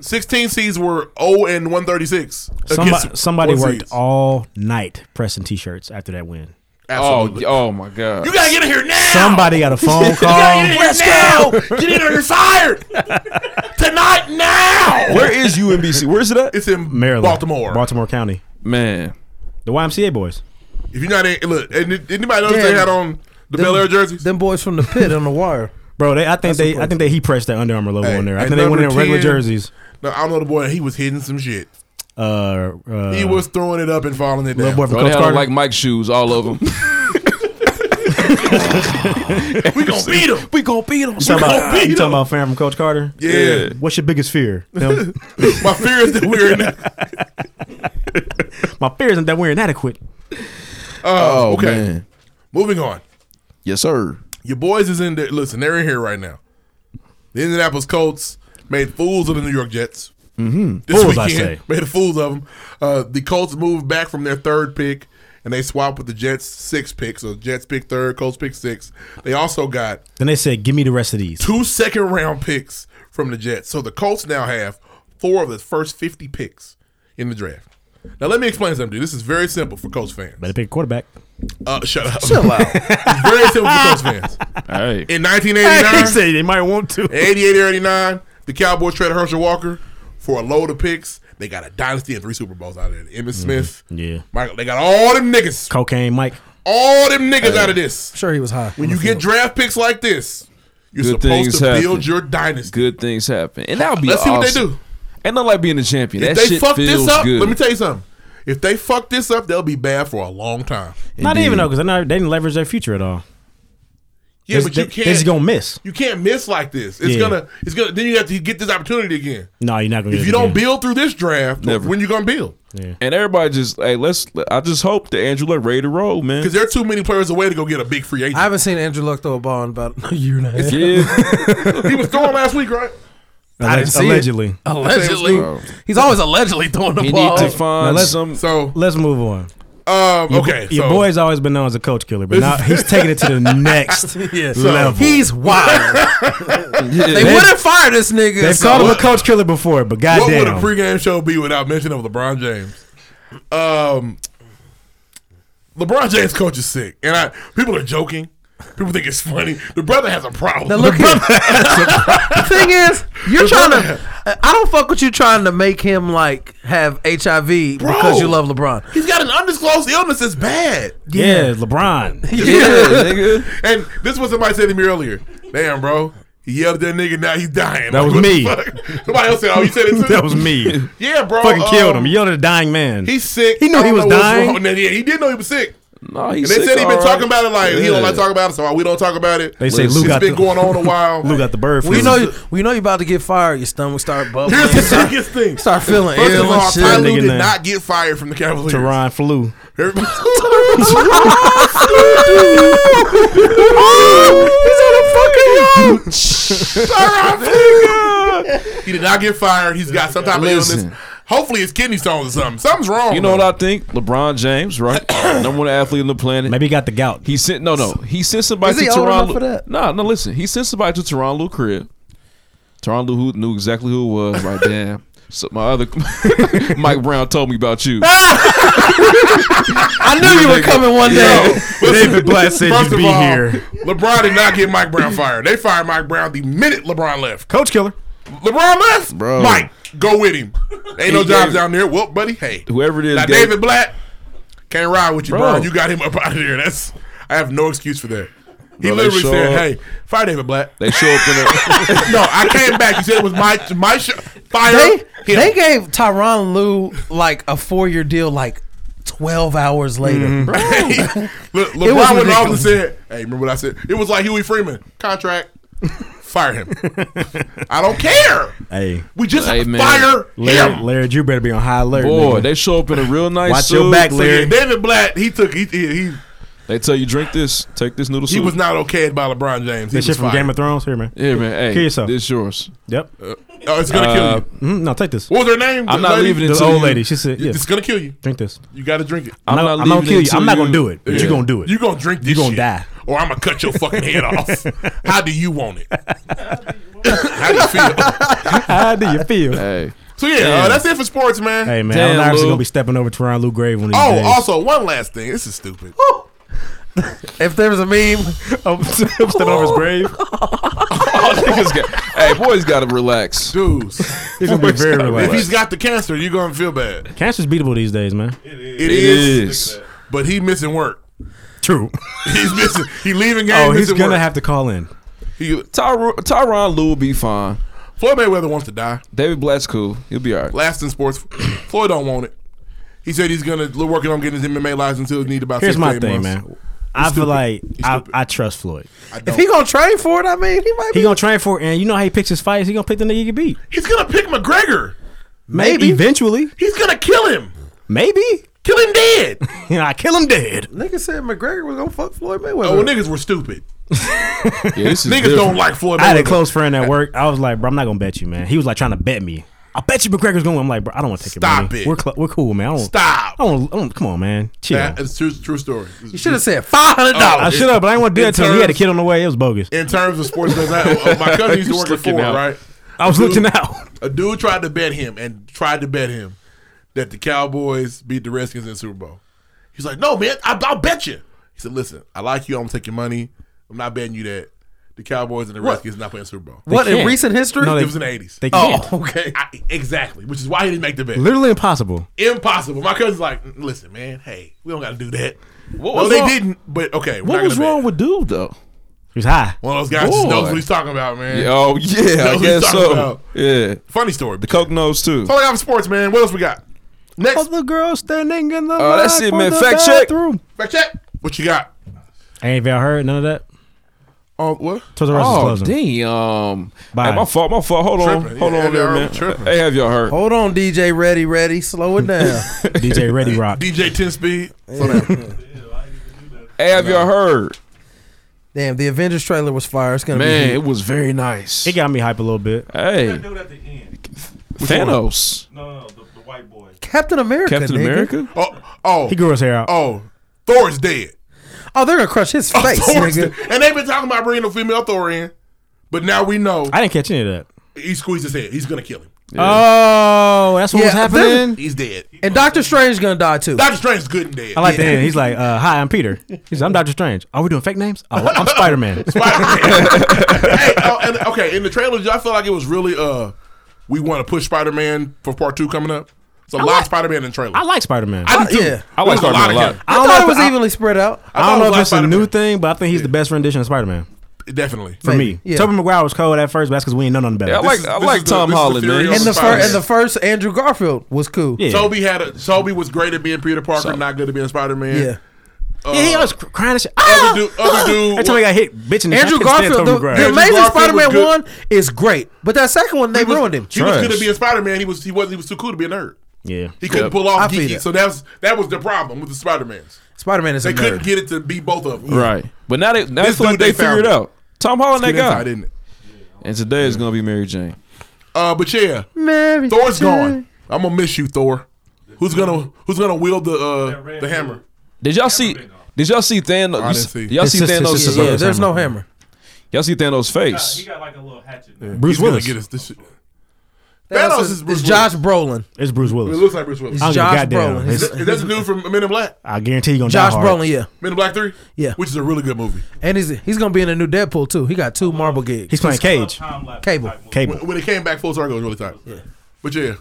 sixteen seeds were zero and one thirty six. Somebody, somebody worked all night pressing t-shirts after that win. Oh, Absolutely. oh my God. you gotta get in here now. Somebody got a phone call. Let's go. Get in or you're fired tonight. Now Where is UMBC? Where is it at? it's in Maryland, Baltimore. Baltimore County, Man. the YMCA boys. If you're not in, look. And did- anybody notice Yeah. they had on the Bel Air jerseys? Them boys from the pit on the wire. Bro, they, I think they, I impressive. think they he pressed that Under Armour logo Hey, on there. I at think they went number in regular 10. jerseys. No, I don't know the boy. He was hitting some shit. Uh, uh, He was throwing it up and falling it little down. boy from Bro, they Coach had on, Carter. like Mike's shoes, all of them. We gonna beat him. we gonna beat them. you talking, about, beat you talking him. about fan from Coach Carter? Yeah. What's your biggest fear? Them- My fear is that we're in. that- my fear isn't that we're inadequate. Oh, Oh, okay. man. Moving on. Yes, sir. Your boys is in there. Listen, they're in here right now. The Indianapolis Colts made fools of the New York Jets. Mm-hmm. This Fools, I weekend, say. Made fools of them. Uh, the Colts moved back from their third pick, and they swapped with the Jets' sixth pick. So Jets pick third, Colts pick six. They also got Then they said, "Give me the rest of these." two second round picks from the Jets. So the Colts now have four of the first 50 picks in the draft. Now, let me explain something to you. This is very simple for Colts fans. Better pick a quarterback. Uh, shut up. Chill out. very simple for Colts fans. All right. In He 1989, said they might want to. 88 or 89, the Cowboys traded Herschel Walker for a load of picks. They got a dynasty and three Super Bowls out of it. Mm-hmm. Emmitt Smith, Yeah. Michael. They got all them niggas, Cocaine Mike. all them niggas out of this. sure he was high. When you get draft picks like this, you're Good supposed things to happen. build your dynasty. Good things happen, and that would be Let's see awesome. what they do. Ain't nothing like being a champion. If that they shit fuck feels this up, good. let me tell you something. If they fuck this up, they'll be bad for a long time. Not Indeed. even though, because they didn't leverage their future at all. Yeah, They- but you they, They're can't. just gonna miss. you can't miss like this. It's Yeah. gonna. It's gonna. Then you have to get this opportunity again. No, you're not gonna. If get you it don't again. build through this draft, Never. when you gonna build? and everybody just hey, let's. I just hope that Andrew Luck ready to roll, man. Because there are too many players away to go get a big free agent. I haven't seen Andrew Luck throw a ball in about a year and a half. Yeah, he was gone last week, right? I didn't see it. Allegedly. Allegedly. He's always allegedly throwing the Oh. he need to find let's- some. So, Let's move on. um, okay. Your so, boy's always been known as a coach killer, but now he's taking it to the next level. He's wild. they Yeah. wouldn't fire this nigga. They've so- called him a coach killer before, but what would a goddamn, pregame show be without mention of LeBron James? Um, LeBron James coach is sick, and I people are joking. People think it's funny. The brother has a problem. Now look here. the thing is, you're trying brother- to. I don't fuck with you trying to make him like have HIV Bro. because you love LeBron. He's got an undisclosed illness. It's bad. yeah, LeBron. Yeah, nigga. And this was somebody said to me earlier. Damn, bro. He yelled at that nigga. Now he's dying. That was what the me. fuck? Somebody else said, "Oh, you said it too." that was me. Yeah, bro. Fucking killed um, him. Yelled at a dying man. He's sick. He knew I he don't was know what's dying. wrong. Yeah, he did know he was sick. No, he's And they said sick, he been all talking right. about it like he Yeah. don't like talking about it, so we don't talk about it. They say It's Lou got been the- going on a while. Lou got the bird flu. We know, we know you about to get fired. Your stomach start bubbling. Here's the You start, sickest thing. start feeling First of ill all, and shit. Ty Lue Nigga did name. not get fired from the Cavaliers. Teron flew. Everybody- "Oh, he did not get fired. He's got some type of illness. Listen. Hopefully, it's kidney stones or something. Something's wrong. You know what though. I think? LeBron James, right? Number one athlete on the planet. Maybe he got the gout. He sent no no. He sent somebody Is he to old Toronto. enough for that? Nah, no, listen. He sent somebody to Toronto Lou crib. Toronto Lou who knew exactly who it was. Like, damn. So my other Mike Brown told me about you. I knew you were coming one day. David Blatt said First you'd of be all, here. LeBron did not get Mike Brown fired. They fired Mike Brown the minute LeBron left. Coach killer. LeBron left. Bro. Mike, go with him. Ain't no He jobs gave- down there. Well, buddy, hey. Whoever it is, Now, gave- David Blatt can't ride with you, Bro. bro. You got him up out of there. That's I have no excuse for that. He Bro, they literally show said, up. "Hey, fire David Blatt." They show up in a no, I came back. You said it was my my show. Fire They, him. they gave Tyron Lou like a four year deal like 12 hours later. Mm-hmm. Le- It was LeBron went off and ridiculous. said, "Hey, remember what I said? It was like Huey Freeman contract. Fire him. I don't care. Hey, We just Hey, have to man. fire Larry, him." Larry Drew better be on high alert. boy. nigga. They show up in a real nice Watch suit. your back, So yeah, Larry. David Blatt, he took he he, he, They tell you drink this, take this noodle soup. he was not okayed by LeBron James. He That was shit from fired. Game of Thrones. Here, man. Yeah, man. Hey, Kill yourself. this yours. Yep. Oh, it's gonna Uh, kill you. Mm, no, take this. What was her name? I'm The not lady? leaving it The to old you. lady. She said, "Yeah, It's gonna kill you. drink this. You gotta drink it. I'm, not- not, I'm not leaving gonna kill it you. to I'm not gonna do it, but you gonna do it. You gonna drink this You gonna shit, die. Or I'm gonna cut your fucking head off. How do you want it? How do you feel? How do you feel?" Hey, So yeah, uh, that's it for sports, man. Hey man, I'm Damn, actually Lou. gonna be stepping over Teron Lou Grave one of these Oh, days. also one last thing. This is stupid. If there was a meme, I'm stepping over his grave. all niggas got. Hey, boys, gotta relax. Dudes, He's gonna be very if relaxed. he's got the cancer, you're gonna feel bad. Cancer's beatable these days, man. it It is, is. but he missing work. True. He's missing. He leaving game. Oh, he's missing gonna work. have to call in. He, Tyron, Tyron Lou will be fine. Floyd Mayweather wants to die. David Blatt's cool. He'll be all right. Last in sports, Floyd don't want it. He said he's gonna look working on getting his MMA license until he need about. six Here's to my eight thing, months. man. I feel stupid. like He's I, stupid. I trust Floyd. I if don't. he gonna train for it, I mean, he might He be. gonna train for it, and you know how he picks his fights. He gonna pick the nigga he can beat. he's gonna pick McGregor. Maybe. eventually, He's gonna kill him. maybe. Kill him dead. And I kill him dead. Nigga said McGregor was gonna fuck Floyd Mayweather. oh, well, niggas were stupid. Yeah, this is Niggas different. don't like Floyd. Mayweather. I had a close friend at work. I was like, bro, I'm not gonna bet you, man. He was like trying to bet me. I bet you McGregor's going. to I'm like, bro, I don't want to take your Stop money. it. We're cl- we're cool, man. I don't, I Stop. don't, I don't. Come on, man. Chill. That is true. True story. You should have said five hundred dollars. I should have, but I didn't want to do In that to him. He had a terms- kid on the way. It was bogus. in terms of sports, 'cause I, uh, my cousin used to work at Sticking Ford, out. right? I was Dude. looking out. A dude tried to bet him and tried to bet him that the Cowboys beat the Redskins in the Super Bowl. He's like, no, man, I, I'll bet you. He said, listen, I like you. I'm going to take your money. I'm not betting you that the Cowboys and the What? Redskins not playing Super Bowl. What in can't. recent history? No, it they- was in the 80s. They oh, can't. okay. I, exactly, which is why he didn't make the bet. Literally impossible. Impossible. My cousin's like, listen, man, hey, we don't got to do that. What was they wrong- didn't, but okay. We're What not was gonna bet. wrong with dude though? He was high. One of those guys just Boy. knows what he's talking about, man. Yeah, oh yeah, I That's what guess he's talking so. about. Yeah, Funny story. the Coke knows too. That's all I got for sports, man. What else we got? Next, the girl standing in the Oh, that's it, man. Fact check. fact check. What you got? Ain't y'all heard none of that? Oh, what? Toys R Us is Oh closing. damn! Bye. Hey, my fault. My fault. Hold on. Tripping. Hold Yeah, on, there, y'all man. tripping. Hey, have y'all heard? Hold on, DJ. Ready, ready. Slow it down. DJ Ready Rock. DJ Ten Speed. Hey, have y'all heard? Damn, the Avengers trailer was fire. It's gonna Man, be. it was very nice. It got me hype a little bit. Hey, Do it at the end. Thanos, No, no, no, the, the white boy. Captain America. Captain nigga. America. Oh, oh, He grew his hair out. oh. Thor's dead. Oh, they're gonna crush his face, Thor's nigga. dead. And they've been talking about bringing a female Thor in, but now we know I didn't catch any of that. he squeezed his head. He's gonna kill him. Oh, that's what Yeah, was happening. He's dead. And Uh, Doctor Strange gonna die too. Doctor Strange's good and dead. I like that. He's like, uh, "Hi, I'm Peter." He's, "I'm Doctor Strange." Are we doing fake names? Oh, I'm Spider Man. Spider-Man. hey, oh, and, okay, in the trailer, I feel like it was really uh, we want to push Spider-Man for part two coming up. It's a lot like- of Spider-Man in the trailer. I like Spider Man. I, I do too. Uh, Yeah. I like Spider-Man a lot. Of lot. I, don't thought know it if was I- evenly spread out. don't know if like it's a Spider-Man. new thing, but I think he's the best rendition of Spider Man him. Definitely. for Maybe, me. yeah. Tobey Maguire was cold at first, but that's because we ain't know nothing better. Yeah, I like is- I this like is the- Tom this is the Holland, Fury man. on And the Spider-Man. first, and the first Andrew Garfield was cool. yeah. Toby had a Toby was great at being Peter Parker, not good at being Spider-Man. Yeah. yeah, he always cr- crying and shit. Ah! Other dude, other dude. Every time he got hit, bitch, in the Andrew I couldn't stand Garfield, Tobey the, Maguire. the Andrew amazing Garfield was Spider-Man good. one is great, but that second one they was- ruined him. He was good Trash. at being Spider-Man. He was he wasn't he was too cool to be a nerd. yeah. He couldn't pull off I feel geeky. that. So that was that was the problem with the Spider-Mans. Spider-Man is They a couldn't nerd. get it to be both of them. Right, but now they now This I feel like dude they they found. figured it out. Tom Holland, that That's how I guy, didn't. it? and today is gonna be Mary Jane. Uh, but yeah, Mary Thor's Jane. gone. I'm gonna miss you, Thor. Who's gonna Who's gonna wield the uh, the hammer? Did y'all see? Did y'all see Thanos? I didn't see. Did y'all His see sister- Thanos? his Yeah, sister- yeah, there's no hammer. Y'all see Thanos' He face? got like a little hatchet. now. Bruce He's gonna Willis. get us this. shit. Thanos Thanos is, is Bruce is Oh, Josh Brolin. It's Bruce It Willis. looks like Bruce Willis. I don't give a Josh goddamn. Brolin. It's- Is that the dude from Men in Black? I guarantee you gonna Josh die hard. Brolin, yeah, Men in Black Three. Yeah. which is a really good movie. and he's he's gonna be in a new Deadpool too. He got two Marvel gigs. He's playing Cage. Time lapse Cable. type movie. Cable. When, when it came back full circle, it was really tight. But yeah,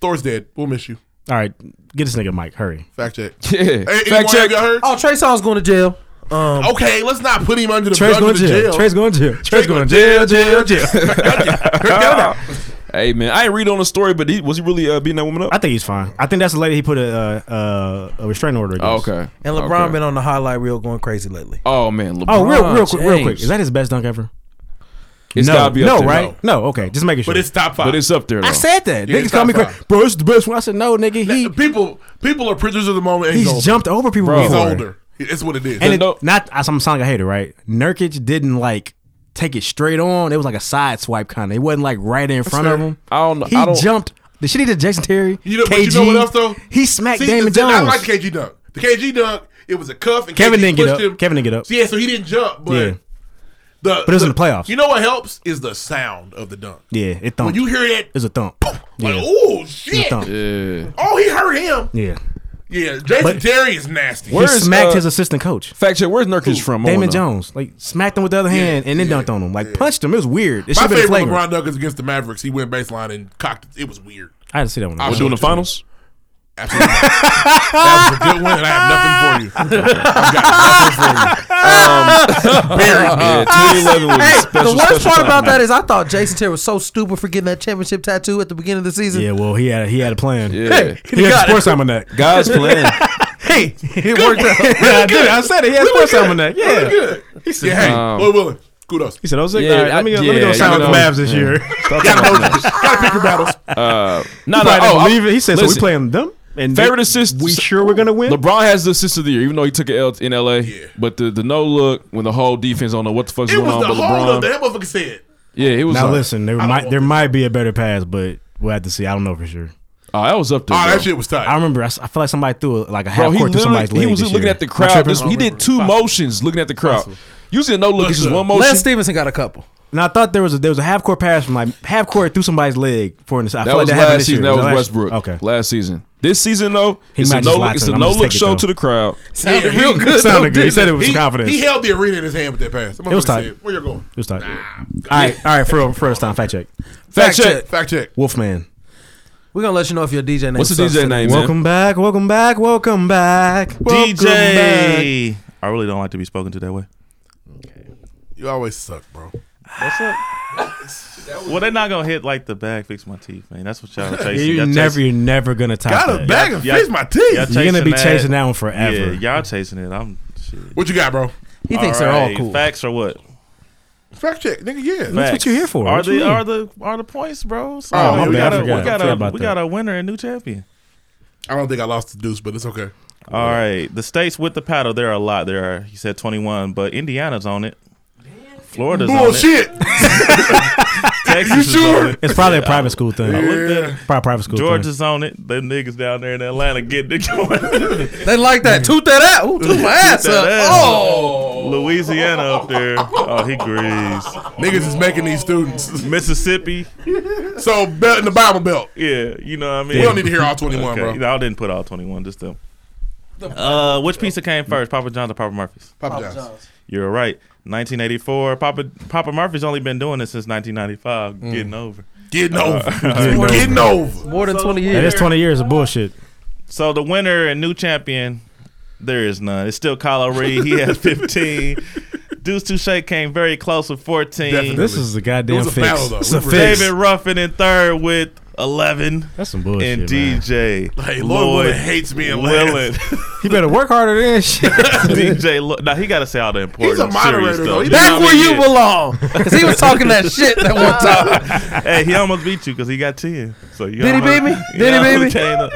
Thor's dead. We'll miss you. All right, get this nigga Mike. Hurry. Fact check. E Yeah. Hey, Fact check. Y'all Um, heard? Oh, Trey Songz going to jail. Um, Okay, let's not put him under the Trey's under going to the jail. jail. Trey's going to jail. Trey's going to jail. Jail, jail, jail. hey man, I ain't read on the story, but he, was he really uh, beating that woman up? I think he's fine. I think that's the lady he put a uh, uh, a restraining order Oh, against. okay. and LeBron Okay. been on the highlight reel going crazy lately. Oh man, LeBron. Oh, real, real quick, real quick. James. Is that his best dunk ever? It's no, gotta be up no, there. right? No, okay. Just making sure. But it's top five. But it's up there. Though. I said that. Yeah, Niggas it's call me top crazy, bro. It's the best one. I said no, nigga. He people people are prisoners of the moment. And he's he's, older. jumped over people Bro. He's before. older. That's what it is. And Then it, don't- not as I'm sounding like a hater, right? Nurkic didn't like take it straight on. It was like a side swipe kind of. It wasn't like right in front of fair. him. I don't know. He I don't, jumped. The shit he did, to Jason Terry. You know, KG, but you know what else though? He smacked See, Damon the- Jones. I like the KG dunk. The KG dunk, it was a cuff. And Kevin KG didn't get pushed up. Him. Kevin didn't get up. So, yeah, so he didn't jump. But Yeah. the But it was in the playoffs. You know what helps is the sound of the dunk. yeah, it When thumped. you hear that, it's a thump. like Yeah, oh it's a shit! thump. Yeah. Oh, he hurt him. Yeah. Yeah, Jason But- Terry is nasty. He Where is, smacked uh, his assistant coach. Fact check. Where's Nurkic from? I Damon wanna know. Jones, like smacked him with the other hand and then dunked on him, like punched him. It was weird. It My should have been favorite flagrant. LeBron dunk is against the Mavericks. He went baseline and cocked. It, it was weird. I didn't see that one. I'll We're show doing it the to you. finals. Absolutely. that was a good win, and I have nothing for you. I've got nothing for you. Buried me. Yeah, Ah, 2011 was Hey, a special. the worst special part time, about man. that is I thought Jason Terry was so stupid for getting that championship tattoo at the beginning of the season. Yeah, well, he had a, he had a plan. Yeah. He had sports almanac. God's plan. Hey, it worked out. I did. I said it. He had sports almanac. Yeah. Really good. He said, "Hey, um, Lloyd Willis, kudos. He said, "I was like, Yeah, all right, let me go, let me go yeah, sign you with the know. Mavs this year." Gotta pick your battles." Uh, no, no, I didn't oh, believe it. He said, "So we listen. playing them." And Favorite they- assist. We sure we're gonna win. LeBron has the assist of the year, even though he took an L in LA. Yeah. But the, the no look when the whole defense don't know what the fuck's It going was on. the But hold up. LeBron, That motherfucker said, yeah, it was. Now like- listen, there don't might want there this. might be a better pass, but we'll have to see. I don't know for sure. oh, that was up there. "Oh, bro. that shit was I tight." remember I, s- I feel like somebody threw a, like a Bro, half he court to literally somebody's leg. he was this looking year. at the Am I crowd. tripping? This- he did two motions looking at the crowd. Usually a no look is just Listen. one Les motion. Stevenson got a couple. And I thought there was a, there was a half court pass from like half court through somebody's leg for an. I feel That like was happened last this year. season. That was last- Westbrook. Okay, last season. This season though, He it's might a just no lie to look, it's him. a I'm no just look taking show it, to though. the crowd. Sounded real good, sounded good. He said it with he, confidence. He held the arena in his hand with that pass. It was tight. Said, Where you going? It was tight. All right, all right, for real, for real this time, fact check. Fact check. Fact check. Wolfman. We're gonna let you know if your DJ name. What's the sucks DJ today. name, man? Welcome back, welcome back, welcome back. Welcome back. DJ. I really don't like to be spoken to that way. You always suck, bro. What's up? well, they're not gonna hit like the bag. Fix my teeth, man. That's what y'all are chasing. You're Y'all never, chasing- you're never gonna top Got a that. bag and y'all- fix my teeth. y'all You're gonna be that. chasing that one forever. Yeah, y'all chasing it. I'm. Shit. What you got, bro? He thinks they're all cool. Facts or what? Fact check, nigga. Yeah. Facts. what you're here for. Are What the you mean? are the are the points, bro? So, Oh, I mean, my we bad. got I a forgot. we got I forgot a about we that. got a winner and new champion. I don't think I lost the deuce, but it's okay. All right, the states with the paddle. There are a lot. There are. He said twenty-one, but Indiana's on it. Florida's on it. Bullshit. Texas is sure? on it. It's probably a private school thing. I looked at it. Probably a private school thing. Georgia's on it. The niggas down there in Atlanta getting it going. They like that. Toot that out. Ooh, Hmm. toot my ass That up. ass. Oh, Louisiana up there. Oh, he agrees. Niggas is making these students. Mississippi. So belt in the Bible belt. Yeah, you know what I mean. We don't need to hear all twenty one, Okay, bro. no, I didn't put all twenty-one. Just them. Uh, which pizza came first, Papa John's or Papa Murphy's? Papa John's. You're right. 1984. Papa Papa Murphy's only been doing this since 1995. Mm. Getting over. Getting over. Getting over. more than twenty That years. is 20 years of bullshit. So the winner and new champion, there is none. It's still Kyle Reed. He has 15. Deuce Touche came very close with 14. Definitely. This is a It goddamn was a fix. foul, though. It's a We were- fix. David Ruffin in third with 11. That's some bullshit. and man. DJ Hey, Lloyd Lloyd Willen hates me and Willen. Willen. He better work harder than shit. DJ Lloyd. Now, he got to say all the important He's a moderator, serious stuff. though. He- know Back what I where mean? you belong. Cause he was talking that shit that one time. hey, he almost beat you because he got 10. So you Did he beat me? Did he beat me?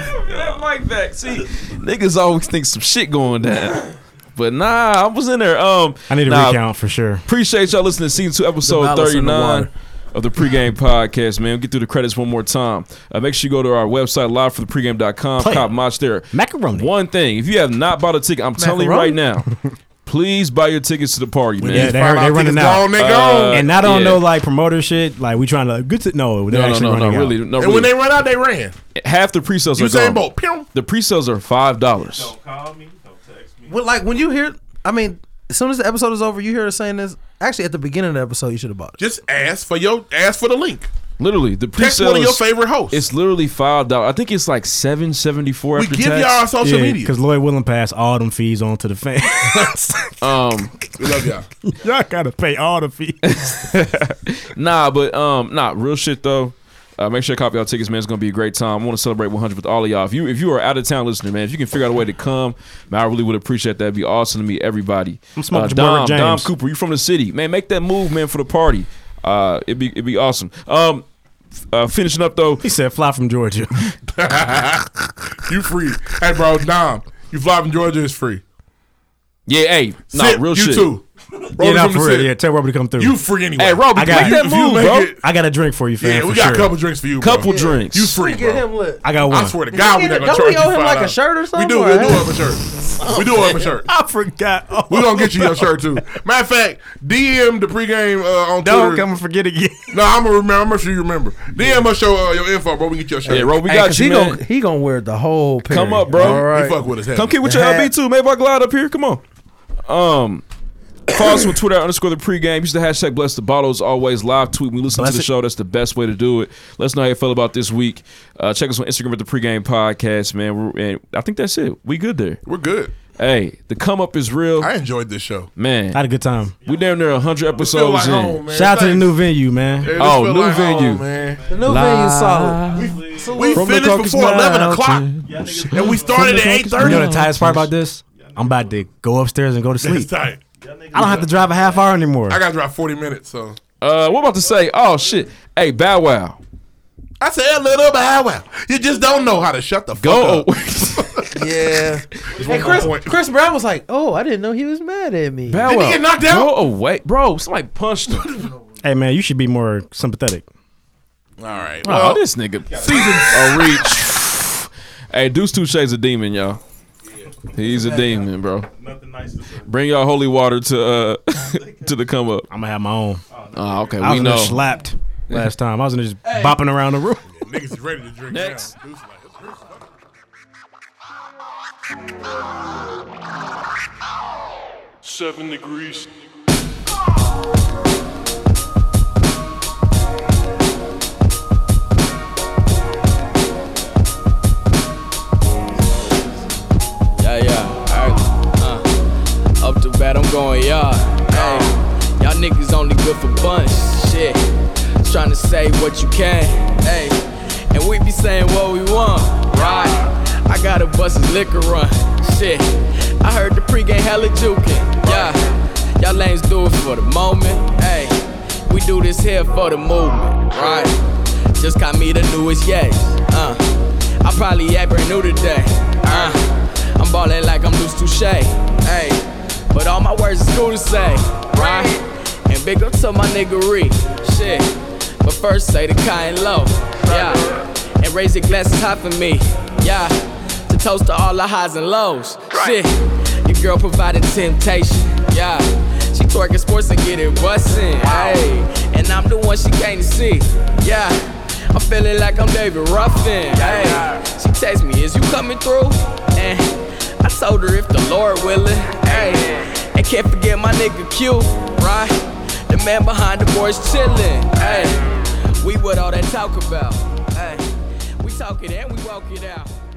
Mike back. See, niggas always think some shit going down, but nah, I was in there. Um, I need a nah, recount for sure. Appreciate y'all listening to season two, episode ballast in the 39 water. of the pregame podcast, man. We'll get through the credits one more time. Uh, make sure you go to our website, live for the pregame.com. Play. Cop Mach there. Macaroni. One thing, if you have not bought a ticket, I'm telling you right now, please buy your tickets to the party, man. Yeah, they, Five they out running tickets Uh, out. Uh, Gone, they gone. and not on yeah. no like promoter shit. Like we trying to good to no. They're no, no, actually no, no, running out. really, no, and when they really. run out, they ran. Half the pre-sales are Usain gone. Bolt. Pew. The pre-sales are five dollars. Call me. Don't text me. Well, like when you hear, I mean, as soon as the episode is over, you hear us saying this. Actually, at the beginning of the episode, you should have bought it. Just ask for your ask for the link. Literally, the Text one of your pre-sales. favorite hosts. It's literally five dollars. I think it's like seven seventy four we after give y'all our tax. social Yeah, media. because Lloyd Willen passed all them fees on to the fans. Um, We love y'all. Y'all gotta pay all the fees. Nah, but um, nah, real shit though. Uh, make sure you cop y'all tickets, man. It's gonna be a great time. I want to celebrate 100 with all of y'all. If you if you are out of town listening, man, if you can figure out a way to come, man, I really would appreciate that. It'd be awesome to meet everybody. Uh, I'm smoking your boy Dom, Rick Dom James. Cooper, you from the city, man? Make that move, man, for the party. Uh, it'd be it'd be awesome. Um, f- uh, finishing up though, He said, "Fly from Georgia." you free. Hey, bro, Dom. You fly from Georgia is free. yeah, hey, nah, Sip, real you shit. too. yeah, Roll not from the for real. sip. Yeah, tell Robert to come through. You free anyway. Hey, Rob, I make got it. that If you move, make bro. it- I got a drink for you, fam. Yeah, for we got sure. a couple drinks for you. bro. Couple drinks. You free, bro. Get him lit. I got one. I swear to God, we're not gonna Don't charge we owe you him $5. like a shirt or We something, do. or- We do owe him a shirt. We do owe him a shirt. I forgot. Oh, We gonna get you your shirt too. Matter of fact, DM the pregame uh, on don't Twitter. come and forget again. No, I'm gonna remember. I'm gonna sure you remember. DM us your uh, your info, bro. We can get your shirt. Yeah, Rob, we Hey, 'cause got you, he man. gonna he gonna wear the whole. Period. Come up, bro. All He right. fuck with us. heavy. Come kick with your Hat. LB too. Maybe I glide up here. Come on. Um, follow us on Twitter underscore the pregame. Use the hashtag bless the bottles. Always live tweet. when We listen Bless to the it. show. That's the best way to do it. Let us know how you feel about this week. Uh, check us on Instagram at the pregame podcast, man. We're, and I think that's it. We good there. We're good. Hey, the come up is real, I enjoyed this show. I man. had a good time. We damn near hundred Feel episodes like in. home, man. Shout out to the Thanks. new venue, man. Hey, this Oh, feel new like home, venue. man. The new venue is solid. We From the finished Caucus before eleven Mountain. o'clock, and we started at eight You know thirty. the tightest part about this? I'm about to go upstairs and go to It's sleep. tight. I don't have to drive a half hour anymore. I gotta drive forty minutes, so Uh, what about to say? Oh shit. Hey, Bow Wow. I said a little bow wow. You just don't know how to shut the fuck Go. up. Yeah. Hey, Chris, Chris Brown was like, "Oh, I didn't know he was mad at me." Bow Did he Wow. get knocked out? Go away, bro. Somebody punched him. Hey, man, you should be more sympathetic. All right. Oh, Well, this nigga. Season a reach. hey, Deuce Touche's a demon, y'all. He's a demon, bro. Nothing nice to say. Bring y'all holy water to uh to the come up. I'm gonna have my own. Oh, okay, I was we in there know. slapped last time. I was in there just bopping around the room. niggas is ready to drink Next. now. Deuce like, it's Chris. Seven degrees. Yeah, yeah, alright. Uh, up to bat, I'm going yard. Hey, y'all niggas only good for bunch. Shit, trying to say what you can. Hey, and we be saying what we want. Right, I got a bus's liquor run. Shit, I heard the pregame hella jukin'. Yeah, y'all lanes do it for the moment. Hey, we do this here for the movement. Right, just got me the newest yes. Uh, I probably act brand new today. Uh. I'm ballin' like I'm loose touche. Hey, but all my words is cool to say, right? And big up to my niggery, shit. But first say the kind low, yeah. And raise your glasses high for me, yeah. To toast to all the highs and lows, shit. Your girl provided temptation, yeah. She twerking sports and get it bustin', hey. And I'm the one she came to see, yeah. I'm feeling like I'm David Ruffin. Hey, she text me, is you coming through? And I told her if the Lord willing. Hey, and can't forget my nigga Q, right? The man behind the boys chillin'. Hey, we what all that talk about. Hey, we talk it and we walk it out.